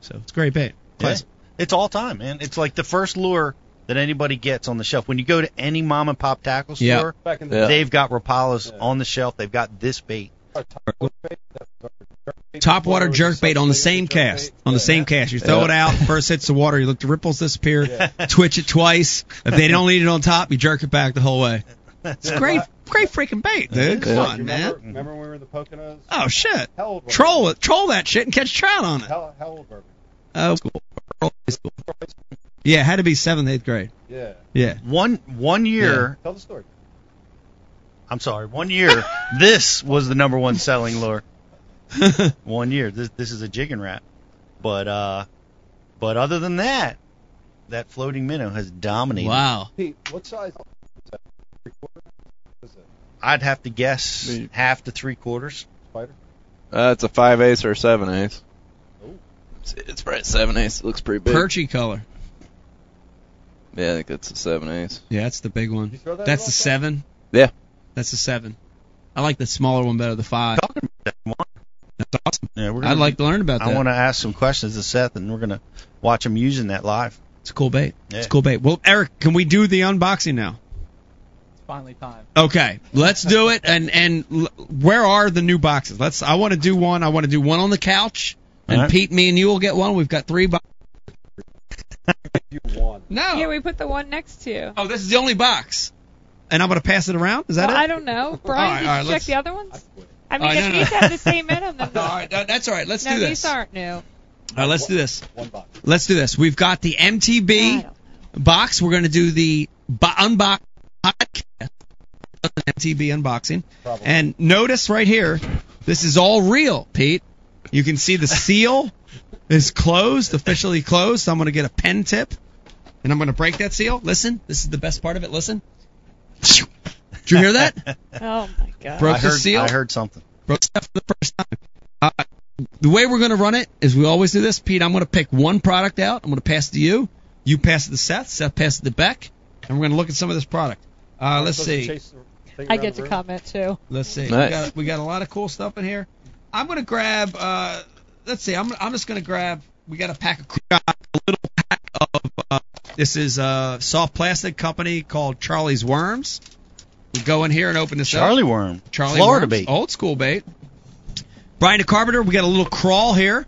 [SPEAKER 2] So it's a great bait.
[SPEAKER 3] Yeah. It's all time, man. It's like the first lure that anybody gets on the shelf. When you go to any mom and pop tackle
[SPEAKER 2] Yeah.
[SPEAKER 3] store,
[SPEAKER 7] Back in the- Yeah.
[SPEAKER 3] they've got Rapalas on the shelf. They've got this bait.
[SPEAKER 2] Topwater jerkbait on the same cast. On the same cast. You throw
[SPEAKER 3] Yeah.
[SPEAKER 2] it out, first hits the water, you let the ripples disappear, twitch it twice. If they don't need it on top, you jerk it back the whole way. It's great, great freaking bait, dude. Come
[SPEAKER 7] Yeah.
[SPEAKER 2] on, man.
[SPEAKER 7] Remember,
[SPEAKER 3] Mm-hmm.
[SPEAKER 7] remember when we were in the Poconos?
[SPEAKER 2] Oh shit!
[SPEAKER 7] How old were
[SPEAKER 2] Troll it, troll that shit, and catch trout on
[SPEAKER 7] we?
[SPEAKER 2] it.
[SPEAKER 7] How, how old were we?
[SPEAKER 2] Oh, school. Early school. Yeah, it had to be seventh, eighth grade.
[SPEAKER 7] Yeah.
[SPEAKER 2] Yeah.
[SPEAKER 3] One one year,
[SPEAKER 7] Tell the story.
[SPEAKER 3] I'm sorry, one year, this was the number one selling lure. one year, this this is a jigging rat, but uh, but other than that, that floating minnow has dominated.
[SPEAKER 7] Pete, what size? is that?
[SPEAKER 3] I'd have to guess half to three quarters.
[SPEAKER 7] Spider.
[SPEAKER 5] Uh, it's a five eighths or a seven eighths. It's, it's probably seven eighths. It looks pretty big.
[SPEAKER 2] Perchy color.
[SPEAKER 5] Yeah, I think that's a seven eighths.
[SPEAKER 2] Yeah, that's the big one.
[SPEAKER 7] that
[SPEAKER 2] That's the seven.
[SPEAKER 5] Yeah.
[SPEAKER 2] That's the seven. I like the smaller one better, the five. That's awesome.
[SPEAKER 3] Yeah, we're
[SPEAKER 2] I'd like to learn about that.
[SPEAKER 3] I want to ask some questions to Seth, and we're gonna watch him using that live.
[SPEAKER 2] It's a cool bait.
[SPEAKER 3] Yeah.
[SPEAKER 2] It's a cool bait. Well, Eric, can we do the unboxing now?
[SPEAKER 6] It's finally time.
[SPEAKER 2] Okay, let's do it. And and l- where are the new boxes? Let's. I want to do one. I want to do one on the couch. And
[SPEAKER 3] All right.
[SPEAKER 2] Pete, me, and you will get one. We've got three boxes.
[SPEAKER 7] You won.
[SPEAKER 2] No.
[SPEAKER 13] Yeah, we put the one next to you.
[SPEAKER 2] Oh, this is the only box. And I'm gonna pass it around. Is that
[SPEAKER 13] well,
[SPEAKER 2] it?
[SPEAKER 13] I don't know.
[SPEAKER 2] All
[SPEAKER 13] Brian, did
[SPEAKER 2] right,
[SPEAKER 13] you
[SPEAKER 2] all right,
[SPEAKER 13] check
[SPEAKER 2] let's-
[SPEAKER 13] the other ones? I mean,
[SPEAKER 2] Oh,
[SPEAKER 13] they
[SPEAKER 2] no, no.
[SPEAKER 13] each have the same in 'em, then
[SPEAKER 2] all right, that- that's all right. Let's
[SPEAKER 13] no,
[SPEAKER 2] do
[SPEAKER 13] these
[SPEAKER 2] this.
[SPEAKER 13] aren't new.
[SPEAKER 2] All right, let's do this.
[SPEAKER 7] One box.
[SPEAKER 2] Let's do this. We've got the MTB box. We're going to do the bo- unbox podcast, MTB unboxing.
[SPEAKER 7] Probably.
[SPEAKER 2] And notice right here, this is all real, Pete. You can see the seal is closed, officially closed. So I'm going to get a pen tip, and I'm going to break that seal. Listen, this is the best part of it. Listen. Did you hear that?
[SPEAKER 13] Oh my god.
[SPEAKER 2] Broke
[SPEAKER 3] I
[SPEAKER 2] the
[SPEAKER 3] heard,
[SPEAKER 2] seal?
[SPEAKER 3] I heard something.
[SPEAKER 2] Broke stuff for the first time. Uh, the way we're going to run it is we always do this, Pete. I'm going to pick one product out. I'm going to pass it to you. You pass it to Seth. Seth passes it to Beck, and we're going to look at some of this product. Uh,
[SPEAKER 7] Supposed
[SPEAKER 2] let's
[SPEAKER 7] to
[SPEAKER 2] see.
[SPEAKER 7] chase the thing
[SPEAKER 13] I
[SPEAKER 7] around
[SPEAKER 13] get
[SPEAKER 7] the
[SPEAKER 13] to
[SPEAKER 7] room?
[SPEAKER 13] comment too.
[SPEAKER 2] Let's see.
[SPEAKER 5] Nice.
[SPEAKER 2] We, got, we got a lot of cool stuff in here. I'm going to grab. Uh, let's see. I'm I'm just going to grab. We got a pack of a little pack of. Uh, this is a soft plastic company called Charlie's Worms. We go in here and open this up.
[SPEAKER 3] Charlie worm.
[SPEAKER 2] Charlie
[SPEAKER 3] Florida
[SPEAKER 2] Worms,
[SPEAKER 3] bait.
[SPEAKER 2] Old school bait. Brian De Carpenter, we got a little crawl here.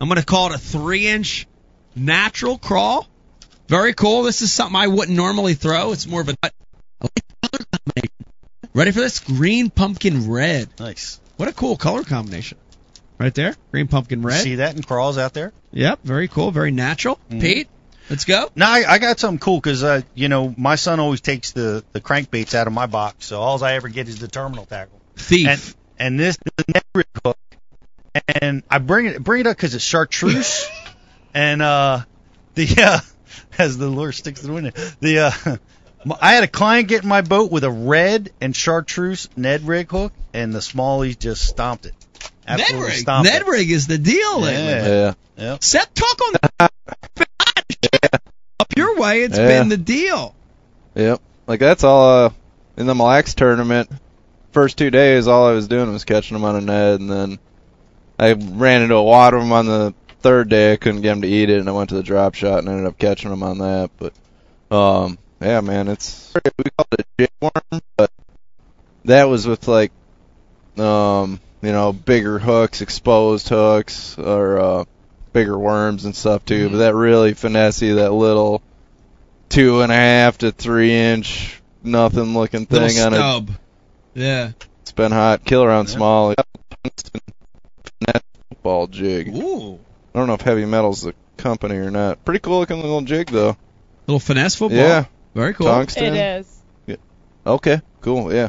[SPEAKER 2] I'm going to call it a three inch natural crawl. Very cool. This is something I wouldn't normally throw. It's more of a nut. I like the color combination. Ready for this? Green pumpkin red.
[SPEAKER 3] Nice.
[SPEAKER 2] What a cool color combination. Right there. Green pumpkin red.
[SPEAKER 3] See that in crawls out Mm-hmm. there?
[SPEAKER 2] Yep. Very cool. Very natural. Pete, let's go.
[SPEAKER 3] No, I, I got something cool because uh, you know my son always takes the the crankbaits out of my box, so all I ever get is the terminal tackle.
[SPEAKER 2] Thief.
[SPEAKER 3] And and this is the neck rip hook, and I bring it bring it up because it's chartreuse, and uh the uh, as the lure sticks to the window the uh. my- I had a client get in my boat with a red and chartreuse Ned rig hook, and the smallies just stomped it.
[SPEAKER 2] Ned
[SPEAKER 3] Absolutely
[SPEAKER 2] rig.
[SPEAKER 3] stomped
[SPEAKER 2] Ned
[SPEAKER 3] it.
[SPEAKER 2] rig is the deal lately.
[SPEAKER 3] Yeah.
[SPEAKER 5] Yeah.
[SPEAKER 3] Yep.
[SPEAKER 2] Seth, talk on that. Up your way, It's
[SPEAKER 5] Yeah.
[SPEAKER 2] been the deal.
[SPEAKER 5] Yep. Like that's all. Uh, in the Mille Lacs tournament, first two days, all I was doing was catching them on a net, and then I ran into a wad of them on the third day. I couldn't get them to eat it, and I went to the drop shot and ended up catching them on that. But um, yeah, man, it's we call it a jig worm, but that was with like um, you know, bigger hooks, exposed hooks, or uh, bigger worms and stuff too. But that really finesse that little two and a half to three inch nothing looking
[SPEAKER 2] Little
[SPEAKER 5] thing on a
[SPEAKER 2] stub. Yeah.
[SPEAKER 5] it's been hot. Kill around small. Finesse Football jig.
[SPEAKER 2] Ooh.
[SPEAKER 5] I don't know if Heavy Metal's the company or not. Pretty cool looking little jig though.
[SPEAKER 2] Little finesse football.
[SPEAKER 5] Yeah.
[SPEAKER 2] Very cool.
[SPEAKER 5] Tungsten.
[SPEAKER 13] It is.
[SPEAKER 5] Okay. Cool. Yeah.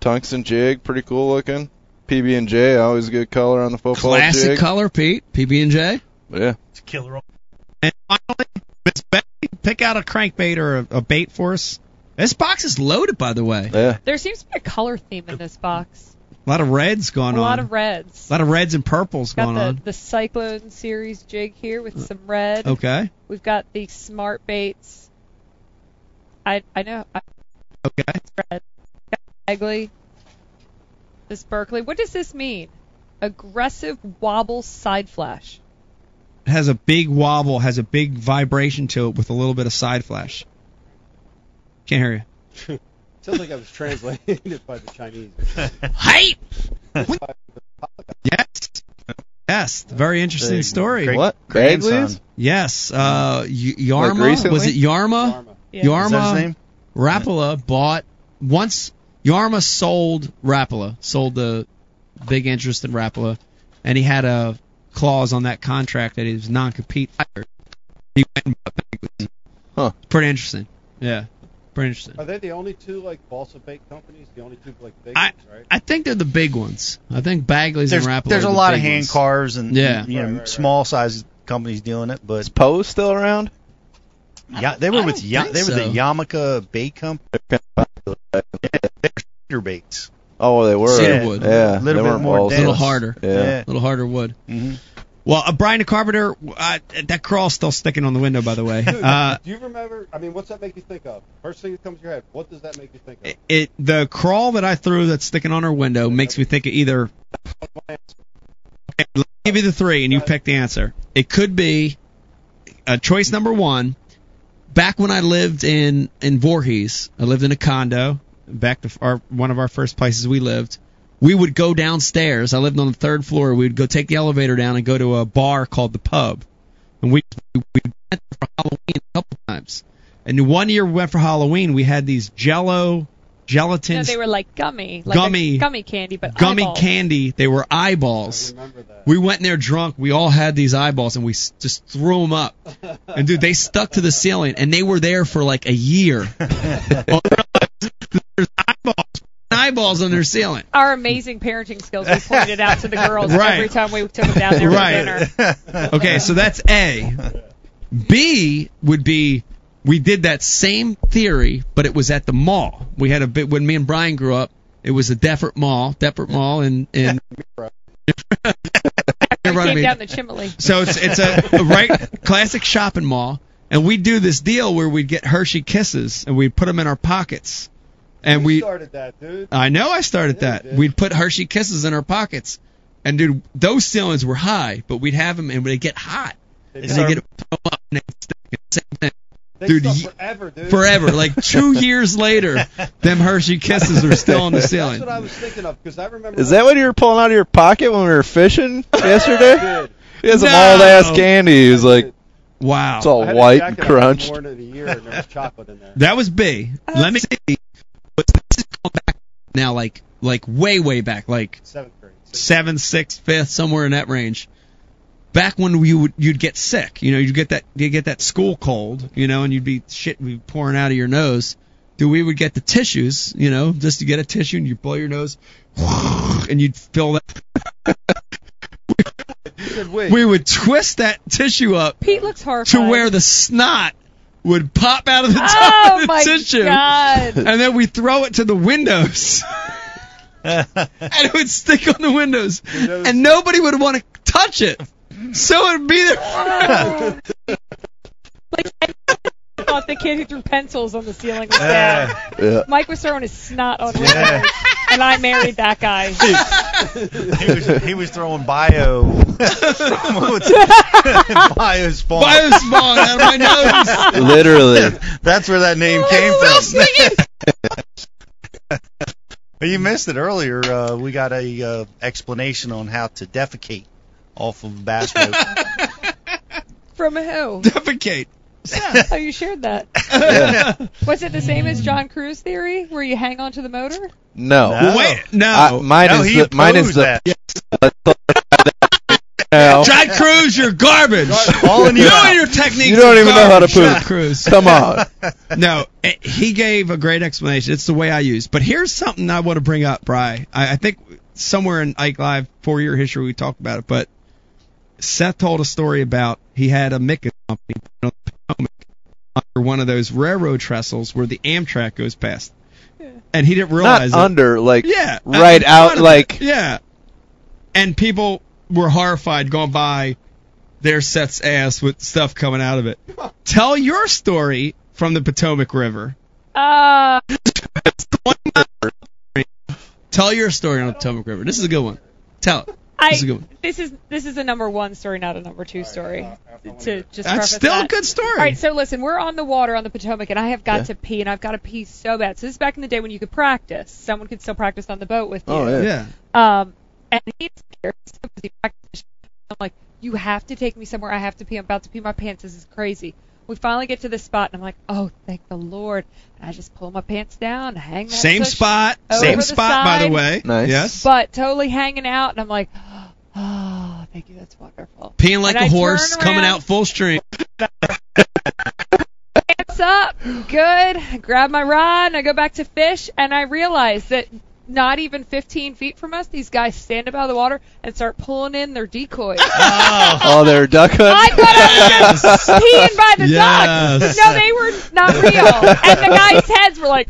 [SPEAKER 5] Tungsten jig. Pretty cool looking. PB and J. Always good color on the football
[SPEAKER 2] Classic
[SPEAKER 5] jig.
[SPEAKER 2] color, Pete. PB and J.
[SPEAKER 5] yeah.
[SPEAKER 3] It's a killer.
[SPEAKER 2] And finally, Miss Becky, pick out a crankbait or a, a bait for us. This box is loaded, by the way.
[SPEAKER 5] Yeah.
[SPEAKER 13] There seems to be a color theme in this box.
[SPEAKER 2] A lot of reds going
[SPEAKER 13] a
[SPEAKER 2] on.
[SPEAKER 13] lot of reds.
[SPEAKER 2] a lot of reds and purples
[SPEAKER 13] Got
[SPEAKER 2] going
[SPEAKER 13] the,
[SPEAKER 2] on.
[SPEAKER 13] the Cyclone series jig here with some red.
[SPEAKER 2] Uh, Okay.
[SPEAKER 13] We've got the smart baits. I I know I
[SPEAKER 2] Okay.
[SPEAKER 13] red. I Egley. This Berkeley. What does this mean? Aggressive wobble side flash.
[SPEAKER 2] It has a big wobble, has a big vibration to it with a little bit of side flash. Can't hear you.
[SPEAKER 7] Sounds like I was translating it by the Chinese.
[SPEAKER 2] Hype. yes. Yes, very interesting
[SPEAKER 7] Big-
[SPEAKER 2] story.
[SPEAKER 7] Greg- What?
[SPEAKER 2] Grandson.
[SPEAKER 7] Grandson.
[SPEAKER 2] Yes, uh, Y-
[SPEAKER 7] Like
[SPEAKER 2] Yarma
[SPEAKER 7] recently?
[SPEAKER 2] was it Yarma?
[SPEAKER 7] Yeah.
[SPEAKER 2] Yarma
[SPEAKER 7] Is that his name?
[SPEAKER 2] Rapala bought once Yarma sold Rapala, sold the big interest in Rapala, and he had a clause on that contract that he was non-compete. hired. He went and bought Penguins.
[SPEAKER 5] Huh.
[SPEAKER 2] Pretty interesting. Yeah, pretty interesting.
[SPEAKER 7] Are they the only two like balsa bake companies? The only two like big
[SPEAKER 2] I
[SPEAKER 7] ones, right?
[SPEAKER 2] I think they're the big ones. I think Bagley's
[SPEAKER 3] There's,
[SPEAKER 2] and Rapala.
[SPEAKER 3] there's
[SPEAKER 2] are
[SPEAKER 3] a
[SPEAKER 2] the
[SPEAKER 3] lot
[SPEAKER 2] big
[SPEAKER 3] of hand
[SPEAKER 2] ones.
[SPEAKER 3] cars and
[SPEAKER 2] Yeah.
[SPEAKER 3] you know small size companies doing it, but is
[SPEAKER 5] Poe still around?
[SPEAKER 3] Yeah, they were with ya-
[SPEAKER 5] think
[SPEAKER 3] they were
[SPEAKER 5] so.
[SPEAKER 3] the Yamaka Bake Company. They're bakes.
[SPEAKER 5] Oh, they were.
[SPEAKER 2] Cedar wood.
[SPEAKER 5] Yeah,
[SPEAKER 2] A little
[SPEAKER 5] they
[SPEAKER 2] bit
[SPEAKER 5] weren't
[SPEAKER 2] more
[SPEAKER 5] balls.
[SPEAKER 2] dense. Little harder.
[SPEAKER 5] Yeah.
[SPEAKER 2] A little harder wood. Well, uh, Brian the Carpenter, uh, that crawl's still sticking on the window, by the way.
[SPEAKER 7] Dude,
[SPEAKER 2] Uh,
[SPEAKER 7] do you remember? I mean, what's that make you think of? First thing that comes to your head. What does that make you think of?
[SPEAKER 2] it the crawl that I threw that's sticking on our window makes me think of either. Okay, let me give you the three, and you pick the answer. It could be uh, choice number one. Back when I lived in in Voorhees, I lived in a condo. Back to our one of our first places we lived. We would go downstairs. I lived on the third floor. We would go take the elevator down and go to a bar called the Pub, and we we went there for Halloween a couple times. And the one year we went for Halloween, we had these Jello gelatin
[SPEAKER 13] No, they were like gummy, like a
[SPEAKER 2] Gummy-
[SPEAKER 13] gummy candy, but
[SPEAKER 2] gummy
[SPEAKER 13] eyeball.
[SPEAKER 2] candy. They were eyeballs. We went in there drunk. We all had these eyeballs, and we s- just threw them up. And dude, they stuck to the ceiling, and they were there for like a year. There's eyeballs, eyeballs on their ceiling.
[SPEAKER 13] Our amazing parenting skills we pointed out to the girls
[SPEAKER 2] Right.
[SPEAKER 13] every time we took them down there
[SPEAKER 2] Right.
[SPEAKER 13] for dinner.
[SPEAKER 2] okay, so that's A. B would be we did that same theory, but it was at the mall. We had a bit when me and Brian grew up. It was the Deffert Mall, Deffert Mall, and in
[SPEAKER 13] We
[SPEAKER 2] Right, I
[SPEAKER 13] came
[SPEAKER 2] mean-
[SPEAKER 13] down the chimney.
[SPEAKER 2] So it's it's a right classic shopping mall, and we do this deal where we'd get Hershey kisses and we'd put them in our pockets, and
[SPEAKER 7] You
[SPEAKER 2] we
[SPEAKER 7] started that, dude.
[SPEAKER 2] I know I started that. We'd put Hershey kisses in our pockets, and dude, those ceilings were high, but we'd have them and they'd get hot, and they get up and they'd stick. Same thing.
[SPEAKER 7] They
[SPEAKER 2] Dude,
[SPEAKER 7] stuck
[SPEAKER 2] ye-
[SPEAKER 7] forever, dude.
[SPEAKER 2] forever. Like two years later, them Hershey kisses are still on the
[SPEAKER 7] That's
[SPEAKER 2] ceiling.
[SPEAKER 7] what I was thinking of because I remember.
[SPEAKER 5] Is that what you were pulling out of your pocket when we were fishing yesterday? he has some
[SPEAKER 2] No.
[SPEAKER 5] old ass candy. He was like,
[SPEAKER 2] wow,
[SPEAKER 5] it's all
[SPEAKER 7] I had a
[SPEAKER 5] white and
[SPEAKER 7] jacket I had
[SPEAKER 5] crunched.
[SPEAKER 7] Worn in a year and there was chocolate in there.
[SPEAKER 2] That was B. Let me see. But this is going back now, like like way way back, like
[SPEAKER 7] Seventh grade.
[SPEAKER 2] seventh, sixth, fifth, somewhere in that range. Back when you would you'd get sick, you know, you'd get that you would get that school cold, you know, and you'd be shit would be pouring out of your nose. Dude, we would get the tissues, you know, just to get a tissue and you blow your nose, and you'd fill that. We would twist that tissue up
[SPEAKER 13] Pete looks
[SPEAKER 2] to
[SPEAKER 13] horrified.
[SPEAKER 2] where the snot would pop out of the
[SPEAKER 13] Oh,
[SPEAKER 2] top of the
[SPEAKER 13] my
[SPEAKER 2] tissue,
[SPEAKER 13] God.
[SPEAKER 2] and then we throw it to the windows, and it would stick on the windows, and nobody would want to touch it, so it'd be there. forever.
[SPEAKER 13] thought the kid who threw pencils on the ceiling
[SPEAKER 3] Uh,
[SPEAKER 13] was bad.
[SPEAKER 5] Yeah.
[SPEAKER 13] Mike was throwing his snot on windows,
[SPEAKER 3] Yeah.
[SPEAKER 13] and I married that guy.
[SPEAKER 3] he was he was throwing bio. What's- bio spawn.
[SPEAKER 2] Bio spawn out of my nose. Oh,
[SPEAKER 5] Literally.
[SPEAKER 3] That's where that name came from. Well, you missed it earlier. Uh, we got a uh, explanation on how to defecate off of bass boat.
[SPEAKER 13] From who?
[SPEAKER 2] Defecate.
[SPEAKER 13] Oh, you shared that. Was it the same as John Crew's theory, where you hang onto the motor?
[SPEAKER 5] No.
[SPEAKER 2] Well, wait, no.
[SPEAKER 5] I- mine
[SPEAKER 2] No,
[SPEAKER 5] is
[SPEAKER 2] he
[SPEAKER 5] the, mine is the.
[SPEAKER 2] John Cruz, you're garbage.
[SPEAKER 5] All in
[SPEAKER 2] you
[SPEAKER 5] your-
[SPEAKER 2] and your techniques.
[SPEAKER 5] You don't
[SPEAKER 2] are
[SPEAKER 5] even know how to
[SPEAKER 2] garbage,
[SPEAKER 5] poop.
[SPEAKER 2] John Cruz.
[SPEAKER 5] Come on.
[SPEAKER 2] no, eh, he gave a great explanation. It's the way I use. But here's something I want to bring up, Bry. I, I think somewhere in Ike Live four year history we talked about it, but Seth told a story about he had a Mick company on the Potomac under one of those railroad trestles where the Amtrak goes past, and he didn't
[SPEAKER 5] Not
[SPEAKER 2] realize it.
[SPEAKER 5] under, like,
[SPEAKER 2] yeah,
[SPEAKER 5] right
[SPEAKER 2] in front
[SPEAKER 5] out,
[SPEAKER 2] of it.
[SPEAKER 5] like,
[SPEAKER 2] yeah, and people were horrified going by their Seth's ass with stuff coming out of it. Tell your story from the Potomac River.
[SPEAKER 13] Uh,
[SPEAKER 2] Tell your story on the Potomac River. This is a good one. Tell it.
[SPEAKER 13] I
[SPEAKER 2] This is a good one.
[SPEAKER 13] this is this is a number one story, not a number two story. to just preface
[SPEAKER 2] That's still a
[SPEAKER 13] that.
[SPEAKER 2] good story.
[SPEAKER 13] All right, so listen, we're on the water on the Potomac, and I have got
[SPEAKER 2] Yeah.
[SPEAKER 13] to pee, and I've got to pee so bad. So this is back in the day when you could practice. Someone could still practice on the boat with
[SPEAKER 2] Oh,
[SPEAKER 13] you. Um, and he's scared. so busy practicing. I'm like, you have to take me somewhere. I have to pee. I'm about to pee my pants. This is crazy. We finally get to this spot, and I'm like, oh, thank the Lord. And I just pull my pants down, hang that
[SPEAKER 2] Same
[SPEAKER 13] tush
[SPEAKER 2] spot.
[SPEAKER 13] over
[SPEAKER 2] Same
[SPEAKER 13] the
[SPEAKER 2] spot, by the
[SPEAKER 13] side,
[SPEAKER 2] way. Nice. Yes.
[SPEAKER 13] But totally hanging out, and I'm like, oh, thank you. That's wonderful.
[SPEAKER 2] Peeing like
[SPEAKER 13] And
[SPEAKER 2] a
[SPEAKER 13] I
[SPEAKER 2] horse,
[SPEAKER 13] turn
[SPEAKER 2] coming
[SPEAKER 13] around,
[SPEAKER 2] out full stream.
[SPEAKER 13] Pants up. Good. I grab my rod, and I go back to fish, and I realize that not even 15 feet from us, these guys stand up out of the water and start pulling in their decoys.
[SPEAKER 5] Oh, they're duck hunting.
[SPEAKER 13] I thought I was peeing by the
[SPEAKER 5] Yes.
[SPEAKER 13] ducks. No, they were not real. And the guys' heads were like,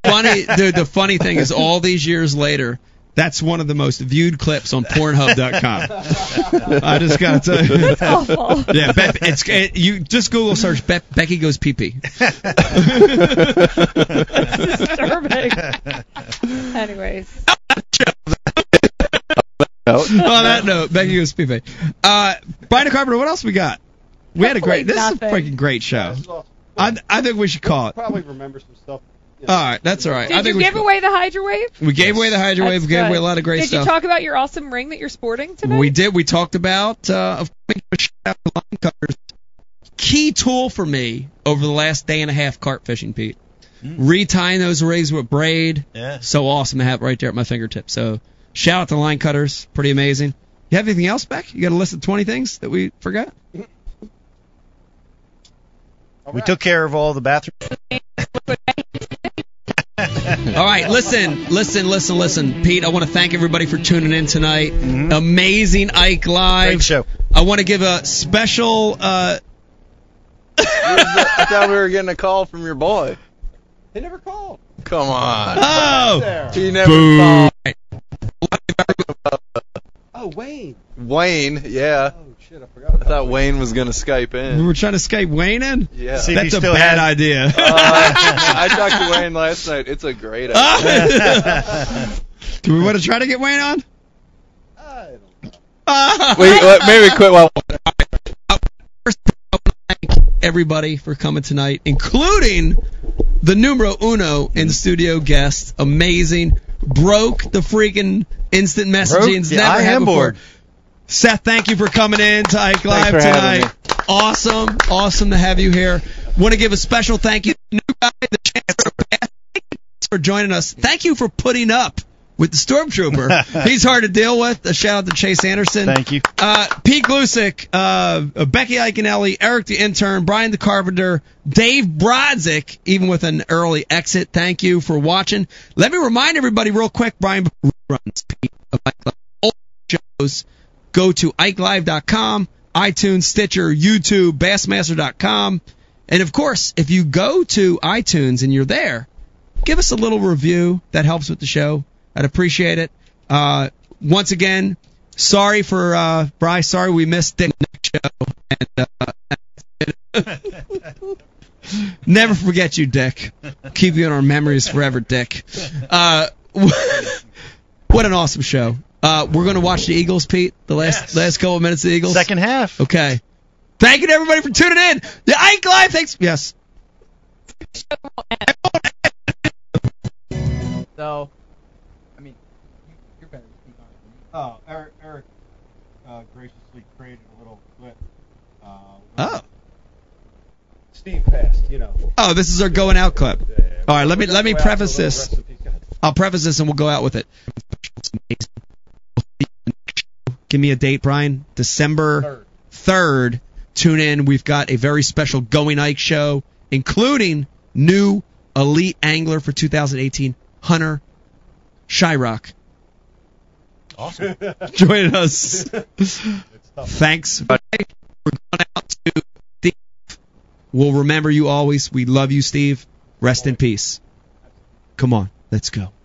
[SPEAKER 2] funny, dude. The funny thing is, all these years later, that's one of the most viewed clips on Pornhub.com. I just gotta tell you,
[SPEAKER 13] That's awful.
[SPEAKER 2] Yeah, Bep, it's it, you just Google search Bep, Becky goes pee pee.
[SPEAKER 13] disturbing. Anyways.
[SPEAKER 2] On that note, Becky goes pee pee. Uh, Brian Carpenter, what else we got? We had a great. This is a
[SPEAKER 7] Nothing.
[SPEAKER 2] freaking great show. I I think we should call it. All
[SPEAKER 7] Probably remember some stuff.
[SPEAKER 2] right, that's all right. I
[SPEAKER 13] Did
[SPEAKER 2] think
[SPEAKER 13] you
[SPEAKER 2] we
[SPEAKER 13] give
[SPEAKER 2] should-
[SPEAKER 13] away the Hydra Wave?
[SPEAKER 2] We gave away the Hydra Wave. We gave away a lot of great
[SPEAKER 13] Did
[SPEAKER 2] stuff.
[SPEAKER 13] you talk about your awesome ring that you're sporting today?
[SPEAKER 2] We did. We talked about uh, of course, a shout out to line cutters. Key tool for me over the last day and a half carp fishing, Pete.
[SPEAKER 3] Mm.
[SPEAKER 2] Retying those rigs with braid.
[SPEAKER 3] Yeah.
[SPEAKER 2] So awesome to have right there at my fingertips. So shout out to line cutters. Pretty amazing. You have anything else back? You got a list of 20 things that we forgot?
[SPEAKER 3] We took care of all the bathroom.
[SPEAKER 2] All right, listen, listen, listen, listen, Pete. I want to thank everybody for tuning in tonight. Amazing Ike Live
[SPEAKER 3] Mm-hmm. Great show.
[SPEAKER 2] I want to give a special. Uh,
[SPEAKER 5] I thought we were getting a call from your boy.
[SPEAKER 7] They never called.
[SPEAKER 5] Come on.
[SPEAKER 2] Oh!
[SPEAKER 5] He never
[SPEAKER 2] Boo.
[SPEAKER 5] called.
[SPEAKER 7] Oh, Wayne.
[SPEAKER 5] Wayne, yeah.
[SPEAKER 7] Oh shit, I forgot.
[SPEAKER 5] I thought Wayne was going to Skype
[SPEAKER 2] we
[SPEAKER 5] in.
[SPEAKER 2] were trying to Skype Wayne in.
[SPEAKER 5] Yeah. See if
[SPEAKER 2] that's
[SPEAKER 5] he
[SPEAKER 2] a
[SPEAKER 5] still
[SPEAKER 2] bad
[SPEAKER 5] had-
[SPEAKER 2] idea.
[SPEAKER 5] Uh, I talked to Wayne last night. It's a great idea.
[SPEAKER 2] Do we want to try to get Wayne on?
[SPEAKER 5] Wait, wait, maybe quit while.
[SPEAKER 2] Everybody for coming tonight, including the numero uno in studio guest, amazing, broke the freaking instant messaging. It's
[SPEAKER 3] the
[SPEAKER 2] never
[SPEAKER 3] I
[SPEAKER 2] happened
[SPEAKER 3] am board.
[SPEAKER 2] before. Seth, thank you for coming in to Ike Live
[SPEAKER 5] for having
[SPEAKER 2] tonight. Awesome, awesome to have you here. Want to give a special thank you to the new guy, the Chancellor Bath. Thank you for joining us. Thank you for putting up with the Stormtrooper. He's hard to deal with. A shout out to Chase Anderson.
[SPEAKER 3] Thank you.
[SPEAKER 2] Uh, Pete Glusick, uh, uh, Becky Iconelli, Eric the Intern, Brian the Carpenter, Dave Brodzik, even with an early exit. Thank you for watching. Let me remind everybody real quick, Brian runs Pete of Ike Live. All shows go to IkeLive.com, iTunes, Stitcher, YouTube, Bassmaster.com. And of course, if you go to iTunes and you're there, give us a little review. That helps with the show. I'd appreciate it. Uh, once again, sorry for uh, Bry. Sorry we missed Dick Nick show. And, uh, never forget you, Dick. Keep you in our memories forever, Dick. Uh, what an awesome show. Uh, we're going to watch the Eagles, Pete. The last last couple of minutes of the Eagles.
[SPEAKER 3] Second half.
[SPEAKER 2] Okay. Thank you to everybody for tuning in. The Ike Live. Thanks. Yes.
[SPEAKER 6] So, I mean, you- you're better.
[SPEAKER 7] Oh, Eric, Eric uh, graciously created a little clip. Uh,
[SPEAKER 2] Oh.
[SPEAKER 7] Steve passed, you know.
[SPEAKER 2] Oh, this is our going out clip. All right, let me let me preface this. I'll preface this and we'll go out with it. Give me a date, Brian. December third. Tune in. We've got a very special Going Ike show, including new elite angler for 2018, Hunter Shyrock,
[SPEAKER 3] Awesome.
[SPEAKER 2] joining us. Thanks. buddy. We're going out to Steve. We'll remember you always. We love you, Steve. Rest in peace. Come on, let's go.